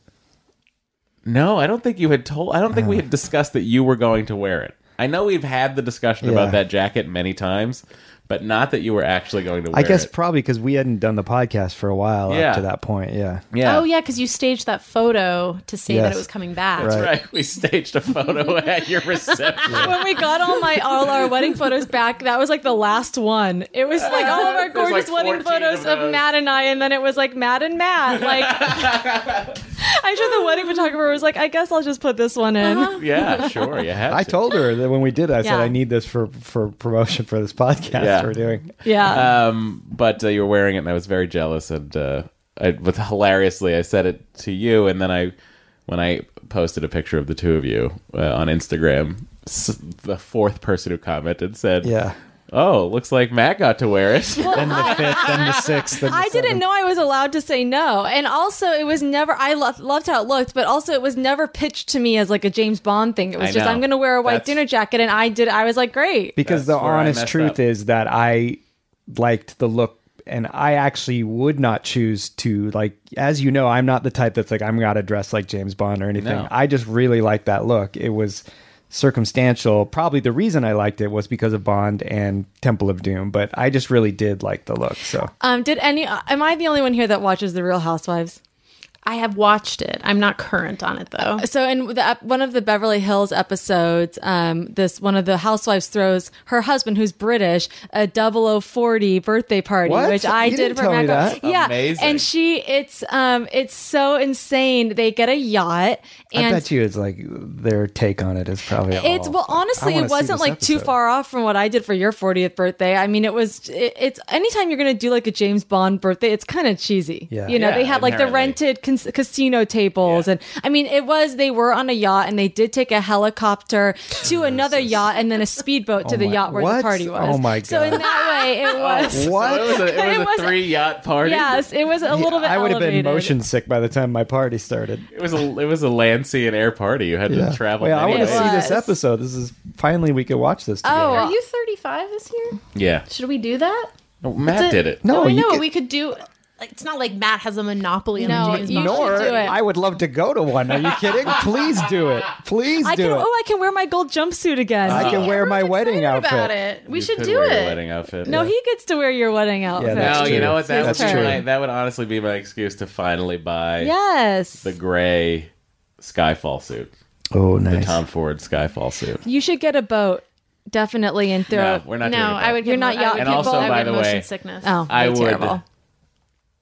S3: No, I don't think you had told. I don't think
S7: Uh.
S3: we had discussed that you were going to wear it. I know we've had the discussion
S7: Yeah.
S3: about that jacket many times, but not that you were actually going to wear
S7: I guess
S3: it.
S7: probably because we hadn't done the podcast for a while
S3: Yeah.
S7: up to that point. Yeah.
S3: Yeah.
S5: Oh yeah, because you staged that photo to say that
S7: Yes.
S5: it was coming back.
S7: That's
S3: That's right. We staged a photo at your reception.
S6: when we got all my all our wedding photos back, that was like the last one. It was like all
S3: Uh,
S6: of our
S3: There's,
S6: gorgeous
S3: like, 14
S6: wedding photos
S3: of
S6: of,
S3: those.
S6: Matt and I, and then it was like Matt and Matt. Like I'm sure the wedding photographer was like, I guess I'll just put this one in.
S3: Uh-huh. Yeah, sure. You had
S7: I
S3: to.
S7: told her that when we did, I said
S6: Yeah.
S7: I need this for for promotion for this podcast
S3: Yeah.
S7: we're doing.
S6: Yeah.
S3: Um, but uh, you were wearing it, and I was very jealous. And uh, I, but hilariously, I said it to you, and then I, when I posted a picture of the two of you uh, on Instagram, s- the fourth person who commented said,
S7: Yeah.
S3: Oh, looks like Matt got to wear it.
S7: Then the fifth, then the sixth. Then the
S6: I didn't
S7: seventh.
S6: know I was allowed to say no. And also, it was never, I lo- loved how it looked, but also it was never pitched to me as like a James Bond thing. It was
S3: I
S6: just,
S3: know.
S6: I'm going to wear a white
S3: That's-
S6: dinner jacket. And I did, I was like, great.
S7: because
S3: That's
S7: the
S3: where I
S7: honest
S3: messed
S7: truth
S3: up.
S7: is that I liked the look and I actually would not choose to like as you know I'm not the type that's like I'm got to dress like James Bond or anything.
S3: No.
S7: I just really liked that look. It was circumstantial. Probably the reason I liked it was because of Bond and Temple of Doom, but I just really did like the look. So
S6: Um, did any, am I the only one here that watches The Real Housewives?
S5: I have watched it. I'm not current on it though.
S6: So in the, ep- one of the Beverly Hills episodes, um, this one of the housewives throws her husband, who's British, a 0040 birthday party,
S7: What?
S6: which I
S7: You
S6: did
S7: didn't
S6: for
S7: tell me
S6: Matt.
S7: that.
S6: Yeah,
S3: Amazing.
S6: and she, it's um, it's so insane. They get a yacht,
S7: I
S6: and
S7: bet you it's like their take on it is probably
S6: It's
S7: all-
S6: well, honestly,
S7: Oh, I wanna
S6: it
S7: see
S6: wasn't
S7: this
S6: like too
S7: episode.
S6: far off from what I did for your 40th birthday. I mean, it was. It, it's anytime you're gonna do like a James Bond birthday, it's kind of cheesy.
S7: Yeah.
S6: you know,
S3: Yeah,
S6: they had like the
S3: inherently.
S6: rented cons- casino tables, and I mean, it was they were on a yacht, and they did take a helicopter to another yacht, and then a speedboat to the
S7: Oh my-
S6: yacht where
S7: what?
S6: the party was.
S7: Oh my
S6: So in
S7: God. Oh,
S6: that way, it was.
S7: What?
S3: It was a, it
S6: It
S3: was a
S6: was-
S3: three yacht party.
S6: Yes, it was a little bit.
S7: I would have been
S6: elevated.
S7: motion sick by the time my party started.
S3: It was a it was a Lancy and air party. You had
S7: Yeah.
S3: to travel.
S7: Wait, I
S3: many
S7: want to
S6: wanna
S3: ways.
S7: see this
S6: was.
S7: episode. This is finally we could watch this. Together.
S6: Oh,
S5: Are you 35 this year?
S3: Yeah,
S5: Should we do that?
S3: Oh, Matt did it.
S7: No,
S5: I
S7: you
S5: know
S7: could-
S5: we could do. Like, it's not like Matt has a monopoly on
S6: No,
S5: the James
S6: you
S5: Bond.
S6: should
S7: Nor
S6: do it.
S7: I would love to go to one. Are you kidding? Please do it. Please
S6: I
S7: do
S6: can.
S7: it.
S6: Oh, I can wear my gold jumpsuit again.
S7: I can wear my
S5: Everyone's
S7: wedding
S5: excited
S7: outfit.
S5: About it. We
S3: You
S5: should
S3: could
S5: do
S3: wear your
S5: it.
S3: wedding outfit.
S6: no, he gets to wear your wedding outfit.
S7: that's
S3: No,
S7: true.
S3: you know what? That
S6: That's
S3: would be
S6: true.
S3: my, that would honestly be my excuse to finally buy
S6: Yes.
S3: the gray Skyfall suit,
S7: Oh, nice.
S3: the Tom Ford Skyfall suit.
S6: you should get a boat, definitely, and throw.
S3: No, we're not.
S5: No,
S3: doing that.
S5: I would.
S6: You're
S5: get
S6: not
S5: mo- I would
S6: yacht
S5: get
S6: people.
S5: mo-
S6: And also,
S5: I
S3: by
S5: would
S3: the
S5: motion
S3: way-
S5: sickness.
S6: Oh,
S3: I
S6: that's
S3: would-
S6: Terrible.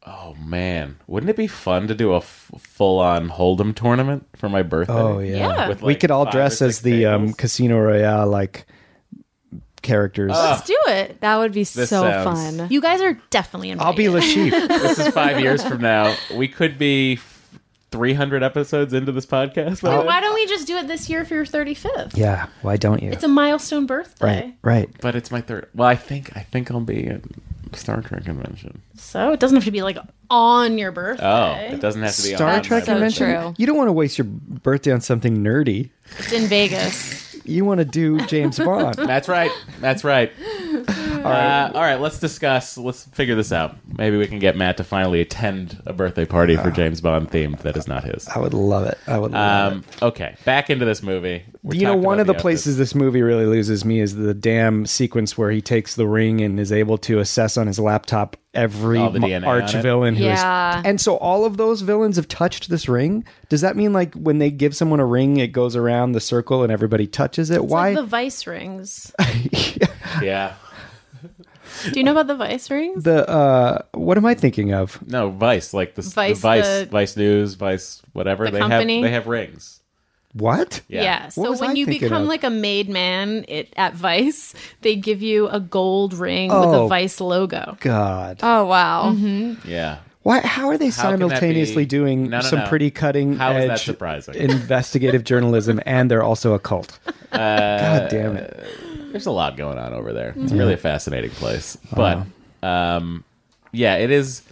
S3: Oh man, wouldn't it be fun to do a f- full-on Hold'em tournament for my birthday?
S7: Oh yeah.
S5: Yeah.
S3: With,
S7: we
S3: like,
S7: could all
S3: five or
S7: dress as
S3: six
S7: the um,
S3: tables?
S7: Casino Royale like characters.
S3: Oh.
S5: Let's do it.
S6: That would be
S3: This
S6: so
S3: sounds-
S6: fun.
S5: You guys are definitely invited.
S7: I'll be Lashif.
S3: this is five years from now. We could be three hundred episodes into this podcast. by
S5: But
S7: Oh,
S3: then.
S5: why don't we just do it this year for your 35th?
S7: yeah. Why don't you?
S5: It's a milestone birthday.
S7: right. Right.
S3: But it's my third. Well, I think I think I'll be at Star Trek convention.
S5: So it doesn't have to be like on your birthday.
S3: Oh, it doesn't have to be
S7: Star
S3: on
S7: Trek
S3: my
S6: so
S7: convention.
S6: true.
S7: You don't want to waste your birthday on something nerdy.
S5: It's in Vegas.
S7: You want to do James Bond.
S3: That's right. That's right. all, right. Uh, all right. Let's discuss. Let's figure this out. Maybe we can get Matt to finally attend a birthday party for James Bond themed that is not his.
S7: Uh, I would love it. I would love
S3: Um, okay. Back into this movie. We
S7: it. You know,
S3: talked
S7: one
S3: about
S7: of the
S3: outfits.
S7: places this movie really loses me is the damn sequence where he takes the ring and is able to assess on his laptop every
S3: All the
S7: mo-
S3: DNA on
S7: arch
S3: it.
S7: villain who is.
S6: Yeah.
S7: And so all of those villains have touched this ring. Does that mean like when they give someone a ring, it goes around the circle and everybody touches it?
S5: It's
S7: Why?
S5: Like the vice rings.
S3: Yeah.
S5: Do you know about the vice rings?
S7: the uh what am i thinking of
S3: No, Vice. Like this. Vice.
S5: Vice,
S3: Vice,
S5: the-
S3: Vice News. Vice. Whatever.
S5: The
S3: they
S5: company?
S3: have. They have rings.
S7: what
S3: Yeah.
S7: What
S5: So
S7: was I
S5: when you
S7: thinking
S5: become
S7: of?
S5: like a made man it, at Vice, they give you a gold ring with
S7: Oh.
S5: a Vice logo.
S7: god
S6: Oh wow.
S5: Mm-hmm.
S3: Yeah.
S7: why how are they
S3: How can that
S7: simultaneously
S3: be-
S7: doing
S3: No, no,
S7: some
S3: no.
S7: pretty cutting
S3: How is that
S7: edge
S3: surprising?
S7: investigative journalism and they're also a cult
S3: Uh,
S7: god damn it
S3: There's a lot going on over there.
S7: Mm-hmm.
S3: It's really a fascinating place. But um, yeah, it is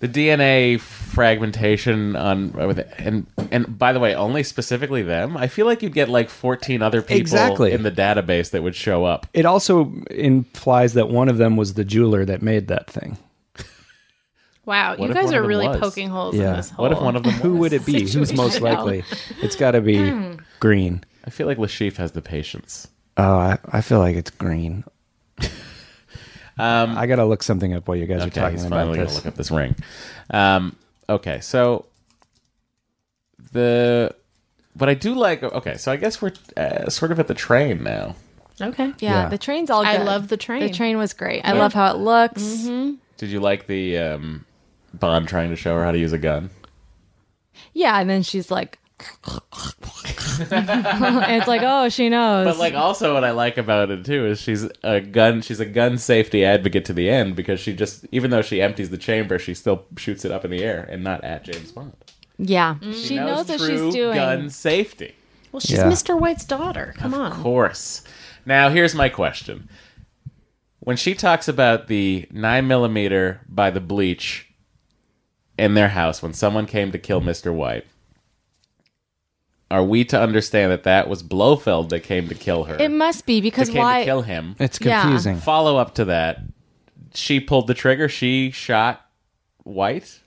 S3: the DNA fragmentation on with and and by the way, only specifically them. I feel like you'd get like 14 other people
S7: Exactly.
S3: in the database that would show up.
S7: it also implies that one of them was the jeweler that made that thing
S5: Wow,
S3: What
S5: you
S3: if
S5: guys
S3: one of
S5: are
S3: them
S5: really
S3: was?
S5: poking holes
S7: Yeah.
S5: in this hole.
S3: What if one of them?
S7: Oh, who
S3: was?
S7: would it be who's most
S5: Situation.
S7: likely it's got to be green
S3: I feel like Lashif has the patience.
S7: oh I, I feel like it's green um, I gotta look something up while you guys are
S3: Okay,
S7: talking
S3: he's
S7: about
S3: finally going to
S7: this.
S3: look up this ring. Um, okay, so the but I do like. Okay, so I guess we're uh, sort of at the train now.
S5: Okay.
S6: Yeah,
S7: Yeah.
S6: the train's all. Good.
S5: I love the train. Mm-hmm.
S6: The train was great. I love how it looks.
S3: Did you like the um, Bond trying to show her how to use a gun?
S6: Yeah, and then she's like, and it's like, oh, she knows.
S3: But like, also what I like about it too is she's a gun. She's a gun safety advocate to the end because she just, even though she empties the chamber, she still shoots it up in the air and not at James Bond.
S6: yeah, she, knows, what
S3: true
S6: she's doing.
S3: Gun safety.
S5: well, she's
S7: Yeah.
S5: Mr. White's daughter. Come on.
S3: Of course. Now, here's my question. When she talks about the 9mm by the bleach in their house when someone came to kill Mr. White, are we to understand that that was Blofeld that came to kill her?
S6: It must be
S3: that
S6: because
S3: came to
S6: why?
S3: kill him.
S7: It's
S6: Yeah.
S7: confusing.
S3: Follow up to that, she pulled the trigger. She shot White.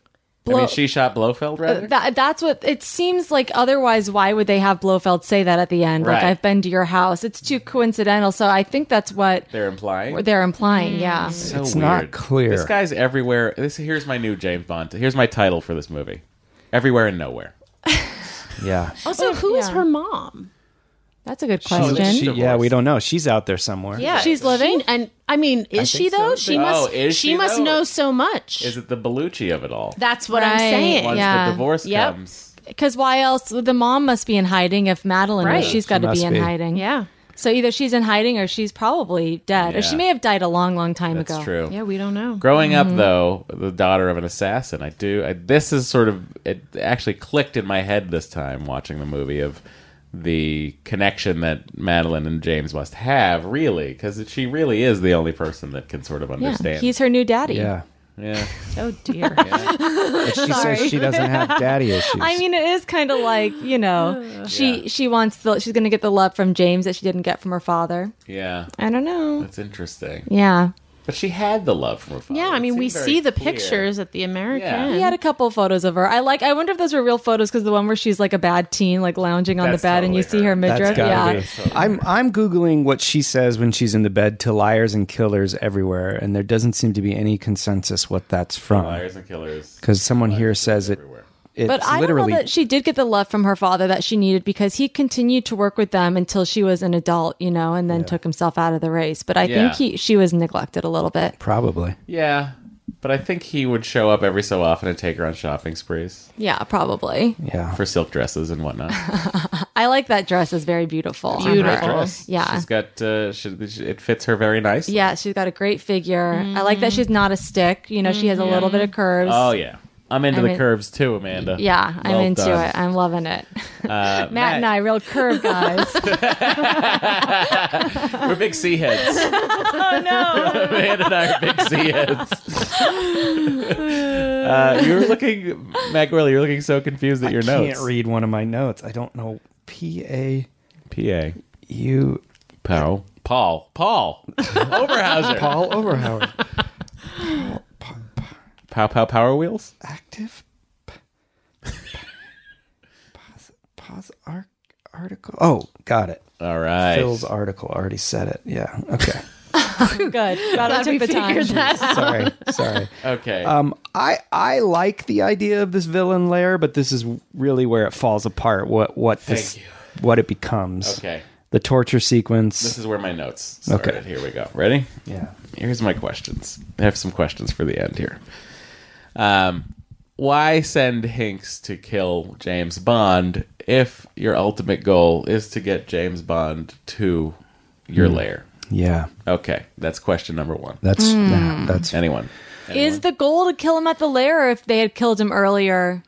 S3: I
S6: Blo- Uh,
S3: mean, she shot Blofeld, rather.
S6: That, that's what it seems like. Otherwise, why would they have Blofeld say that at the end? Like,
S3: Right.
S6: I've been to your house. It's too coincidental. So I think that's what
S3: They're implying.
S6: they're implying. Yeah.
S5: Mm.
S3: So
S7: It's not clear.
S3: This guy's everywhere. This here's my new James Bond. Here's my title for this movie: Everywhere and Nowhere.
S7: Yeah.
S5: Also, who is
S6: yeah.
S5: her mom?
S6: That's a good
S3: Oh,
S6: question.
S3: that's
S7: She-
S3: Divorce.
S7: yeah, we don't know. She's out there somewhere.
S6: She's living?
S5: She- and I mean, is she
S7: think so.
S5: though? She
S3: Oh,
S5: must.
S3: is
S5: she,
S3: she,
S5: must
S3: though?
S5: know so much.
S3: Is it the Bellucci of it all?
S5: That's what I'm
S6: Right.
S5: saying.
S3: Once
S6: yeah.
S3: the divorce
S5: Yep.
S3: comes,
S6: Because why else? The mom must be in hiding if Madeline
S5: Right.
S6: was. She's got
S7: She
S6: to
S7: must
S6: be in
S7: be.
S6: hiding.
S5: Yeah.
S6: So either she's in hiding or she's probably dead, or
S3: Yeah.
S6: she may have died a long, long time
S3: That's
S6: ago.
S3: true.
S5: Yeah, we don't know.
S3: Growing
S5: Mm-hmm.
S3: up, though, the daughter of an assassin, I do. I, this is sort of it actually clicked in my head this time watching the movie of the connection that Madeline and James must have, really, because she really is the only person that can sort of
S6: Yeah,
S3: understand.
S6: he's her new daddy.
S7: Yeah.
S3: yeah.
S5: Oh dear.
S7: But she says she doesn't have daddy issues.
S6: I mean, it is kind of like you know, she she wants the she's gonna get the love from James that she didn't get from her father.
S3: yeah,
S6: I don't know.
S3: that's interesting.
S6: Yeah,
S3: But she had the love from her father.
S5: yeah, I
S3: It
S5: mean,
S3: seemed
S5: we
S3: very
S5: see the
S3: clear.
S5: pictures at the American.
S3: Yeah.
S6: he had a couple photos of her. I like. I wonder if those were real photos because the one where she's like a bad teen, like lounging on
S3: That's
S6: the bed, and you
S3: totally
S6: see her
S3: her.
S7: That's
S6: midriff.
S7: gotta
S6: Yeah,
S7: be. I'm I'm googling what she says when she's in the bed to liars and killers everywhere, and there doesn't seem to be any consensus what that's from.
S3: Liars and killers.
S7: Because someone here says it.
S3: everywhere.
S7: It's
S6: but I don't know
S7: literally
S6: that she did get the love from her father that she needed because he continued to work with them until she was an adult, you know, and then took himself out of the race. But I
S3: Yeah.
S6: think he she was neglected a little bit.
S7: probably.
S3: Yeah, but I think he would show up every so often and take her on shopping sprees
S6: Yeah, probably.
S7: Yeah.
S3: for silk dresses and whatnot.
S6: I like that dress; is very beautiful. on her.
S5: Beautiful.
S3: dress.
S6: Yeah.
S3: she's got. Uh, she, she- it fits her very nice.
S6: Yeah, she's got a great figure. I like that she's not a stick. You know, she has a little bit of curves.
S3: Oh yeah, I'm into
S6: I'm
S3: the
S6: in-
S3: curves too, Amanda.
S6: yeah, I'm
S3: Well
S6: into
S3: done.
S6: it. I'm loving it.
S3: Uh,
S6: Matt, and I, real curve guys.
S3: we're big sea heads. oh no, Amanda and I are big sea heads. uh, you were looking, Matt Gorley. You're looking so confused at your
S7: I
S3: notes.
S7: can't read one of my notes. I don't know. P A
S3: PA.
S7: U.
S3: Paul. Paul. Paul. Oberhauser.
S7: Paul Overhauer.
S3: Pow Pow Power Wheels.
S7: Active. p- p- Pause. Pause. Arc. Article. Oh, got it.
S3: All right.
S7: Phil's article already said it. Yeah. Okay.
S6: Good. Glad I took the time.
S7: sorry. Sorry.
S3: Okay.
S7: Um, I I like the idea of this villain lair, but this is really where it falls apart. What what this
S3: you.
S7: what it becomes.
S3: okay.
S7: The torture sequence.
S3: This is where my notes started.
S7: Okay.
S3: Here we go. Ready?
S7: yeah.
S3: Here's my questions. I have some questions for the end here. Um, why send Hinks to kill James Bond if your ultimate goal is to get James Bond to your
S7: Hmm.
S3: lair?
S7: Yeah.
S3: Okay, that's question number one.
S7: That's
S5: Hmm.
S7: yeah, that's
S3: Anyone?
S6: Is the goal to kill him at the lair, or if they had killed him earlier,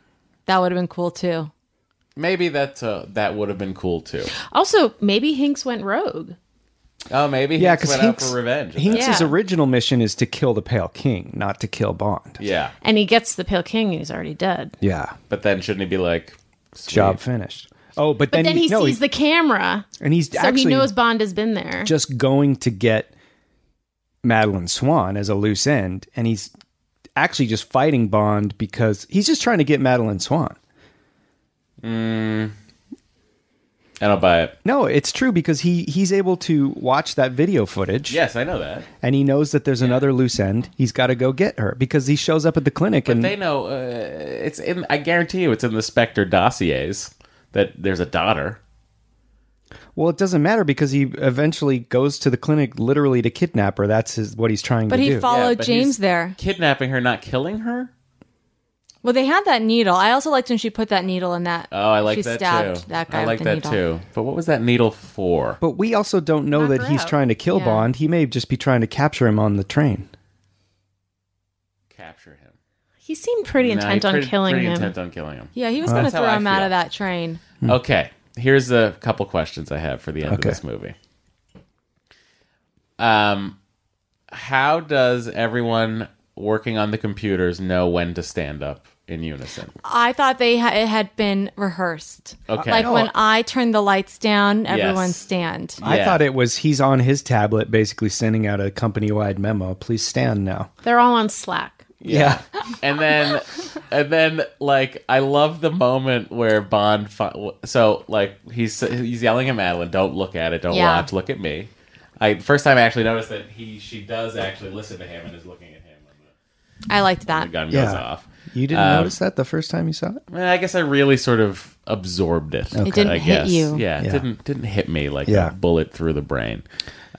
S6: that would have been cool too.
S3: Maybe that uh, that would have been cool too.
S5: Also, maybe Hinks went rogue.
S3: Oh, maybe
S7: yeah.
S3: Hinks
S7: Because
S3: went
S7: Hinks,
S3: out for revenge.
S7: Hinks's
S5: Yeah.
S7: original mission is to kill the Pale King, not to kill Bond.
S3: yeah,
S5: And he gets the Pale King and he's already dead.
S7: Yeah.
S3: but then shouldn't he be like, sweet.
S7: Job finished. Oh, but,
S5: But then he
S7: no,
S5: sees the camera.
S7: and he's
S5: So
S7: actually
S5: he knows Bond has been there.
S7: just going to get Madeline Swan as a loose end, and he's actually just fighting Bond because he's just trying to get Madeline Swan.
S3: I don't buy it.
S7: No, it's true because he he's able to watch that video footage,
S3: Yes, I know that.
S7: and he knows that there's another loose end. He's got to go get her because he shows up at the clinic,
S3: But
S7: and
S3: they know uh, it's in. I guarantee you, it's in the Spectre dossiers that there's a daughter.
S7: well, it doesn't matter because he eventually goes to the clinic literally to kidnap her. That's his, what he's trying
S6: But
S7: to
S6: he
S7: do.
S6: followed
S3: but he's-
S6: Oh, James there.
S3: Kidnapping her, not killing her.
S6: Well, they had that needle. I also liked when she put that needle in that.
S3: Oh, I like
S6: she
S3: that
S6: stabbed
S3: too.
S6: That guy
S3: I like
S6: with the
S3: that
S6: needle.
S3: too. But what was that needle for?
S7: but we also don't know
S5: Knock
S7: that
S5: her
S7: he's
S5: out.
S7: trying to kill
S5: Yeah.
S7: Bond. He may just be trying to capture him on the train.
S3: Capture him.
S5: he seemed pretty
S3: Nah,
S5: intent on
S3: pretty-
S5: killing
S3: pretty
S5: him.
S3: Intent on killing him.
S6: Yeah, he was going to
S3: That's how
S6: throw
S3: I
S6: him out
S3: feel.
S6: of that train.
S3: Okay, here's a couple questions I have for the end
S7: Okay.
S3: of this movie. Um, how does everyone working on the computers know when to stand up in unison?
S6: I thought they ha- it had been rehearsed.
S3: Okay.
S6: Uh, Like
S3: No.
S6: when I turned the lights down, everyone
S3: Yes.
S6: stand.
S7: I
S3: Yeah.
S7: thought it was he's on his tablet, basically sending out a company-wide memo. Please stand now.
S5: They're all on Slack.
S7: Yeah,
S3: and then and then like I love the moment where Bond fi- so like he's he's yelling at Madeline, "Don't look at it, don't
S6: Yeah.
S3: watch, look at me." I first time I actually noticed that he she does actually listen to him and is looking at him when the-
S6: I liked
S3: when
S6: that.
S3: the gun
S7: Yeah.
S3: goes off.
S7: you didn't
S3: Um,
S7: notice that the first time you saw it.
S3: Well, Eh, I guess I really sort of absorbed it.
S6: It didn't
S3: I
S6: hit
S3: guess.
S6: you.
S3: Yeah, it
S7: Yeah.
S3: didn't didn't hit me like
S7: Yeah.
S3: a bullet through the brain.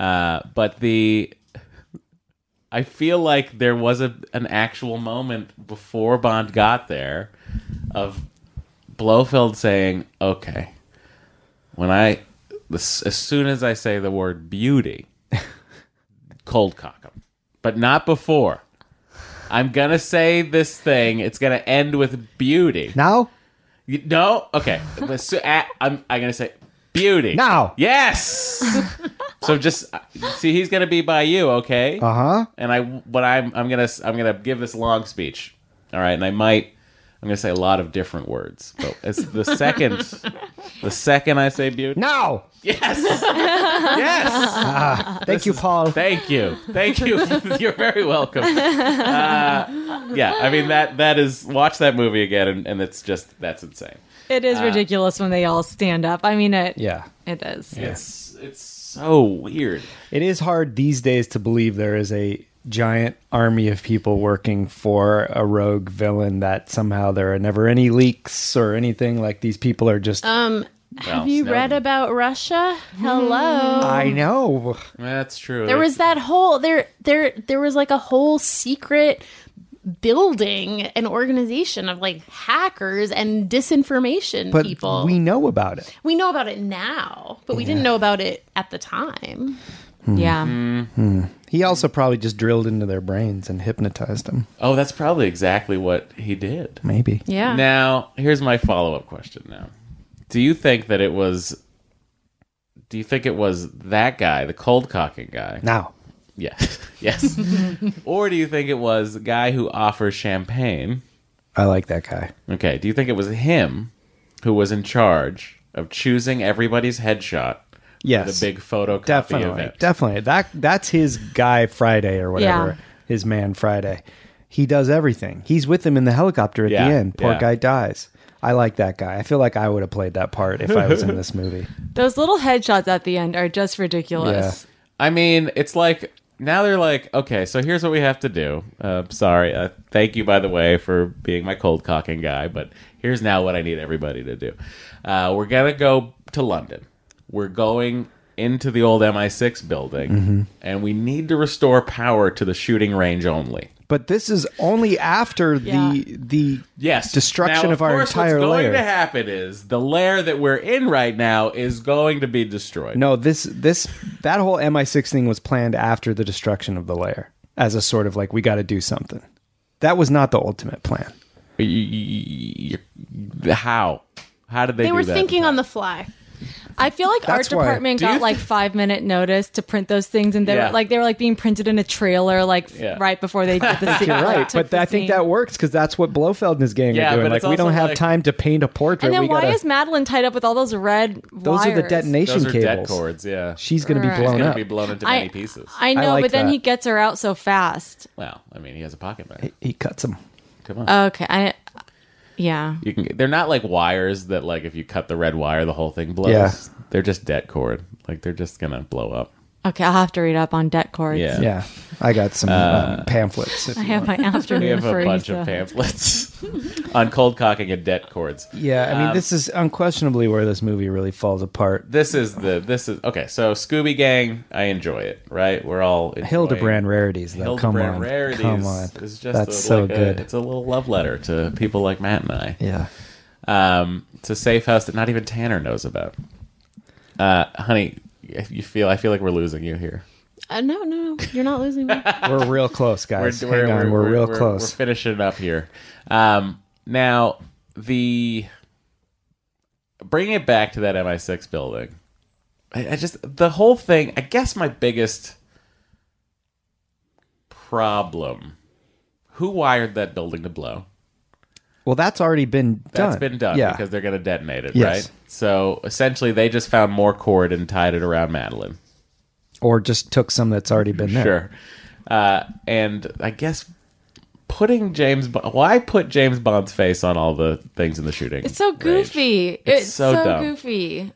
S3: Uh, but the I feel like there was a an actual moment before Bond got there of Blofeld saying, "Okay, when I this, as soon as I say the word beauty, cold cock 'em. but not before. I'm gonna say this thing. It's gonna end with beauty.
S7: Now?
S3: You- No, okay. But so, a- I'm I'm gonna say beauty.
S7: Now.
S3: yes. so just uh, see, he's gonna be by you, okay?
S7: Uh huh.
S3: and I but I'm I'm gonna I'm gonna give this long speech. All right, and I might I'm gonna say a lot of different words, but it's the second the second I say beauty.
S7: Now!
S3: Yes, yes.
S7: Thank you, Paul.
S3: Thank you, thank you. You're very welcome. Uh, yeah, I mean that that is watch that movie again, and, and it's just that's insane.
S6: It is ridiculous when they all stand up. I mean, it.
S7: Yeah.
S6: It is.
S3: It's it's so weird.
S7: It is hard these days to believe there is a giant army of people working for a rogue villain that somehow there are never any leaks or anything like these people are just
S5: Um,
S3: Well,
S5: Have you
S3: Snowden.
S5: read about Russia? Hello.
S7: I know.
S3: That's true.
S5: There was that whole there there there was like a whole secret building an organization of like hackers and disinformation
S7: But
S5: people.
S7: we know about it.
S5: we know about it now, but we didn't know about it at the time.
S6: Yeah.
S3: Mm-hmm.
S7: He also probably just drilled into their brains and hypnotized them.
S3: oh, that's probably exactly what he did.
S7: Maybe.
S5: Yeah.
S3: Now, here's my follow up question now. Do you think that it was do you think it was that guy, the cold cocking guy?
S7: Now.
S3: Yes. Yes. or do you think it was the guy who offers champagne?
S7: I like that guy.
S3: Okay, do you think it was him who was in charge of choosing everybody's headshot? for
S7: Yes.
S3: The big photocopy
S7: definitely,
S3: event.
S7: definitely. That that's his guy Friday or whatever.
S6: Yeah.
S7: His man Friday. He does everything. He's with him in the helicopter at
S3: Yeah,
S7: the end. Poor
S3: yeah.
S7: guy dies. I like that guy. I feel like I would have played that part if I was in this movie.
S6: Those little headshots at the end are just ridiculous.
S3: I mean, it's like now they're like, okay, so here's what we have to do. Uh, sorry, uh, thank you by the way for being my cold cocking guy, but here's now what I need everybody to do. Uh, we're gonna go to London. We're going into the old MI6 building, and we need to restore power to the shooting range only.
S7: But this is only after
S6: Yeah.
S7: the the
S3: Yes,
S7: destruction
S3: Now,
S7: of, our
S3: course,
S7: entire
S3: What's
S7: layer.
S3: going to happen is the layer that we're in right now is going to be destroyed.
S7: No, this this that whole MI6 thing was planned after the destruction of the layer as a sort of like we got to do something. That was not the ultimate plan.
S3: Y- y- y- how? How did they?
S5: They
S3: do
S5: were
S3: that?
S5: thinking on the fly.
S6: I feel like
S7: That's
S6: art
S7: why-
S6: department
S3: Do you
S6: got
S3: th-
S6: like five minute notice to print those things, and they
S3: Yeah.
S6: were like they were like being printed in a trailer, like f-
S3: Yeah.
S6: right before they did the scene.
S7: You're
S6: like,
S7: right,
S6: took
S7: but that-
S6: the
S7: I think
S6: scene.
S7: that works because that's what Blofeld and his gang
S3: Yeah,
S7: are doing.
S3: but it's
S7: Like we
S3: also
S7: don't have
S3: like-
S7: time to paint a portrait.
S6: And then
S7: we
S6: why
S7: gotta,
S6: is Madeline tied up with all those red
S7: those
S6: wires?
S7: are the detonation
S3: Those are dead
S7: cables.
S3: cords. Yeah,
S7: She's going to be
S6: Right.
S7: blown
S3: gonna
S7: up.
S3: be blown into
S6: I,
S3: many pieces.
S6: I know,
S7: like
S6: but then
S7: that.
S6: he gets her out so fast.
S3: well, I mean, he has a pocket knife.
S7: he cuts him.
S3: Come on,
S6: Okay, I, yeah,
S3: you can. They're not like wires that, like, if you cut the red wire, the whole thing blows.
S7: Yeah.
S3: They're just dead cord. Like they're just gonna blow up.
S6: okay. I'll have to read up on debt cords.
S3: Yeah, Uh,
S7: Yeah, I got some um, pamphlets. if
S6: I
S7: you
S6: have my afternoon
S3: We have
S6: free.
S3: a bunch
S6: so-
S3: of pamphlets on cold cocking and dead cords.
S7: Yeah, I
S3: um,
S7: mean, this is unquestionably where this movie really falls apart.
S3: This is the this is okay. So Scooby Gang, I enjoy it. Right, we're all enjoying-
S7: Hildebrand rarities, though. Come
S3: Hildebrand
S7: on,
S3: rarities.
S7: come on.
S3: Is just
S7: That's
S3: a,
S7: so
S3: like a-
S7: good.
S3: it's a little love letter to people like Matt and I.
S7: yeah,
S3: Um, it's a safe house that not even Tanner knows about. Uh, honey, if you feel I feel like we're losing you here.
S5: Uh, no, no, no, you're not losing me.
S7: we're real close, guys. Hang on, we're, real close.
S3: We're finishing it up here. Um, now the bringing it back to that MI6 building. I, I just the whole thing. I guess my biggest problem: who wired that building to blow?
S7: well, that's already been done.
S3: That's been done
S7: Yeah,
S3: because they're going to detonate it,
S7: Yes.
S3: right? So essentially, they just found more cord and tied it around Madeline.
S7: or just took some that's already been there.
S3: Sure. Uh, and I guess putting James, Bo- why put James Bond's face on all the things in the shooting?
S6: It's so
S3: range?
S6: goofy.
S3: It's
S6: It's,
S3: so
S6: so,
S3: dumb.
S6: goofy.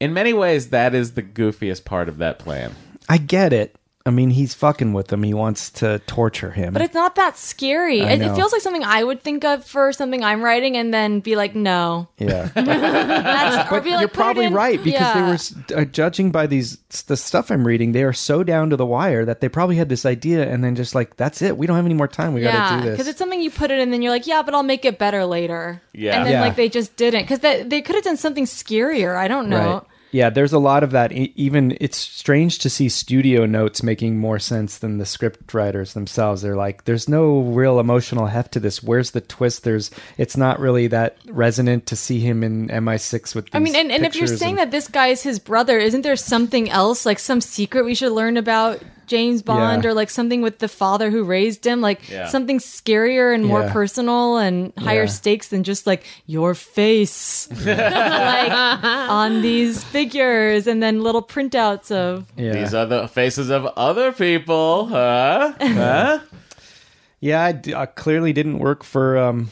S3: In many ways, that is the goofiest part of that plan.
S7: I get it. I mean, he's fucking with him. He wants to torture him.
S6: But it's not that scary.
S7: I
S6: It,
S7: know.
S6: it feels like something I would think of for something I'm writing and then be like, no.
S7: yeah.
S6: That's, or be like,
S7: You're
S6: "Put it
S7: probably
S6: in-
S7: right because they
S6: yeah.
S7: were s- uh, judging by these s- the stuff I'm reading. They are so down to the wire that they probably had this idea and then just like that's it. We don't have any more time. We got
S6: Yeah,
S7: to do this.
S6: because it's something you put it in, and then you're like, yeah, but I'll make it better later.
S3: Yeah.
S6: and then
S7: Yeah.
S6: like they just didn't because they, they could have done something scarier. I don't know.
S7: Right. Yeah, there's a lot of that. E- Even it's strange to see studio notes making more sense than the script writers themselves. They're like, there's no real emotional heft to this. Where's the twist? There's, it's not really that resonant to see him in MI6 with. These
S6: I mean, and, and if you're
S7: pictures
S6: saying that
S7: and-
S6: this guy is his brother, isn't there something else, like some secret we should learn about James Bond
S7: Yeah.
S6: or like something with the father who raised him? Like
S3: Yeah.
S6: something scarier and more
S7: Yeah.
S6: personal and higher
S7: Yeah.
S6: stakes than just like your face like on these figures and then little printouts of.
S7: yeah.
S3: These are the faces of other people, huh? huh?
S7: Yeah, I d- I clearly didn't work for um,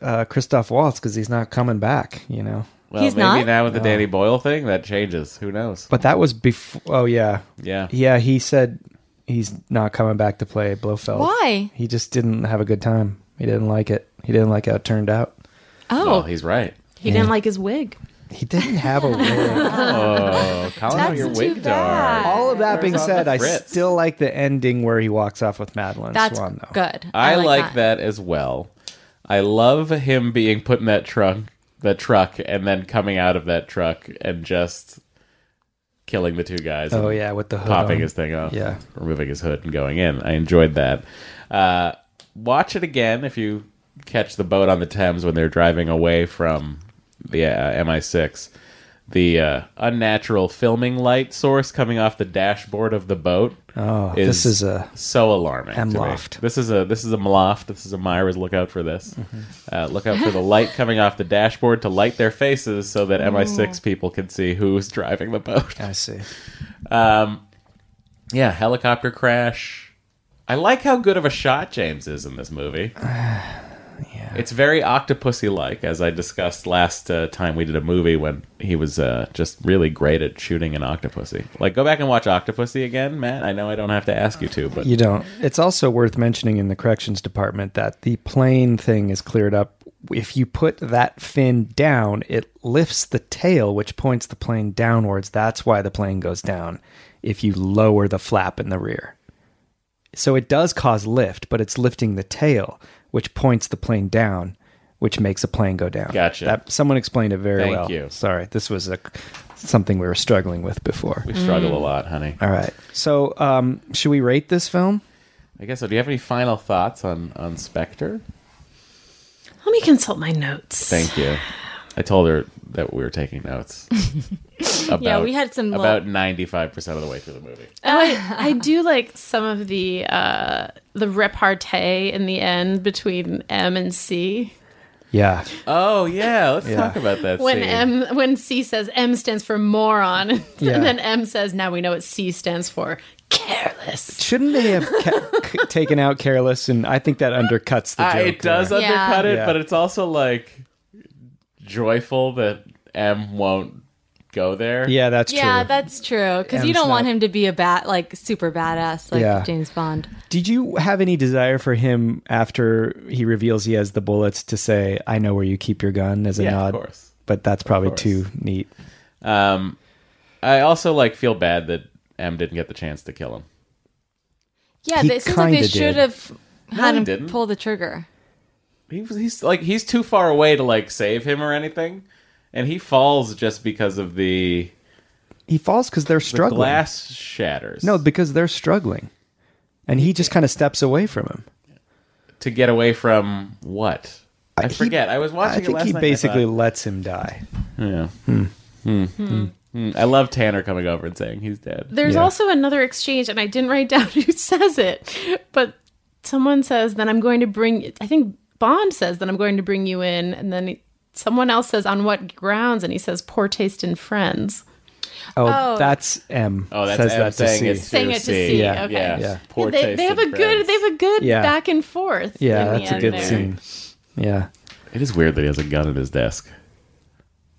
S7: uh, Christoph Waltz because he's not coming back, you know.
S3: Well,
S6: He's
S3: maybe
S6: not?
S3: now with the Danny Boyle thing, that changes. Who knows?
S7: But that was before. Oh yeah,
S3: Yeah.
S7: yeah. He said he's not coming back to play Blofeld.
S6: Why?
S7: He just didn't have a good time. He didn't like it. He didn't like how it turned out.
S3: Well,
S6: Oh,
S3: he's right.
S5: He didn't like his wig.
S7: He didn't have a. role.
S3: Oh, Colin, how
S6: That's
S3: your
S6: too
S3: wig
S6: bad.
S3: dark.
S7: All of that being
S3: Where's all
S7: said,
S3: the
S7: I
S3: Brits?
S7: still like the ending where he walks off with Madeline
S6: that's
S7: Swan. Though
S6: good.
S3: I, like, that. as well. I love him being put in that trunk, that truck, and then coming out of that truck and just killing the two guys.
S7: Oh
S3: and
S7: yeah, with the hood
S3: popping
S7: on.
S3: his thing off,
S7: Yeah.
S3: removing his hood and going in. I enjoyed that. Uh, watch it again if you catch the boat on the Thames when they're driving away from the uh, MI6. The uh, unnatural filming light source coming off the dashboard of the boat.
S7: Oh, this is a-
S3: so alarming. to me.
S7: Mloft.
S3: This is a this is a mloft. This is a Myra's. Look out for this.
S7: Mm-hmm.
S3: Uh, look out for the light coming off the dashboard to light their faces so that MI6 people can see who's driving the boat.
S7: I see.
S3: Um, yeah, helicopter crash. I like how good of a shot James is in this movie. It's very octopusy like, as I discussed last uh, time we did a movie when he was uh, just really great at shooting an octopusy. Like, go back and watch Octopussy again, Matt. I know I don't have to ask you to, but
S7: You don't. It's also worth mentioning in the corrections department that the plane thing is cleared up. If you put that fin down, it lifts the tail, which points the plane downwards. That's why the plane goes down if you lower the flap in the rear. So it does cause lift, but it's lifting the tail, which points the plane down, which makes a plane go down.
S3: Gotcha.
S7: That, someone explained it very
S3: Thank
S7: well.
S3: you.
S7: Sorry, this was a, something we were struggling with before.
S3: we struggle
S6: Mm.
S3: a lot, honey.
S7: All right. So, um, should we rate this film?
S3: I guess so. Do you have any final thoughts on, on Spectre?
S5: Let me consult my notes.
S3: Thank you. I told her that we were taking notes. about,
S6: Yeah, we had some
S3: about ninety five percent of the way through the movie.
S5: Oh, I, I do like some of the uh, the repartee in the end between M and C.
S7: Yeah.
S3: Oh yeah, let's talk about that.
S5: When
S3: scene.
S5: M when C says M stands for moron, and
S7: Yeah.
S5: then M says now we know what C stands for careless.
S7: Shouldn't they have ca- c- taken out careless? And I think that undercuts the
S3: I-
S7: joke.
S3: Uh, it does
S7: there.
S3: undercut it,
S7: Yeah.
S3: but it's also like joyful that M won't go there.
S7: Yeah, that's
S6: Yeah,
S7: true.
S6: that's true. Because
S7: M's
S6: you don't want
S7: not-
S6: him to be a bat, like super badass, like
S7: Yeah.
S6: James Bond.
S7: Did you have any desire for him after he reveals he has the bullets to say, "I know where you keep your gun" as a
S3: Yeah, of
S7: nod?
S3: course.
S7: But that's probably
S3: course.
S7: too neat.
S3: Um, I also like feel bad that M didn't get the chance to kill him.
S6: Yeah,
S7: He
S6: they- it seems like
S7: kinda
S6: they
S7: did.
S6: should have had
S3: he
S6: him
S3: didn't.
S6: pull the trigger.
S3: He, was- he's like he's too far away to like save him or anything, and he falls just because of the,
S7: He falls because they're
S3: the
S7: struggling.
S3: glass shatters.
S7: No, because they're struggling, and he just kind of steps away from him.
S3: to get away from what? I
S7: he-
S3: forget. I was watching.
S7: I
S3: it
S7: think
S3: last
S7: he
S3: night and I
S7: basically
S3: thought-
S7: lets him die.
S3: Yeah. Hmm. Hmm. Hmm. I love Tanner coming over and saying he's dead.
S5: There's
S7: Yeah.
S5: also another exchange, and I didn't write down who says it, but someone says then I'm going to bring. I think Bond says then I'm going to bring you in, and then. Someone else says on what grounds, and he says poor taste in friends.
S7: Oh,
S6: Oh.
S7: that's M.
S3: Oh, that's
S7: says
S3: M
S7: that to
S3: saying
S7: C.
S3: it's
S5: Saying it to C.
S7: Yeah.
S5: Okay.
S3: Yeah.
S7: Yeah.
S3: Poor
S5: they,
S3: taste
S5: they have
S3: in
S5: a good
S3: friends.
S5: they have a good
S7: Yeah.
S5: back and forth. in
S7: Yeah,
S5: the
S7: that's a
S5: end
S7: good
S5: there.
S7: scene. Yeah.
S3: It is weird that he has a gun at his desk.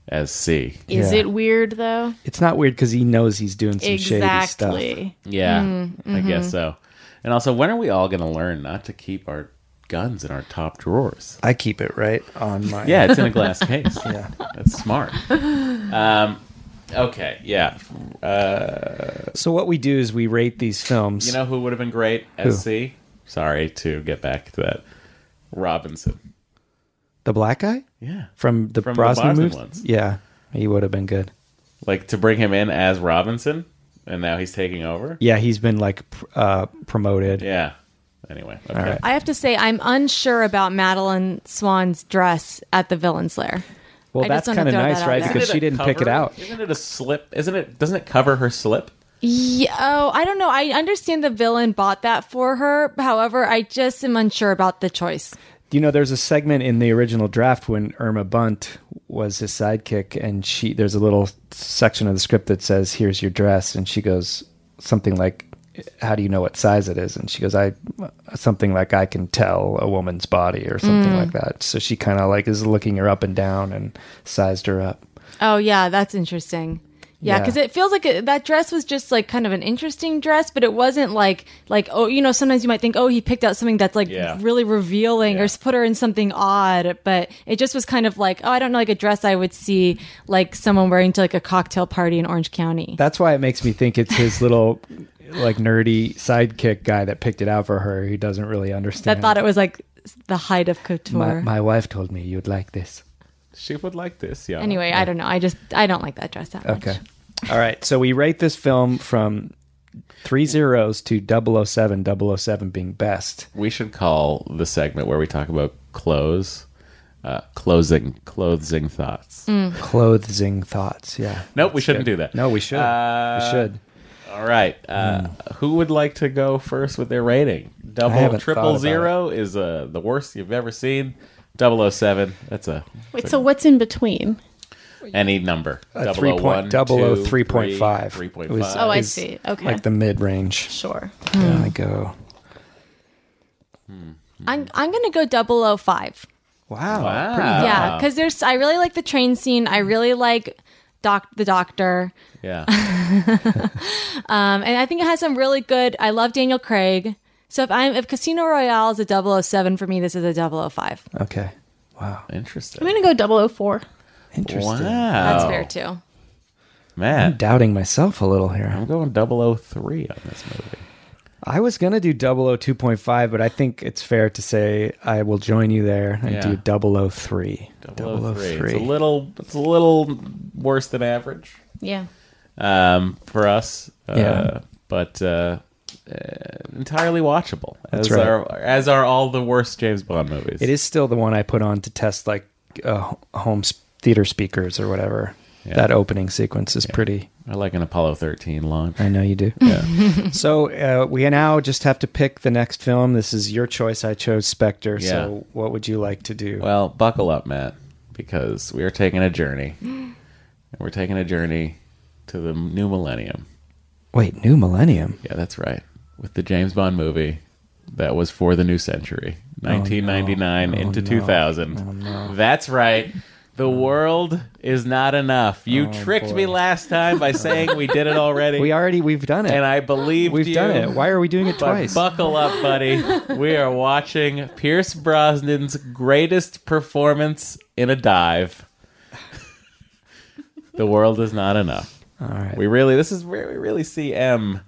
S3: As C.
S5: Is
S7: Yeah.
S5: it weird though?
S7: It's not weird because he knows he's doing some shady stuff.
S5: exactly.
S3: Yeah.
S5: Hmm.
S3: I
S5: Mm-hmm.
S3: guess so. And also, when are we all going to learn not to keep our guns in our top drawers?
S7: I keep it right on my.
S3: Yeah, it's in a glass case.
S7: Yeah.
S3: That's smart. Um, okay. Yeah.
S7: So what we do is we rate these films.
S3: You know who would have been great as C? Sorry to get back to that. Robinson.
S7: the black guy
S3: Yeah.
S7: from the
S3: From the
S7: Brosnan
S3: Brosnan
S7: movies.
S3: ones.
S7: Yeah, he would have been good.
S3: Like to bring him in as Robinson, and now he's taking over.
S7: Yeah, he's been like pr- uh, promoted.
S3: Yeah. Anyway, okay.
S7: right.
S6: I have to say, I'm unsure about Madeline Swan's dress at the Villain's Lair.
S7: Well,
S6: I just
S7: that's
S6: wanna
S7: kind of
S6: throw
S7: nice,
S6: that out
S7: right?
S6: there.
S7: Because
S3: Isn't it
S7: she
S3: a
S7: didn't pick it
S3: cover?
S7: out.
S3: Isn't it a slip? Isn't it? Doesn't it cover her slip?
S6: Yeah, oh, I don't know. I understand the villain bought that for her. However, I just am unsure about the choice.
S7: You know, there's a segment in the original draft when Irma Bunt was his sidekick, and she there's a little section of the script that says, "Here's your dress," and she goes something like, "How do you know what size it is?" And she goes, "I something like I can tell a woman's body or something
S6: Mm.
S7: like that." So she kind of like is looking her up and down and sized her up.
S6: Oh, yeah, that's interesting. Yeah,
S7: Yeah.
S6: because it feels like it, that dress was just like kind of an interesting dress, but it wasn't like like oh, you know, sometimes you might think oh, he picked out something that's like
S3: Yeah.
S6: really revealing or
S3: Yeah.
S6: s- put her in something odd, but it just was kind of like oh, I don't know, like a dress I would see like someone wearing to like a cocktail party in Orange County.
S7: That's why it makes me think it's his little like nerdy sidekick guy that picked it out for her who doesn't really
S6: that
S7: understand.
S6: thought it was like the height of couture.
S7: my, my wife told me you'd like this.
S3: She would like this. Yeah.
S6: anyway, I don't know. I just I don't like that dress that much.
S7: Okay. All right. So we rate this film from three zeros to 007, 007 being best.
S3: we should call the segment where we talk about clothes, uh, closing, clothing thoughts.
S7: Mm. Clothing thoughts. Yeah.
S3: Nope, we shouldn't do that. Uh,
S7: No, we should. we should.
S3: All right. Uh, Who would like to go first with their rating? Double
S7: haven't thought
S3: triple
S7: about
S3: zero is uh, the worst you've ever seen. 007, that's a
S5: Wait, so what's in between?
S3: any number.
S7: A three point, double oh three point five.
S3: 3.5.
S7: It was-
S5: Oh, I
S7: is
S5: see. Okay.
S7: Like the mid range.
S5: Sure.
S7: I go.
S6: I'm I'm gonna go 005.
S7: Wow.
S3: Wow.
S7: pretty-
S6: yeah, because there's I really like the train scene. I really like doc the doctor.
S3: Yeah.
S6: Um, and I think it has some really good. I love Daniel Craig. So if I'm if Casino Royale is a 007 for me, this is a 005.
S7: Okay. Wow.
S3: Interesting.
S5: I'm going to go 004.
S7: Interesting.
S3: Wow.
S6: That's fair
S7: Oh.
S6: too.
S7: I'm
S3: Man,
S7: doubting myself a little here.
S3: I'm going 003 on this movie.
S7: I was gonna do 002.5, but I think it's fair to say I will join you there and
S3: Yeah.
S7: do 003.
S3: 003. It's a little it's a little worse than average
S5: Yeah.
S3: um, for us. Uh,
S7: Yeah.
S3: But uh, uh, entirely watchable.
S7: That's
S3: as
S7: right.
S3: Are, as are all the worst James Bond movies.
S7: It is still the one I put on to test like uh, home s- theater speakers or whatever.
S3: Yeah.
S7: That opening sequence is pretty.
S3: I like an Apollo 13 launch.
S7: I know you do. so uh, we now just have to pick the next film. This is your choice. I chose Spectre.
S3: Yeah.
S7: So what would you like to do?
S3: Well, buckle up, Matt, because we are taking a journey. and we're taking a journey to the new millennium.
S7: Wait, New Millennium.
S3: Yeah, that's right. With the James Bond movie that was for the new century, 1999 into 2000. That's right. The world is not enough. You tricked me last time by saying we did it already.
S7: We already we've done it.
S3: and I believe
S7: we've done it. Why are we doing it
S3: But
S7: twice?
S3: buckle up, buddy. We are watching Pierce Brosnan's greatest performance in a dive. the world is not enough.
S7: All right.
S3: We really, this is where we really see M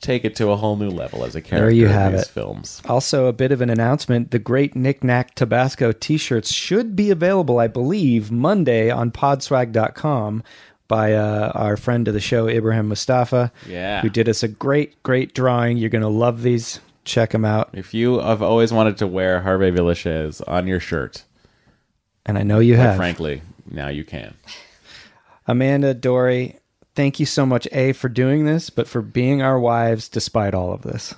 S3: take it to a whole new level as a character
S7: you
S3: in
S7: have
S3: these
S7: it.
S3: films.
S7: Also, a bit of an announcement the great Knick Knack Tabasco t shirts should be available, I believe, Monday on podswag.com by uh, our friend of the show, Ibrahim Mustafa,
S3: Yeah.
S7: who did us a great, great drawing. You're going to love these. Check them out.
S3: If you have always wanted to wear Harvey Villachez on your shirt,
S7: And I know you have.
S3: frankly, now you can.
S7: Amanda, Dory, thank you so much, A, for doing this, but for being our wives despite all of this.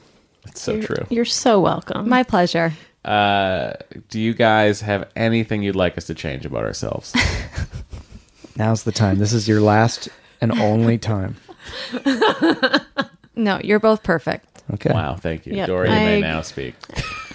S3: It's so true.
S5: You're so welcome.
S6: My pleasure.
S3: Uh, do you guys have anything you'd like us to change about ourselves?
S7: Now's the time. This is your last and only time.
S6: No, you're both perfect.
S7: Okay.
S3: Wow, thank you.
S5: Yep.
S3: Dory, you may
S5: I-
S3: now speak.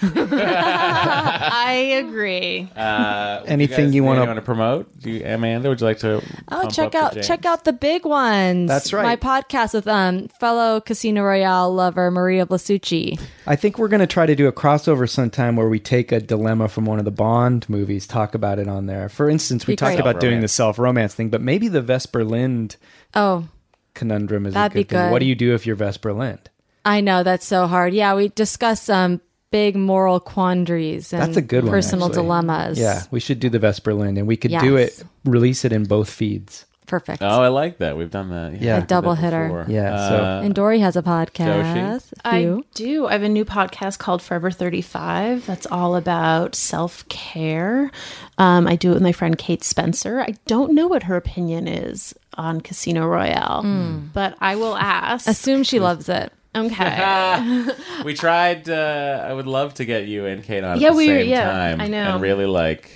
S5: I agree.
S3: Uh,
S7: Anything you wanna-
S3: to promote? Do you, Amanda, would you like to?
S6: Oh,
S3: pump up
S6: check
S3: the
S6: out
S3: jam?
S6: check out the big ones.
S7: That's right.
S6: My podcast with um fellow Casino Royale lover Maria Blasucci.
S7: I think we're going to try to do a crossover sometime where we take a dilemma from one of the Bond movies, talk about it on there. For instance, we
S6: Be
S7: talked
S6: great.
S7: about doing the
S3: Self-romance.
S7: self romance thing, but maybe the Vesper Lind
S6: Oh,
S7: conundrum is
S6: That'd
S7: a good,
S6: be
S7: thing.
S6: good.
S7: What do you do if you're Vesper Lind?
S6: I know that's so hard. Yeah, we discuss um big moral quandaries and
S7: That's a good one.
S6: personal
S7: actually.
S6: dilemmas.
S7: Yeah, we should do the Vesper Lind, and we could do
S6: Yes.
S7: it, release it in both feeds.
S6: Perfect.
S3: Oh, I like that. We've done
S2: Yeah. A
S3: that. we did that
S6: double hitter.
S3: before.
S2: Yeah, so-
S3: Uh,
S6: and Dory has a podcast. A
S5: I
S6: few.
S5: do. I have a new podcast called Forever 35 that's all about self care. Um, I do it with my friend Kate Spencer. I don't know what her opinion is on Casino Royale, but I will ask.
S6: Assume she loves it.
S5: okay.
S3: we tried. Uh, I would love to get you and Kate on
S5: Yeah,
S3: at the
S5: we-
S3: same
S5: yeah,
S3: time.
S5: I know.
S3: And really like,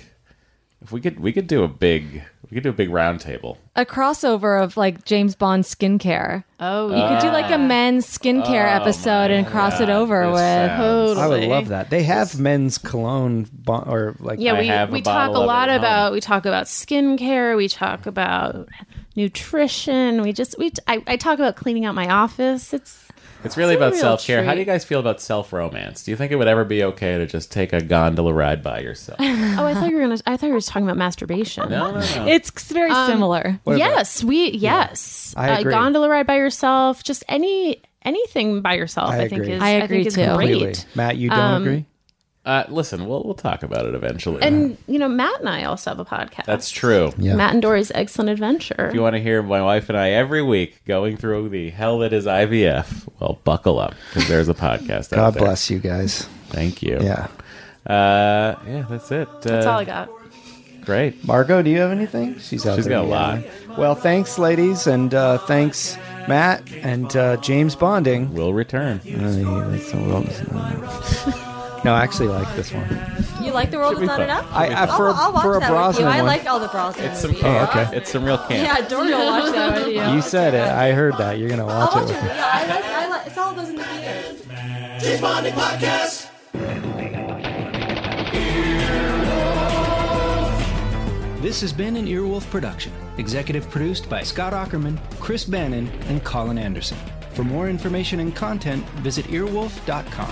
S3: if we could, we could do a big, we could do a big round table.
S6: A crossover of like James Bond skincare.
S5: Oh,
S6: You could do like a men's skincare
S2: Oh,
S6: episode and cross it over
S3: This
S6: with.
S3: sounds-
S2: I would
S5: Totally.
S2: love that. They have men's cologne bon- or like
S5: yeah,
S3: I have a
S5: we, we talk a
S3: bottle of it
S5: lot
S3: at home.
S5: about we talk about skincare, we talk about nutrition. We just we I, I talk about cleaning out my office. It's
S3: It's really
S5: It's a
S3: about
S5: real
S3: self care. How do
S5: treat.
S3: you guys feel about self romance? Do you think it would ever be okay to just take a gondola ride by yourself? No,
S5: oh, I thought you were gonna I thought you were talking about masturbation.
S3: no, no.
S6: It's very similar.
S2: What about-
S5: yes, we yes.
S2: I
S5: A
S2: agree.
S5: gondola ride by yourself, just any anything by yourself.
S2: I
S5: I, think
S2: agree.
S5: is
S6: I agree
S5: think is
S6: too.
S5: great.
S2: completely. Matt, you don't
S6: Um,
S2: agree?
S3: uh, listen, we'll we'll talk about it eventually.
S5: And you know, Matt and I also have a podcast.
S3: That's true.
S2: Yeah.
S5: Matt and Dory's Excellent Adventure.
S3: If you want to hear my wife and I every week going through the hell that is IVF, well, buckle up because there's a podcast. out
S2: God
S3: there.
S2: bless you guys.
S3: Thank you.
S2: Yeah.
S3: Uh, yeah, that's it. Uh,
S5: That's all I got.
S3: Great.
S2: Margot, do you have anything? She's out
S3: She's
S2: there
S3: got a lot.
S2: yelling. Well, thanks, ladies, and uh, thanks, Matt and uh, James Bonding.
S3: We'll return.
S2: Uh, yeah, that's a little- no, I actually like this one.
S6: You like the world
S3: Should be
S6: is not
S3: fun.
S6: enough?
S2: I, I for, for a Brosnan
S6: I
S2: one.
S6: liked all the Brosnan.
S3: It's some
S2: Oh,
S3: camp.
S2: okay.
S3: It's some real camp.
S6: yeah, Dory will watch that with you.
S2: you said it. I heard that. You're gonna watch
S6: I'll
S2: it.
S6: watch
S2: With
S6: it.
S2: me.
S6: Yeah, I like, I like, it's all those in the theater.
S4: James Bonding Podcast.
S7: This has been an Earwolf production, executive produced by Scott Ackerman, Chris Bannon, and Colin Anderson. For more information and content, visit earwolf.com.